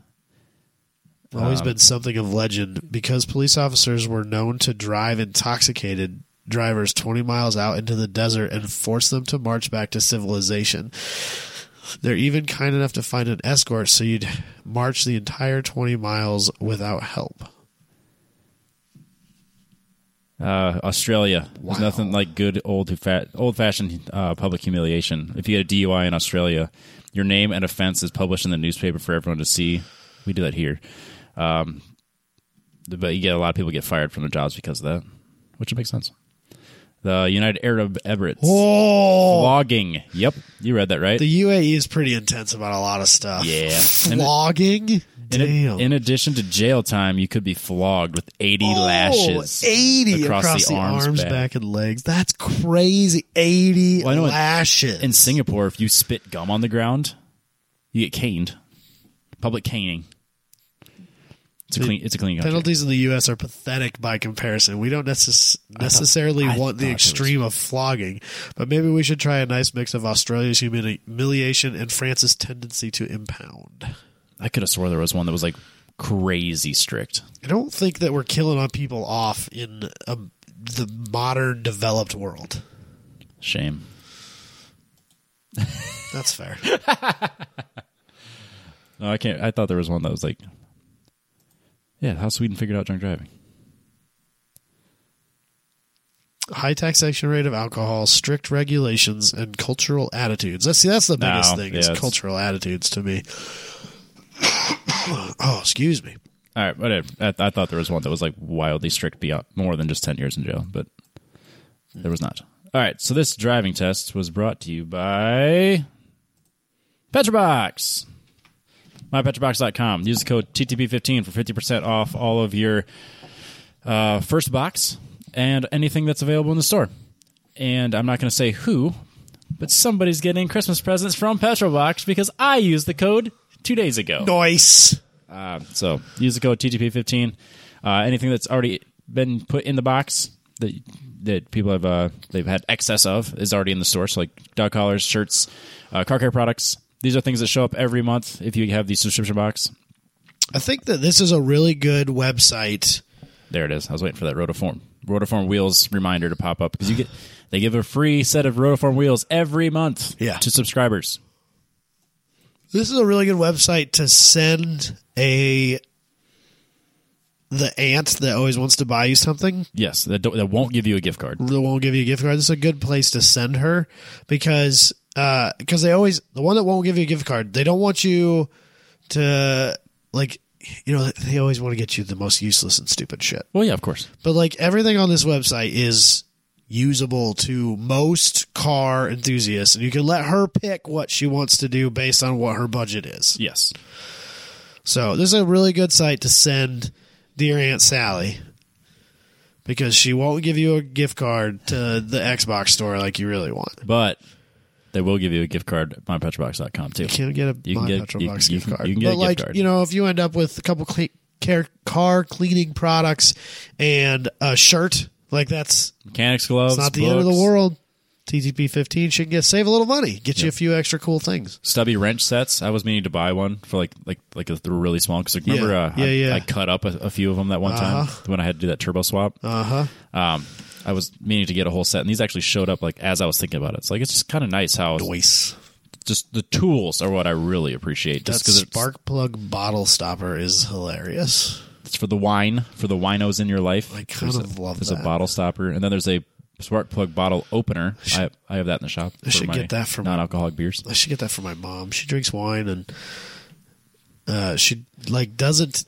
Speaker 2: always been something of legend because police officers were known to drive intoxicated drivers 20 miles out into the desert and force them to march back to civilization. They're even kind enough to find an escort so you'd march the entire 20 miles without help.
Speaker 1: Uh, Australia. There's nothing like good old fa- old fashioned uh, public humiliation. If you get a DUI in Australia, your name and offense is published in the newspaper for everyone to see. We do that here, um, but you get a lot of people get fired from their jobs because of that, which makes sense. The United Arab Emirates
Speaker 2: Oh,
Speaker 1: logging. Yep, you read that right.
Speaker 2: the UAE is pretty intense about a lot of stuff.
Speaker 1: Yeah. And it-
Speaker 2: flogging.
Speaker 1: in,
Speaker 2: Damn,
Speaker 1: in addition to jail time, you could be flogged with 80 lashes.
Speaker 2: Oh, 80 across, the, arms, back. and legs. That's crazy. 80
Speaker 1: I know in-
Speaker 2: lashes.
Speaker 1: In Singapore, if you spit gum on the ground, you get caned. Public caning. It's a clean. It's a clean country.
Speaker 2: Penalties in the U.S. are pathetic by comparison. We don't necess- necessarily
Speaker 1: I thought
Speaker 2: want the
Speaker 1: it was-
Speaker 2: extreme of flogging, but maybe we should try a nice mix of Australia's humili- humiliation and France's tendency to impound.
Speaker 1: I could have swore there was one that was like crazy strict.
Speaker 2: I don't think that we're killing on people off in um the modern developed world.
Speaker 1: Shame.
Speaker 2: That's fair.
Speaker 1: No, Oh, I can't. I thought there was one that was like, yeah, how Sweden figured out drunk driving.
Speaker 2: High taxation rate of alcohol, strict regulations, and cultural attitudes. That's see, that's the
Speaker 1: No,
Speaker 2: biggest thing
Speaker 1: yeah,
Speaker 2: is
Speaker 1: it's-
Speaker 2: cultural attitudes to me. oh, excuse me.
Speaker 1: All right, whatever. I, I thought there was one that was like wildly strict beyond more than just ten years in jail, but there was not. All right, so this driving test was brought to you by Petrobox. MyPetrobox.com. Use the code TTP15 for 50% off all of your uh, first box and anything that's available in the store. And I'm not going to say who, but somebody's getting Christmas presents from Petrobox because I used the code two days ago.
Speaker 2: Nice.
Speaker 1: So use the code TGP15. Uh, anything that's already been put in the box that that people have uh, they've had excess of is already in the store. So like dog collars, shirts, uh, car care products. These are things that show up every month if you have the subscription box.
Speaker 2: I think that this is a really good website.
Speaker 1: There it is. I was waiting for that rotiform rotiform wheels reminder to pop up because you get they give a free set of rotiform wheels every month
Speaker 2: Yeah.
Speaker 1: to subscribers.
Speaker 2: This is a really good website to send a the aunt that always wants to buy you something
Speaker 1: Yes, that don't, that won't give you a gift card.
Speaker 2: that won't give you a gift card. This is a good place to send her because because they always the one that won't give you a gift card. They don't want you to like you know they always want to get you the most useless and stupid shit.
Speaker 1: Well, yeah, of course.
Speaker 2: But like everything on this website is usable to most car enthusiasts, and you can let her pick what she wants to do based on what her budget is.
Speaker 1: Yes.
Speaker 2: So this is a really good site to send dear Aunt Sally because she won't give you a gift card to the Xbox store like you really want.
Speaker 1: But they will give you a gift card at mypetrobox.com too.
Speaker 2: You can't get a
Speaker 1: You can
Speaker 2: my
Speaker 1: get-
Speaker 2: petrol
Speaker 1: you-
Speaker 2: box
Speaker 1: you
Speaker 2: gift
Speaker 1: can-
Speaker 2: card.
Speaker 1: you can get
Speaker 2: but
Speaker 1: a gift
Speaker 2: like
Speaker 1: card.
Speaker 2: you know, if you end up with a couple cle- care, car cleaning products and a shirt, like that's
Speaker 1: Mechanics gloves.
Speaker 2: it's not the end of the
Speaker 1: books.
Speaker 2: world. TTP fifteen should get save a little money, get you a few extra cool things.
Speaker 1: stubby wrench sets. I was meaning to buy one for like like like a, they're really small because like, remember
Speaker 2: Yeah.
Speaker 1: uh,
Speaker 2: Yeah,
Speaker 1: I,
Speaker 2: yeah. Uh-huh.
Speaker 1: I cut up a, a few of them that one time when I had to do that turbo swap.
Speaker 2: Uh huh.
Speaker 1: Um, I was meaning to get a whole set, and these actually showed up like as I was thinking about it. It's like it's just kind of nice how
Speaker 2: Voice.
Speaker 1: just the tools are what I really appreciate.
Speaker 2: That
Speaker 1: Just because it's,
Speaker 2: spark plug bottle stopper is hilarious.
Speaker 1: it's for the wine for the winos in your life.
Speaker 2: I kind
Speaker 1: There's
Speaker 2: of
Speaker 1: a,
Speaker 2: love
Speaker 1: There's
Speaker 2: that.
Speaker 1: a bottle stopper, and then there's a spark plug bottle opener. I, I have that in the shop. I
Speaker 2: should get that for my-
Speaker 1: non-alcoholic beers.
Speaker 2: I should get that for my mom. She drinks wine and uh, she like doesn't.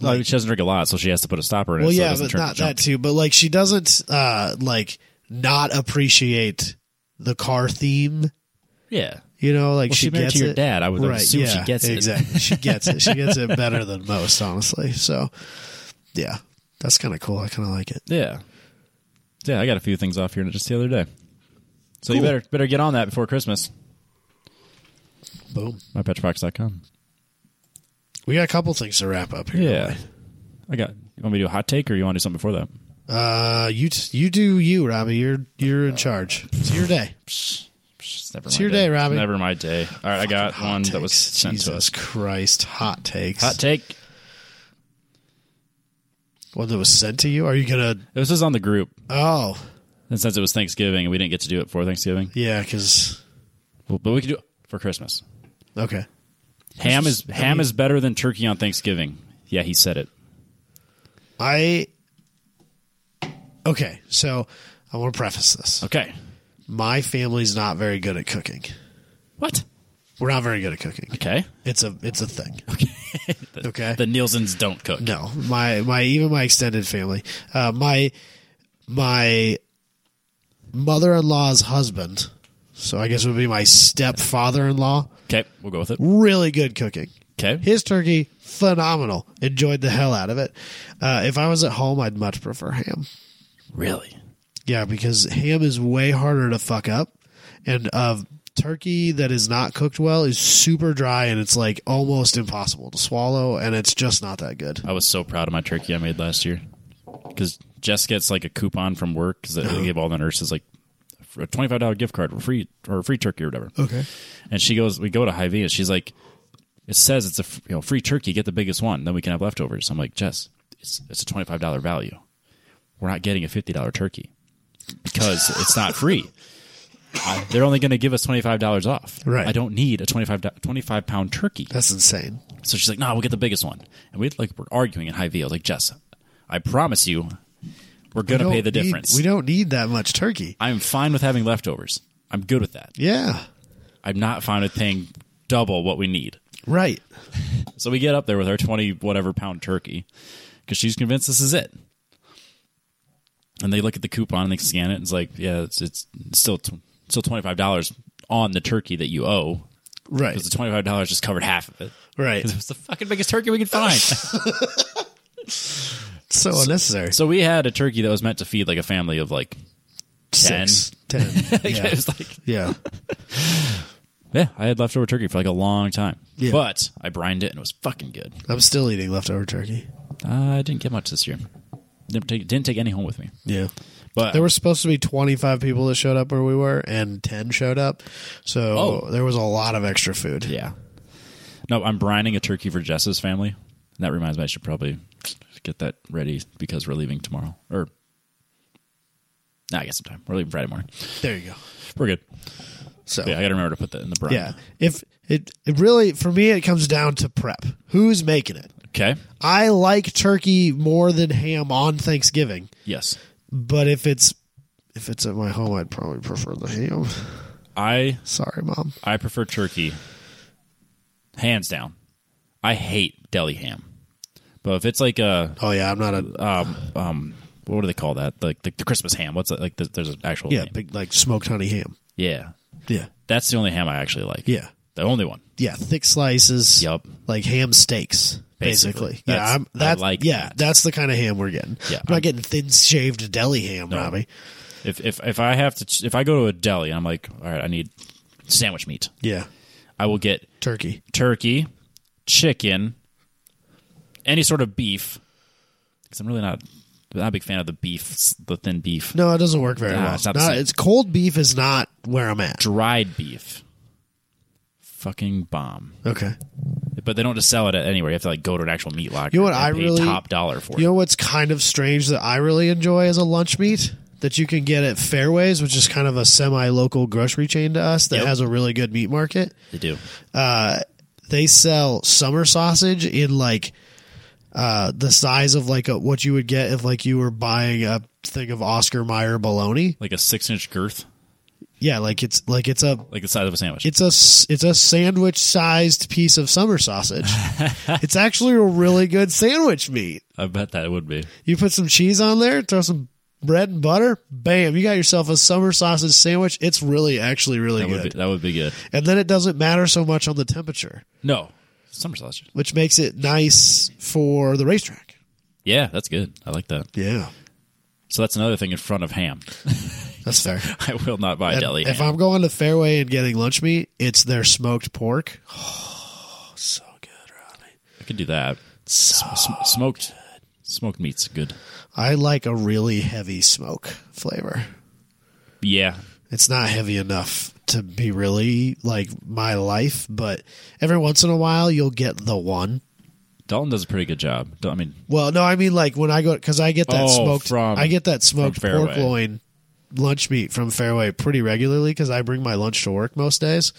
Speaker 1: Like, she doesn't drink a lot, so she has to put a stopper in
Speaker 2: Well,
Speaker 1: it. so it
Speaker 2: yeah,
Speaker 1: doesn't
Speaker 2: but
Speaker 1: turn to
Speaker 2: not
Speaker 1: junk.
Speaker 2: that too. But like she doesn't uh, like not appreciate the car theme.
Speaker 1: Yeah,
Speaker 2: You know, like
Speaker 1: Well,
Speaker 2: she
Speaker 1: she's married
Speaker 2: gets
Speaker 1: to your
Speaker 2: it.
Speaker 1: dad. I would
Speaker 2: right,
Speaker 1: assume she
Speaker 2: yeah,
Speaker 1: gets it.
Speaker 2: exactly. She gets it. She gets it better than most, honestly. So, yeah, that's kind of cool. I kind of like it.
Speaker 1: Yeah. Yeah, I got a few things off here just the other day. So you
Speaker 2: Cool.
Speaker 1: better better get on that before Christmas.
Speaker 2: Boom.
Speaker 1: MyPetrobox.com.
Speaker 2: We got a couple things to wrap up here.
Speaker 1: Yeah. I got you want me to do a hot take or you want to do something before that?
Speaker 2: Uh, you t- you do you, Robbie. You're you're in charge. It's your day.
Speaker 1: It's, never
Speaker 2: It's
Speaker 1: my
Speaker 2: your day, Robbie.
Speaker 1: Never my day. All right, I got
Speaker 2: Hot
Speaker 1: one that was
Speaker 2: takes.
Speaker 1: sent
Speaker 2: Jesus
Speaker 1: to us.
Speaker 2: Christ, hot takes.
Speaker 1: Hot take.
Speaker 2: One that was sent to you. Are you gonna?
Speaker 1: This is on the group.
Speaker 2: Oh,
Speaker 1: And since it was Thanksgiving and we didn't get to do it for Thanksgiving,
Speaker 2: yeah. Because
Speaker 1: well, but we could do it for Christmas.
Speaker 2: okay,
Speaker 1: Ham is ham is better than turkey on Thanksgiving. Yeah, he said it.
Speaker 2: I Okay, so I want to preface this.
Speaker 1: Okay.
Speaker 2: My family's not very good at cooking.
Speaker 1: What?
Speaker 2: We're not very good at cooking.
Speaker 1: Okay.
Speaker 2: It's a it's a thing.
Speaker 1: Okay. the,
Speaker 2: Okay.
Speaker 1: The Nielsen's don't cook.
Speaker 2: No, my my even my extended family, uh, my my mother-in-law's husband, so I guess it would be my stepfather-in-law.
Speaker 1: Okay. We'll go with it.
Speaker 2: Really good cooking.
Speaker 1: Okay.
Speaker 2: His turkey, phenomenal. Enjoyed the hell out of it. Uh, if I was at home, I'd much prefer ham.
Speaker 1: Really?
Speaker 2: Yeah, because ham is way harder to fuck up, and uh, turkey that is not cooked well is super dry and it's like almost impossible to swallow, and it's just not that good.
Speaker 1: I was so proud of my turkey I made last year because Jess gets like a coupon from work because they give all the nurses like a twenty-five dollar gift card or free or a free turkey or whatever.
Speaker 2: Okay.
Speaker 1: And she goes, we go to Hy-Vee and she's like, it says it's a f- you know free turkey, get the biggest one, then we can have leftovers. I'm like, Jess, it's it's a twenty-five dollar value. We're not getting a fifty dollar turkey because it's not free. I- they're only going to give us twenty five dollars off.
Speaker 2: Right.
Speaker 1: I don't need a 25, do- 25 pound turkey.
Speaker 2: That's insane.
Speaker 1: So she's like, "No, we'll get the biggest one." And we like we're arguing in high V. I was like, "Jess, I promise you, we're gonna
Speaker 2: don't
Speaker 1: pay the
Speaker 2: need-
Speaker 1: difference.
Speaker 2: We don't need that much turkey.
Speaker 1: I'm fine with having leftovers. I'm good with that.
Speaker 2: Yeah.
Speaker 1: I'm not fine with paying double what we need."
Speaker 2: Right.
Speaker 1: So we get up there with our twenty whatever pound turkey because she's convinced this is it. And they look at the coupon and they scan it and it's like, "Yeah, it's it's still t- still twenty five dollars on the turkey that you owe."
Speaker 2: Right.
Speaker 1: Because the twenty five dollars just covered half of it.
Speaker 2: Right.
Speaker 1: It was the fucking biggest turkey we could find.
Speaker 2: so unnecessary.
Speaker 1: So we had a turkey that was meant to feed like a family of like
Speaker 2: Six. Ten.
Speaker 1: yeah.
Speaker 2: Yeah.
Speaker 1: it was like
Speaker 2: yeah.
Speaker 1: yeah, I had leftover turkey for like a long time.
Speaker 2: Yeah.
Speaker 1: But I brined it and it was fucking good.
Speaker 2: I'm still eating leftover turkey.
Speaker 1: I didn't get much this year. Didn't take didn't take any home with me.
Speaker 2: Yeah.
Speaker 1: But
Speaker 2: There were supposed to be 25 people that showed up where we were, and 10 showed up. So
Speaker 1: Oh.
Speaker 2: there was a lot of extra food.
Speaker 1: yeah. No, I'm brining a turkey for Jess's family. And that reminds me I should probably get that ready because we're leaving tomorrow. Or nah, I got some time. We're leaving Friday morning.
Speaker 2: There you go.
Speaker 1: We're good.
Speaker 2: So
Speaker 1: But yeah, I gotta remember to put that in the brine.
Speaker 2: yeah. If it, it really for me, it comes down to prep. Who's making it?
Speaker 1: Okay.
Speaker 2: I like turkey more than ham on Thanksgiving.
Speaker 1: Yes.
Speaker 2: But if it's if it's at my home, I'd probably prefer the ham.
Speaker 1: I
Speaker 2: Sorry, mom.
Speaker 1: I prefer turkey, hands down. I hate deli ham, but if it's like a
Speaker 2: Oh yeah, I'm not a
Speaker 1: um um what do they call that? Like the, the Christmas ham? What's that? like? The, there's an actual
Speaker 2: yeah
Speaker 1: name.
Speaker 2: big like smoked honey ham.
Speaker 1: yeah.
Speaker 2: Yeah,
Speaker 1: That's the only ham I actually like.
Speaker 2: yeah,
Speaker 1: the only one.
Speaker 2: yeah. Thick slices.
Speaker 1: Yup.
Speaker 2: Like ham steaks,
Speaker 1: Basically.
Speaker 2: basically.
Speaker 1: That's-
Speaker 2: yeah, I'm,
Speaker 1: I
Speaker 2: that,
Speaker 1: like
Speaker 2: yeah.
Speaker 1: that.
Speaker 2: That's the kind of ham we're getting.
Speaker 1: Yeah,
Speaker 2: I'm not
Speaker 1: I'm-
Speaker 2: getting thin shaved deli ham, Robbie.
Speaker 1: If if if I have to ch- if I go to a deli and I'm like, all right, I need sandwich meat.
Speaker 2: Yeah,
Speaker 1: I will get
Speaker 2: turkey.
Speaker 1: turkey, chicken, any sort of beef. Because I'm really not not a big fan of the beef, the thin beef,
Speaker 2: No, it doesn't work very
Speaker 1: Nah,
Speaker 2: well.
Speaker 1: it's not the
Speaker 2: Not-
Speaker 1: same.
Speaker 2: it's cold beef is not where I'm at.
Speaker 1: dried beef. Fucking bomb.
Speaker 2: Okay.
Speaker 1: But they don't just sell it at anywhere. You have to like go to an actual meat locker.
Speaker 2: You know what
Speaker 1: and
Speaker 2: I
Speaker 1: pay
Speaker 2: really-
Speaker 1: top dollar for
Speaker 2: You
Speaker 1: it.
Speaker 2: know what's kind of strange that I really enjoy as a lunch meat that you can get at Fairways, which is kind of a semi-local grocery chain to us that
Speaker 1: Yep.
Speaker 2: has a really good meat market.
Speaker 1: They do.
Speaker 2: They sell summer sausage in like uh, the size of like a, what you would get if like you were buying a thing of Oscar Mayer bologna.
Speaker 1: Like a six inch girth,
Speaker 2: Yeah, like it's like it's a
Speaker 1: like the size of a sandwich.
Speaker 2: it's a s- it's a sandwich sized piece of summer sausage. it's actually a really good sandwich meat.
Speaker 1: I bet that would be.
Speaker 2: You put some cheese on there, throw some bread and butter, bam, you got yourself a summer sausage sandwich. It's really actually really
Speaker 1: That would be
Speaker 2: good.
Speaker 1: that would be good.
Speaker 2: And then it doesn't matter so much on the temperature,
Speaker 1: No. Summer sausage.
Speaker 2: which makes it nice for the racetrack.
Speaker 1: Yeah, that's good. I like that.
Speaker 2: Yeah.
Speaker 1: So that's another thing in front of ham.
Speaker 2: That's fair.
Speaker 1: I will not buy deli
Speaker 2: if
Speaker 1: ham.
Speaker 2: I'm going to Fairway and getting lunch meat, it's their smoked pork. Oh, so good, Robbie.
Speaker 1: I could do that.
Speaker 2: So
Speaker 1: Sm- smoked smoked meat's good.
Speaker 2: I like a really heavy smoke flavor.
Speaker 1: Yeah.
Speaker 2: it's not heavy enough to be really like my life, but every once in a while you'll get the one.
Speaker 1: Dalton does a pretty good job. Dal- I mean,
Speaker 2: Well, no, I mean like when I go because I get that
Speaker 1: Oh,
Speaker 2: smoked.
Speaker 1: from-
Speaker 2: I get that smoked
Speaker 1: from
Speaker 2: pork
Speaker 1: Fairway.
Speaker 2: loin lunch meat from Fairway pretty regularly because I bring my lunch to work most days.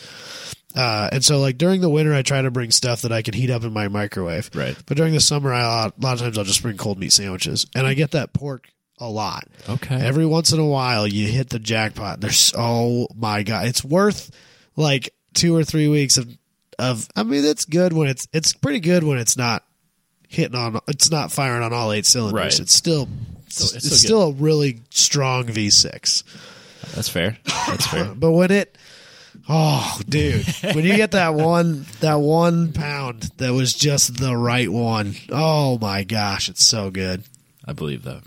Speaker 2: Uh, and so, like during the winter, I try to bring stuff that I can heat up in my microwave.
Speaker 1: Right.
Speaker 2: But during the summer, I, a lot of times I'll just bring cold meat sandwiches, and I get that pork a lot.
Speaker 1: Okay.
Speaker 2: Every once in a while, you hit the jackpot. There's oh my god, it's worth like two or three weeks of of. I mean, it's good when it's it's pretty good when it's not hitting on. It's not firing on all eight cylinders.
Speaker 1: Right.
Speaker 2: It's still
Speaker 1: Still- it's still
Speaker 2: it's,
Speaker 1: good.
Speaker 2: still a really strong V6.
Speaker 1: That's fair. That's fair.
Speaker 2: But when it Oh, dude! When you get that one, that one pound that was just the right one. Oh my gosh, it's so good.
Speaker 1: I believe that.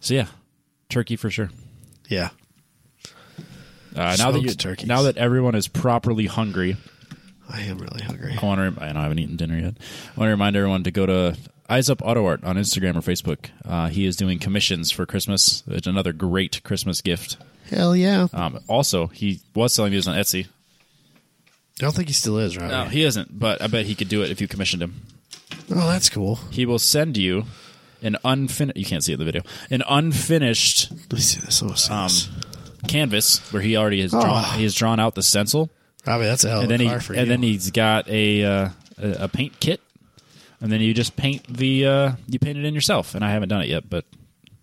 Speaker 1: So yeah, turkey for sure.
Speaker 2: Yeah,
Speaker 1: Uh, now that
Speaker 2: Smoked
Speaker 1: you,
Speaker 2: turkeys.
Speaker 1: now that everyone is properly hungry,
Speaker 2: I am really hungry.
Speaker 1: I want to. I know I haven't eaten dinner yet. I want to remind everyone to go to Eyes Up Auto Art on Instagram or Facebook. Uh, he is doing commissions for Christmas. It's another great Christmas gift.
Speaker 2: Hell yeah!
Speaker 1: Um, also, he was selling these on Etsy.
Speaker 2: I don't think he still is, right?
Speaker 1: No, he isn't, but I bet he could do it if you commissioned him.
Speaker 2: Oh, that's cool.
Speaker 1: He will send you an unfinished. You can't see it in the video. An unfinished
Speaker 2: Let me see this. Let me see
Speaker 1: um,
Speaker 2: this.
Speaker 1: canvas where he already has drawn.
Speaker 2: Oh.
Speaker 1: He has drawn out the stencil,
Speaker 2: Robbie, that's a hell of
Speaker 1: and then
Speaker 2: a
Speaker 1: he
Speaker 2: car for
Speaker 1: and
Speaker 2: you.
Speaker 1: then he's got a uh, a a paint kit, and then you just paint the uh, you paint it in yourself. And I haven't done it yet, but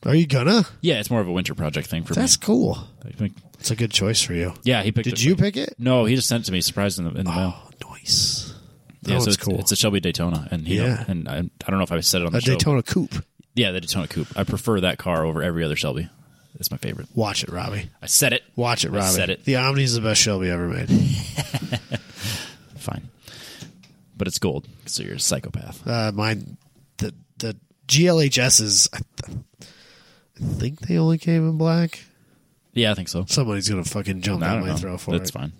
Speaker 2: Are you gonna?
Speaker 1: yeah, it's more of a winter project thing for
Speaker 2: That's cool.
Speaker 1: me. I think-
Speaker 2: That's a good choice for you.
Speaker 1: Yeah, he picked.
Speaker 2: Did
Speaker 1: it.
Speaker 2: you pick it?
Speaker 1: No, he just sent it to me. Surprised in the, in the mail.
Speaker 2: Oh, nice. That
Speaker 1: Yeah, so
Speaker 2: one's
Speaker 1: it's
Speaker 2: cool.
Speaker 1: It's a Shelby Daytona, and he
Speaker 2: Yeah.
Speaker 1: and I, I don't know if I said it on the
Speaker 2: a
Speaker 1: show.
Speaker 2: Daytona coupe.
Speaker 1: Yeah, the Daytona Coupe. I prefer that car over every other Shelby. It's my favorite.
Speaker 2: Watch it, Robbie.
Speaker 1: I said it.
Speaker 2: Watch it,
Speaker 1: I
Speaker 2: Robbie.
Speaker 1: said it.
Speaker 2: The Omni's the best Shelby ever made.
Speaker 1: Fine, but it's gold, so you're a psychopath.
Speaker 2: Uh, mine, the the GLHSs. I, th- I think they only came in black.
Speaker 1: Yeah, I think so.
Speaker 2: Somebody's gonna fucking jump
Speaker 1: I
Speaker 2: down
Speaker 1: don't
Speaker 2: my
Speaker 1: know.
Speaker 2: throat for
Speaker 1: That's
Speaker 2: it.
Speaker 1: fine.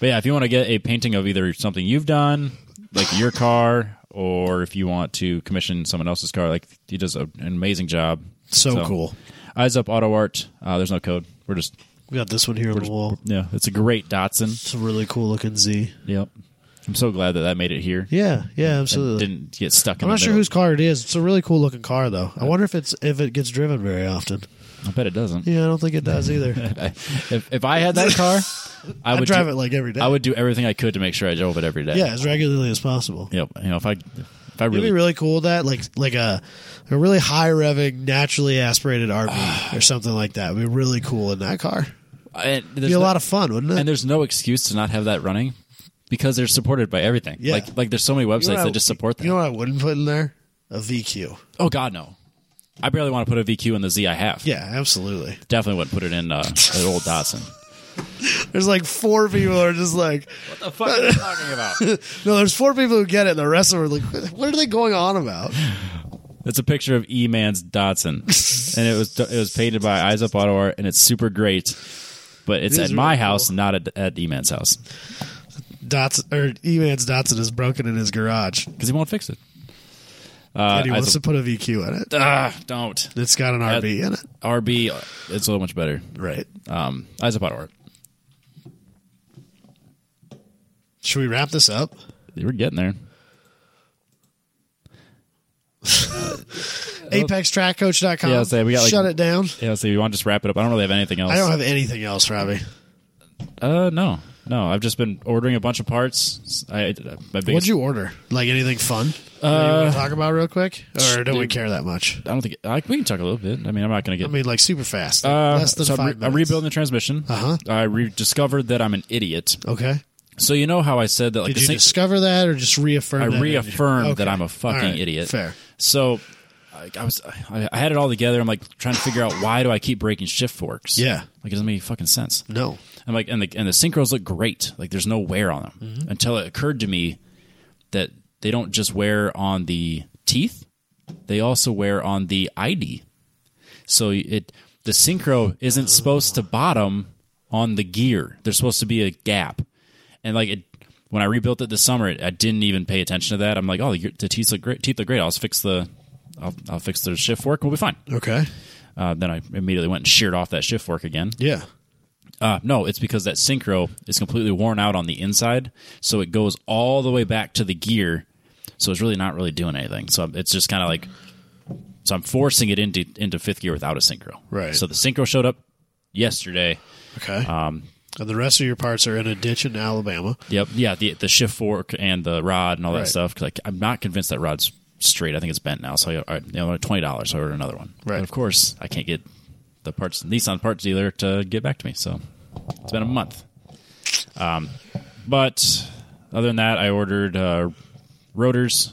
Speaker 1: But yeah, if you want to get a painting of either something you've done, like your car, or if you want to commission someone else's car, like he does a, an amazing job.
Speaker 2: So cool.
Speaker 1: Eyes up auto art. Uh, there's no code. We're just
Speaker 2: We got this one here on the wall.
Speaker 1: yeah. It's a great Datsun.
Speaker 2: It's a really cool looking Z.
Speaker 1: Yep. I'm so glad that that made it here.
Speaker 2: Yeah, yeah, absolutely.
Speaker 1: Didn't get stuck. in
Speaker 2: I'm
Speaker 1: the
Speaker 2: not sure
Speaker 1: middle.
Speaker 2: whose car it is. It's a really cool looking car, though. I wonder if it's if it gets driven very often.
Speaker 1: I bet it doesn't.
Speaker 2: Yeah, I don't think it does either.
Speaker 1: if, if I had that car, I
Speaker 2: I
Speaker 1: would
Speaker 2: drive
Speaker 1: do,
Speaker 2: it like every day.
Speaker 1: I would do everything I could to make sure I drove it every day.
Speaker 2: yeah, as regularly as possible.
Speaker 1: Yep. You know, if I if I
Speaker 2: It'd
Speaker 1: really,
Speaker 2: be really cool with that, like like a a really high revving, naturally aspirated RV or something like that. Would be really cool in that car.
Speaker 1: and there's
Speaker 2: Be a
Speaker 1: no-
Speaker 2: lot of fun, wouldn't it?
Speaker 1: and there's no excuse to not have that running because they're supported by everything.
Speaker 2: Yeah.
Speaker 1: Like like there's so many websites
Speaker 2: You know what I-
Speaker 1: that just support that.
Speaker 2: You know what I wouldn't put in there? A VQ.
Speaker 1: oh God, no. I barely want to put a VQ in the Z I have.
Speaker 2: Yeah, absolutely.
Speaker 1: Definitely wouldn't put it in uh, an old Datsun.
Speaker 2: There's like four people who are just like,
Speaker 1: what the fuck are you talking about?
Speaker 2: no. There's four people who get it, and the rest of them are like, what are they going on about?
Speaker 1: It's a picture of E Man's Datsun, and it was it was painted by Eyes Up Auto Art, and it's super great. But it's
Speaker 2: It
Speaker 1: at
Speaker 2: is
Speaker 1: my
Speaker 2: really
Speaker 1: house, not at, at E Man's house,
Speaker 2: Dots or E-Man's Datsun is broken in his garage,
Speaker 1: because he won't fix it. Uh,
Speaker 2: and he
Speaker 1: Eyes
Speaker 2: wants to
Speaker 1: Up-
Speaker 2: put a VQ in it.
Speaker 1: Ah, don't
Speaker 2: It's got an RV in it,
Speaker 1: RB. It's so much better.
Speaker 2: right?
Speaker 1: Um, Eyes Up Auto Art.
Speaker 2: Should we wrap this up?
Speaker 1: We're getting there.
Speaker 2: ApexTrackCoach.com.
Speaker 1: Oh. Yeah, I was saying, we got, like-
Speaker 2: shut it down.
Speaker 1: Yeah, so you want to just wrap it up? I don't really have anything else.
Speaker 2: I don't have anything else, Robbie.
Speaker 1: uh, no, no. I've just been ordering a bunch of parts. I, I my
Speaker 2: What'd
Speaker 1: biggest,
Speaker 2: you order? Like anything fun? Uh, you want to talk about real quick, or don't we care that much?
Speaker 1: I don't think I, we can talk a little bit. I mean, I'm not going to
Speaker 2: I
Speaker 1: get.
Speaker 2: mean, like super fast,
Speaker 1: uh,
Speaker 2: less than
Speaker 1: so I'm,
Speaker 2: five
Speaker 1: re-
Speaker 2: minutes.
Speaker 1: I'm rebuilding the transmission.
Speaker 2: Uh-huh.
Speaker 1: I rediscovered that I'm an idiot.
Speaker 2: Okay.
Speaker 1: So you know how I said that? Like
Speaker 2: Did
Speaker 1: the
Speaker 2: you
Speaker 1: sing-
Speaker 2: discover that, or just reaffirm?
Speaker 1: I
Speaker 2: that in your-
Speaker 1: reaffirmed that
Speaker 2: Okay.
Speaker 1: I'm a fucking
Speaker 2: All right,
Speaker 1: idiot.
Speaker 2: Fair.
Speaker 1: So I, I was I, I had it all together. I'm like trying to figure out why do I keep breaking shift forks?
Speaker 2: Yeah.
Speaker 1: like it doesn't make any fucking sense.
Speaker 2: No.
Speaker 1: I'm like, and the and the synchros look great. Like there's no wear on them until it occurred to me that they don't just wear on the teeth, they also wear on the ID. So it the synchro isn't supposed to bottom on the gear. There's supposed to be a gap, and like it. When I rebuilt it this summer, I didn't even pay attention to that. I'm like, oh, the, the teeth look great. Teeth look great. I'll just fix the, I'll, I'll fix the shift fork. We'll be fine.
Speaker 2: Okay.
Speaker 1: Uh, then I immediately went and sheared off that shift fork again.
Speaker 2: Yeah.
Speaker 1: Uh, no, it's because that synchro is completely worn out on the inside, so it goes all the way back to the gear. So it's really not really doing anything. So it's just kind of like, so I'm forcing it into into fifth gear without a synchro.
Speaker 2: Right.
Speaker 1: So the synchro showed up yesterday.
Speaker 2: Okay. Um, and the rest of your parts are in a ditch in Alabama.
Speaker 1: Yep. Yeah. The the shift fork and the rod and all
Speaker 2: Right.
Speaker 1: that stuff. Cause like, I'm not convinced that rod's straight. I think it's bent now. So I, all right, you know, twenty dollars. So I ordered another one.
Speaker 2: Right.
Speaker 1: But of course, I can't get the parts Nissan parts dealer to get back to me. So it's been a month. Um, but other than that, I ordered uh, rotors,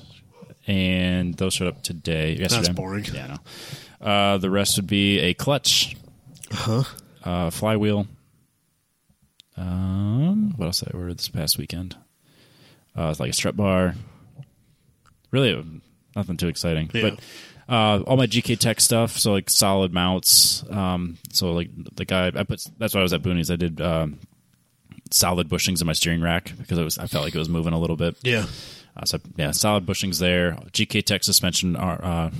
Speaker 1: and those showed up today. Yesterday.
Speaker 2: boring.
Speaker 1: Yeah. I know. Uh, the rest would be a clutch,
Speaker 2: Uh-huh.
Speaker 1: huh? Uh, flywheel. Um, what else did I order this past weekend? Uh, it's like a strut bar. Really, uh, nothing too exciting.
Speaker 2: Yeah.
Speaker 1: But uh, all my GK Tech stuff, so like solid mounts. Um, so like the guy I put. That's why I was at Boonies. I did um, solid bushings in my steering rack because it was. I felt like it was moving a little bit.
Speaker 2: Yeah.
Speaker 1: Uh, so yeah, solid bushings there. GK Tech suspension are uh,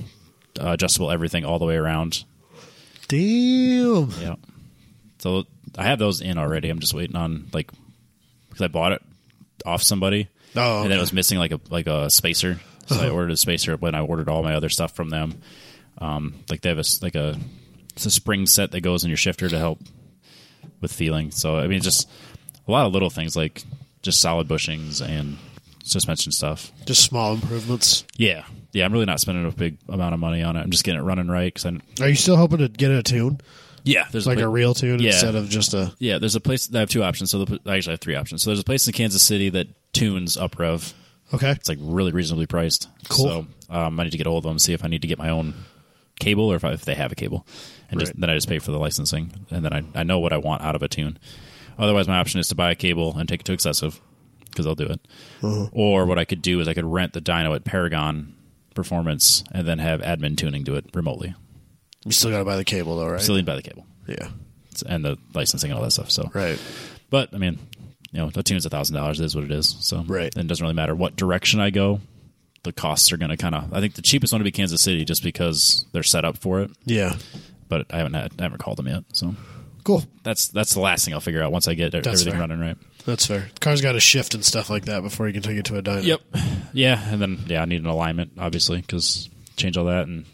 Speaker 1: adjustable, everything all the way around.
Speaker 2: Damn.
Speaker 1: Yeah. So I have those in already. I'm just waiting on like because I bought it off somebody.
Speaker 2: Oh,
Speaker 1: and then
Speaker 2: okay.
Speaker 1: it was missing like a like a spacer. So I ordered a spacer when I ordered all my other stuff from them. Um, like they have a s- like a it's a spring set that goes in your shifter to help with feeling. So I mean, just a lot of little things like just solid bushings and suspension stuff.
Speaker 2: Just small improvements.
Speaker 1: Yeah, yeah. I'm really not spending a big amount of money on it. I'm just getting it running right because I
Speaker 2: Are you still hoping to get a tune?
Speaker 1: yeah. There's
Speaker 2: Like
Speaker 1: big-
Speaker 2: a real tune
Speaker 1: Yeah.
Speaker 2: instead of just a.
Speaker 1: Yeah, there's a place. I have two options. So the, I actually have three options. So there's a place in Kansas City that tunes UpRev.
Speaker 2: Okay.
Speaker 1: It's like really reasonably priced.
Speaker 2: Cool.
Speaker 1: So um, I need to get hold of them see if I need to get my own cable or if, I, if they have a cable, and just,
Speaker 2: Right.
Speaker 1: then I just pay for the licensing, and then I, I know what I want out of a tune. Otherwise, my option is to buy a cable and take it to Excessive because I'll do it.
Speaker 2: Uh-huh.
Speaker 1: Or what I could do is I could rent the dyno at Paragon Performance and then have admin tuning do it remotely,
Speaker 2: You still got to buy the cable, though, right?
Speaker 1: still need to buy the cable
Speaker 2: yeah.
Speaker 1: and the licensing and all that stuff. So
Speaker 2: Right.
Speaker 1: But I mean, you know, a tune's a thousand dollars. It is what it is. So
Speaker 2: Right.
Speaker 1: and it doesn't really matter what direction I go. The costs are going to kind of. I think the cheapest one would be Kansas City, just because they're set up for it.
Speaker 2: Yeah.
Speaker 1: But I haven't had, I haven't called them yet. So
Speaker 2: Cool.
Speaker 1: that's that's the last thing I'll figure out once I get everything
Speaker 2: fair.
Speaker 1: running right.
Speaker 2: That's fair. Car's got to shift and stuff like that before you can take it to a dyno.
Speaker 1: Yeah, and then yeah, I need an alignment obviously because change all that and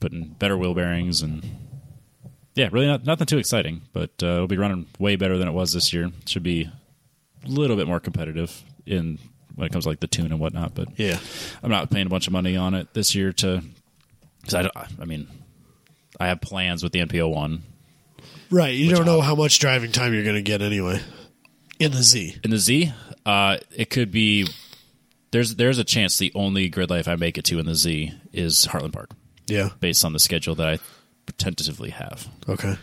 Speaker 1: put in better wheel bearings and yeah, really not nothing too exciting, but uh, it'll be running way better than it was this year. Should be a little bit more competitive in when it comes to, like the tune and whatnot. But
Speaker 2: Yeah.
Speaker 1: I'm not paying a bunch of money on it this year to because I don't. I mean, I have plans with the NPO one
Speaker 2: Right. You don't know how much driving time you're going to get anyway. In the Z.
Speaker 1: in the Z. Uh, it could be there's there's a chance the only grid life I make it to in the Z is Heartland Park.
Speaker 2: Yeah.
Speaker 1: based on the schedule that I tentatively have.
Speaker 2: Okay.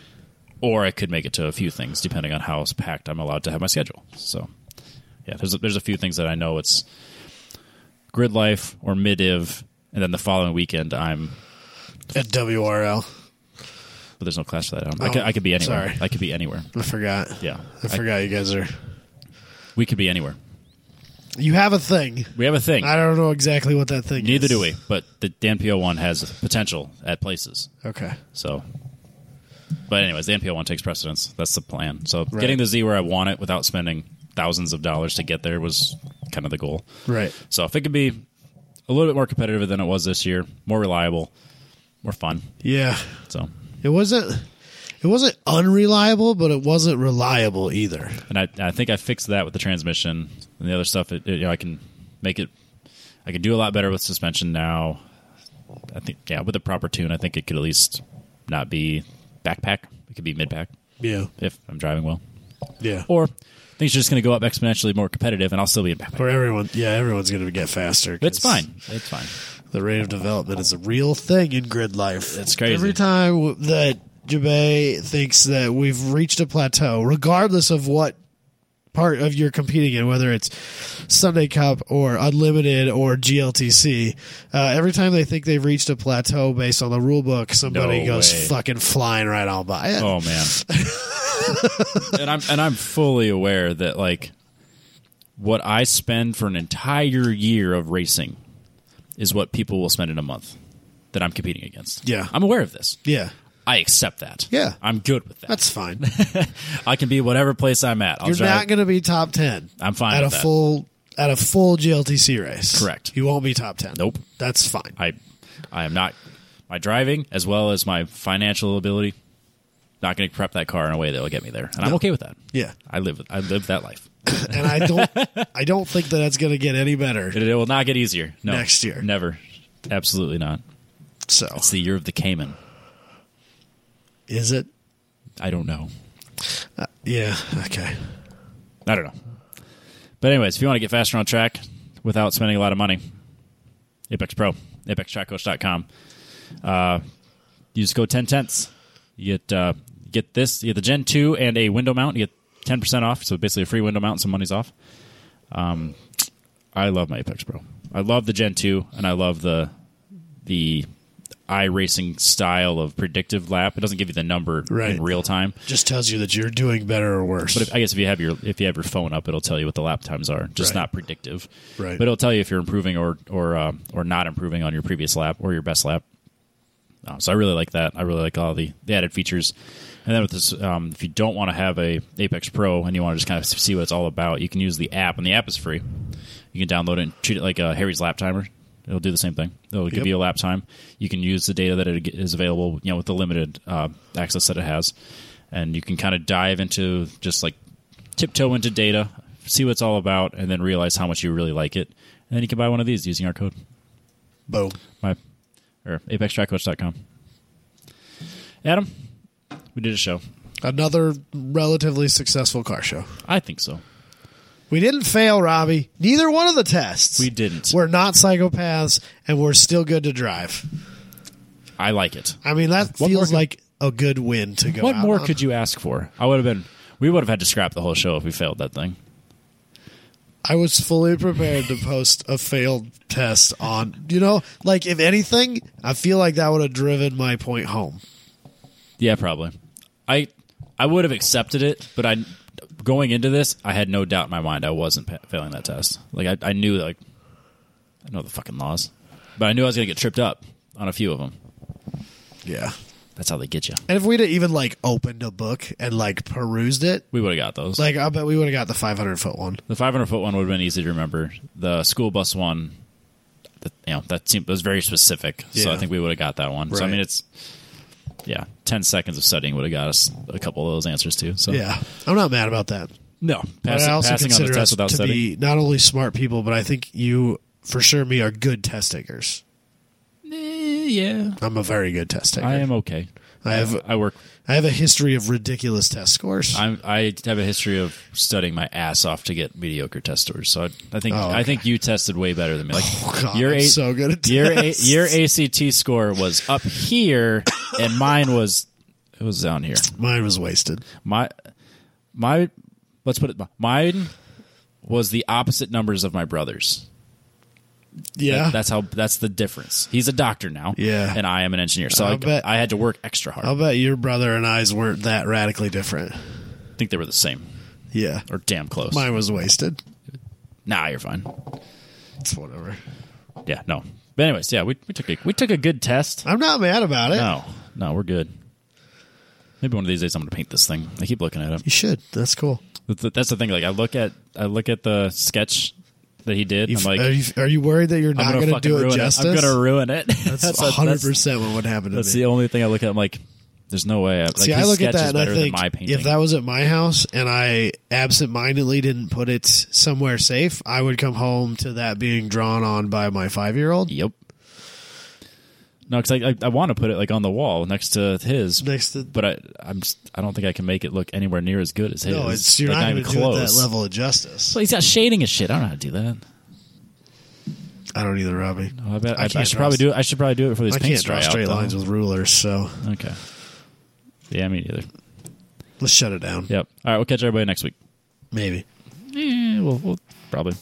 Speaker 1: Or I could make it to a few things depending on how packed I'm allowed to have my schedule. So, yeah, there's a, there's a few things that I know it's grid life or midiv, and then the following weekend I'm.
Speaker 2: At WRL.
Speaker 1: But there's no class for that. Um, I, could, I could be anywhere.
Speaker 2: Oh, sorry.
Speaker 1: I could be anywhere.
Speaker 2: I forgot.
Speaker 1: Yeah,
Speaker 2: I
Speaker 1: I-
Speaker 2: forgot you guys are.
Speaker 1: we could be anywhere.
Speaker 2: You have a thing.
Speaker 1: We have a thing.
Speaker 2: I don't know exactly what that thing
Speaker 1: Neither
Speaker 2: is.
Speaker 1: do we. But the Dan PO one has potential at places.
Speaker 2: Okay.
Speaker 1: So, but anyways, the NPL one takes precedence. That's the plan. So
Speaker 2: Right.
Speaker 1: getting the Z where I want it without spending thousands of dollars to get there was kind of the goal.
Speaker 2: Right.
Speaker 1: So if it could be a little bit more competitive than it was this year, more reliable, more fun.
Speaker 2: Yeah.
Speaker 1: So,
Speaker 2: It wasn't. It wasn't unreliable, but it wasn't reliable either.
Speaker 1: and I, I think I fixed that with the transmission and the other stuff. It, it- you know, I can make it. I can do a lot better with suspension now. I think yeah, with a proper tune, I think it could at least not be backpack. It could be mid pack
Speaker 2: Yeah.
Speaker 1: if I'm driving well.
Speaker 2: Yeah.
Speaker 1: or things are just going to go up exponentially more competitive, and I'll still be in backpack.
Speaker 2: For everyone, yeah, everyone's going to get faster. 'cause
Speaker 1: It's fine. It's fine.
Speaker 2: The rate of development is a real thing in grid life.
Speaker 1: It's crazy.
Speaker 2: Every time w- that Jabay thinks that we've reached a plateau, regardless of what part of you're competing in, whether it's Sunday Cup or Unlimited or GLTC, uh, every time they think they've reached a plateau based on the rule book, somebody
Speaker 1: No
Speaker 2: goes
Speaker 1: way.
Speaker 2: fucking flying right on by.
Speaker 1: Oh man. and I'm and I'm fully aware that like what I spend for an entire year of racing is what people will spend in a month that I'm competing against.
Speaker 2: Yeah.
Speaker 1: I'm aware of this.
Speaker 2: Yeah,
Speaker 1: I accept that.
Speaker 2: Yeah.
Speaker 1: I'm good with that.
Speaker 2: that's fine.
Speaker 1: I can be whatever place I'm at. I'll
Speaker 2: You're
Speaker 1: drive.
Speaker 2: not going to be top ten.
Speaker 1: I'm fine
Speaker 2: at
Speaker 1: with
Speaker 2: a
Speaker 1: that.
Speaker 2: full at a full GLTC race.
Speaker 1: Correct.
Speaker 2: You won't be top ten.
Speaker 1: Nope.
Speaker 2: That's fine.
Speaker 1: I I am not my driving as well as my financial ability. Not going to prep that car in a way that will get me there, and I'm okay with that.
Speaker 2: Yeah.
Speaker 1: I live I live that life.
Speaker 2: and I don't I don't think that that's going to get any better.
Speaker 1: It, it will not get easier. No,
Speaker 2: Next year.
Speaker 1: never. Absolutely not.
Speaker 2: So
Speaker 1: It's the year of the Cayman.
Speaker 2: is it?
Speaker 1: I don't know.
Speaker 2: Yeah. Okay.
Speaker 1: I don't know. But anyways, if you want to get faster on track without spending a lot of money, Apex Pro, apextrackcoach.com. Uh, you just go 10 tenths. You get uh, get this, you get the Gen 2 and a window mount. You get 10% off, so basically a free window mount and some money's off. Um, I love my Apex Pro. I love the Gen 2 and I love the the racing style of predictive lap. It doesn't give you the number
Speaker 2: Right.
Speaker 1: in real time.
Speaker 2: just tells you that you're doing better or worse.
Speaker 1: But if, I guess if you have your if you have your phone up, it'll tell you what the lap times are. Just
Speaker 2: Right.
Speaker 1: not predictive,
Speaker 2: Right.
Speaker 1: But it'll tell you if you're improving or or um, or not improving on your previous lap or your best lap. Uh, so I really like that. I really like all the, the added features. And then with this, um, if you don't want to have a Apex Pro and you want to just kind of see what it's all about, you can use the app, and the app is free. You can download it and treat it like a Harry's lap timer. It'll do the same thing. It'll give
Speaker 2: Yep.
Speaker 1: you a lap time. You can use the data that it is available, you know, with the limited uh, access that it has, and you can kind of dive into just like tiptoe into data, see what it's all about, and then realize how much you really like it. And then you can buy one of these using our code,
Speaker 2: boom.
Speaker 1: my or apextrackcoach.com. Adam, we did a show.
Speaker 2: Another relatively successful car show.
Speaker 1: I think so.
Speaker 2: We didn't fail, Robbie. Neither one of the tests.
Speaker 1: We didn't.
Speaker 2: We're not psychopaths, and we're still good to drive.
Speaker 1: I like it.
Speaker 2: I mean, that
Speaker 1: What more
Speaker 2: feels
Speaker 1: could-
Speaker 2: like a good win to go.
Speaker 1: What
Speaker 2: out
Speaker 1: more
Speaker 2: on.
Speaker 1: could you ask for? I would have been. We would have had to scrap the whole show if we failed that thing.
Speaker 2: I was fully prepared to post a failed test on. You know, like if anything, I feel like that would have driven my point home.
Speaker 1: Yeah, probably. I I would have accepted it, but I going into this, I had no doubt in my mind I wasn't pa- failing that test. Like I, I knew like I know the fucking laws, but I knew I was gonna get tripped up on a few of them.
Speaker 2: Yeah.
Speaker 1: That's how they get you.
Speaker 2: And if we'd have even like opened a book and like perused it,
Speaker 1: We would have got those.
Speaker 2: like I bet we would have got the 500 foot one.
Speaker 1: the 500 foot one would have been easy to remember. The school bus one, the, you know, that seemed, was very specific. So
Speaker 2: Yeah.
Speaker 1: I think we would have got that one. So I
Speaker 2: Right.
Speaker 1: mean, it's yeah, 10 seconds of studying would have got us a couple of those answers too. So
Speaker 2: Yeah, I'm not mad about that.
Speaker 1: no, Oh.
Speaker 2: But
Speaker 1: passing,
Speaker 2: I also
Speaker 1: passing on
Speaker 2: consider
Speaker 1: the test
Speaker 2: us to
Speaker 1: without studying.
Speaker 2: be not only smart people, but I think you, for sure, me are good test takers.
Speaker 1: Eh, yeah,
Speaker 2: I'm a very good test taker.
Speaker 1: I
Speaker 2: I,
Speaker 1: am okay.
Speaker 2: have
Speaker 1: I work.
Speaker 2: I have a history of ridiculous test scores.
Speaker 1: I'm, I have a history of studying my ass off to get mediocre test scores. So I, I think
Speaker 2: Oh,
Speaker 1: I think you tested way better than me. Like
Speaker 2: oh God,
Speaker 1: your
Speaker 2: I'm
Speaker 1: A-
Speaker 2: so good at
Speaker 1: your a,
Speaker 2: tests.
Speaker 1: your ACT score was up here, and mine was it was down here.
Speaker 2: Mine was wasted.
Speaker 1: My my let's put it mine was the opposite numbers of my brothers.
Speaker 2: Yeah,
Speaker 1: That's how that's the difference. He's a doctor now.
Speaker 2: Yeah.
Speaker 1: And I am an engineer. So
Speaker 2: I'll
Speaker 1: I,
Speaker 2: bet-
Speaker 1: I had to work extra hard.
Speaker 2: I'll bet your brother and I's weren't that radically different.
Speaker 1: I think they were the same
Speaker 2: Yeah,
Speaker 1: or damn close.
Speaker 2: mine was wasted.
Speaker 1: nah, you're fine.
Speaker 2: It's whatever.
Speaker 1: Yeah, no. But anyways, yeah, we, we took a we took a good test.
Speaker 2: I'm not mad about it.
Speaker 1: No, no, we're good. Maybe one of these days I'm going to paint this thing. I keep looking at it.
Speaker 2: You should. That's cool.
Speaker 1: That's the- That's the thing. Like I look at I look at the sketch that he did. and I'm like,
Speaker 2: are, you, are you worried that you're
Speaker 1: I'm
Speaker 2: not
Speaker 1: going to
Speaker 2: going to do
Speaker 1: ruin
Speaker 2: it
Speaker 1: it.
Speaker 2: justice?
Speaker 1: I'm going to ruin it.
Speaker 2: that's
Speaker 1: a-
Speaker 2: 100 percent what would happen to
Speaker 1: That's
Speaker 2: me.
Speaker 1: the only thing I look at. I'm like, there's no way. I, like,
Speaker 2: See,
Speaker 1: his
Speaker 2: I look
Speaker 1: sketch
Speaker 2: at
Speaker 1: is
Speaker 2: that and I
Speaker 1: better than
Speaker 2: think
Speaker 1: my painting.
Speaker 2: if that was at my house and I absentmindedly didn't put it somewhere safe, I would come home to that being drawn on by my five year old
Speaker 1: yep. No, because I, I, I want to put it like on the wall next to his,
Speaker 2: next to.
Speaker 1: but I I'm just, I don't think I can make it look anywhere near as good as his.
Speaker 2: No, it's you're
Speaker 1: Like,
Speaker 2: not
Speaker 1: even
Speaker 2: going to do it that
Speaker 1: close.
Speaker 2: level of justice.
Speaker 1: So he's got shading and shit. I don't know how to do that.
Speaker 2: I don't either, Robbie.
Speaker 1: Oh, I, bet,
Speaker 2: I
Speaker 1: I, I
Speaker 2: can't
Speaker 1: should
Speaker 2: draw
Speaker 1: probably
Speaker 2: s-
Speaker 1: do. it. I should probably do it for these
Speaker 2: I
Speaker 1: paints
Speaker 2: can't draw
Speaker 1: dry out,
Speaker 2: straight
Speaker 1: though.
Speaker 2: lines with rulers, so
Speaker 1: Okay. Yeah, me neither.
Speaker 2: let's shut it down.
Speaker 1: Yep. All right, we'll catch everybody next week.
Speaker 2: Maybe.
Speaker 1: Mm. Yeah, we'll, we'll probably.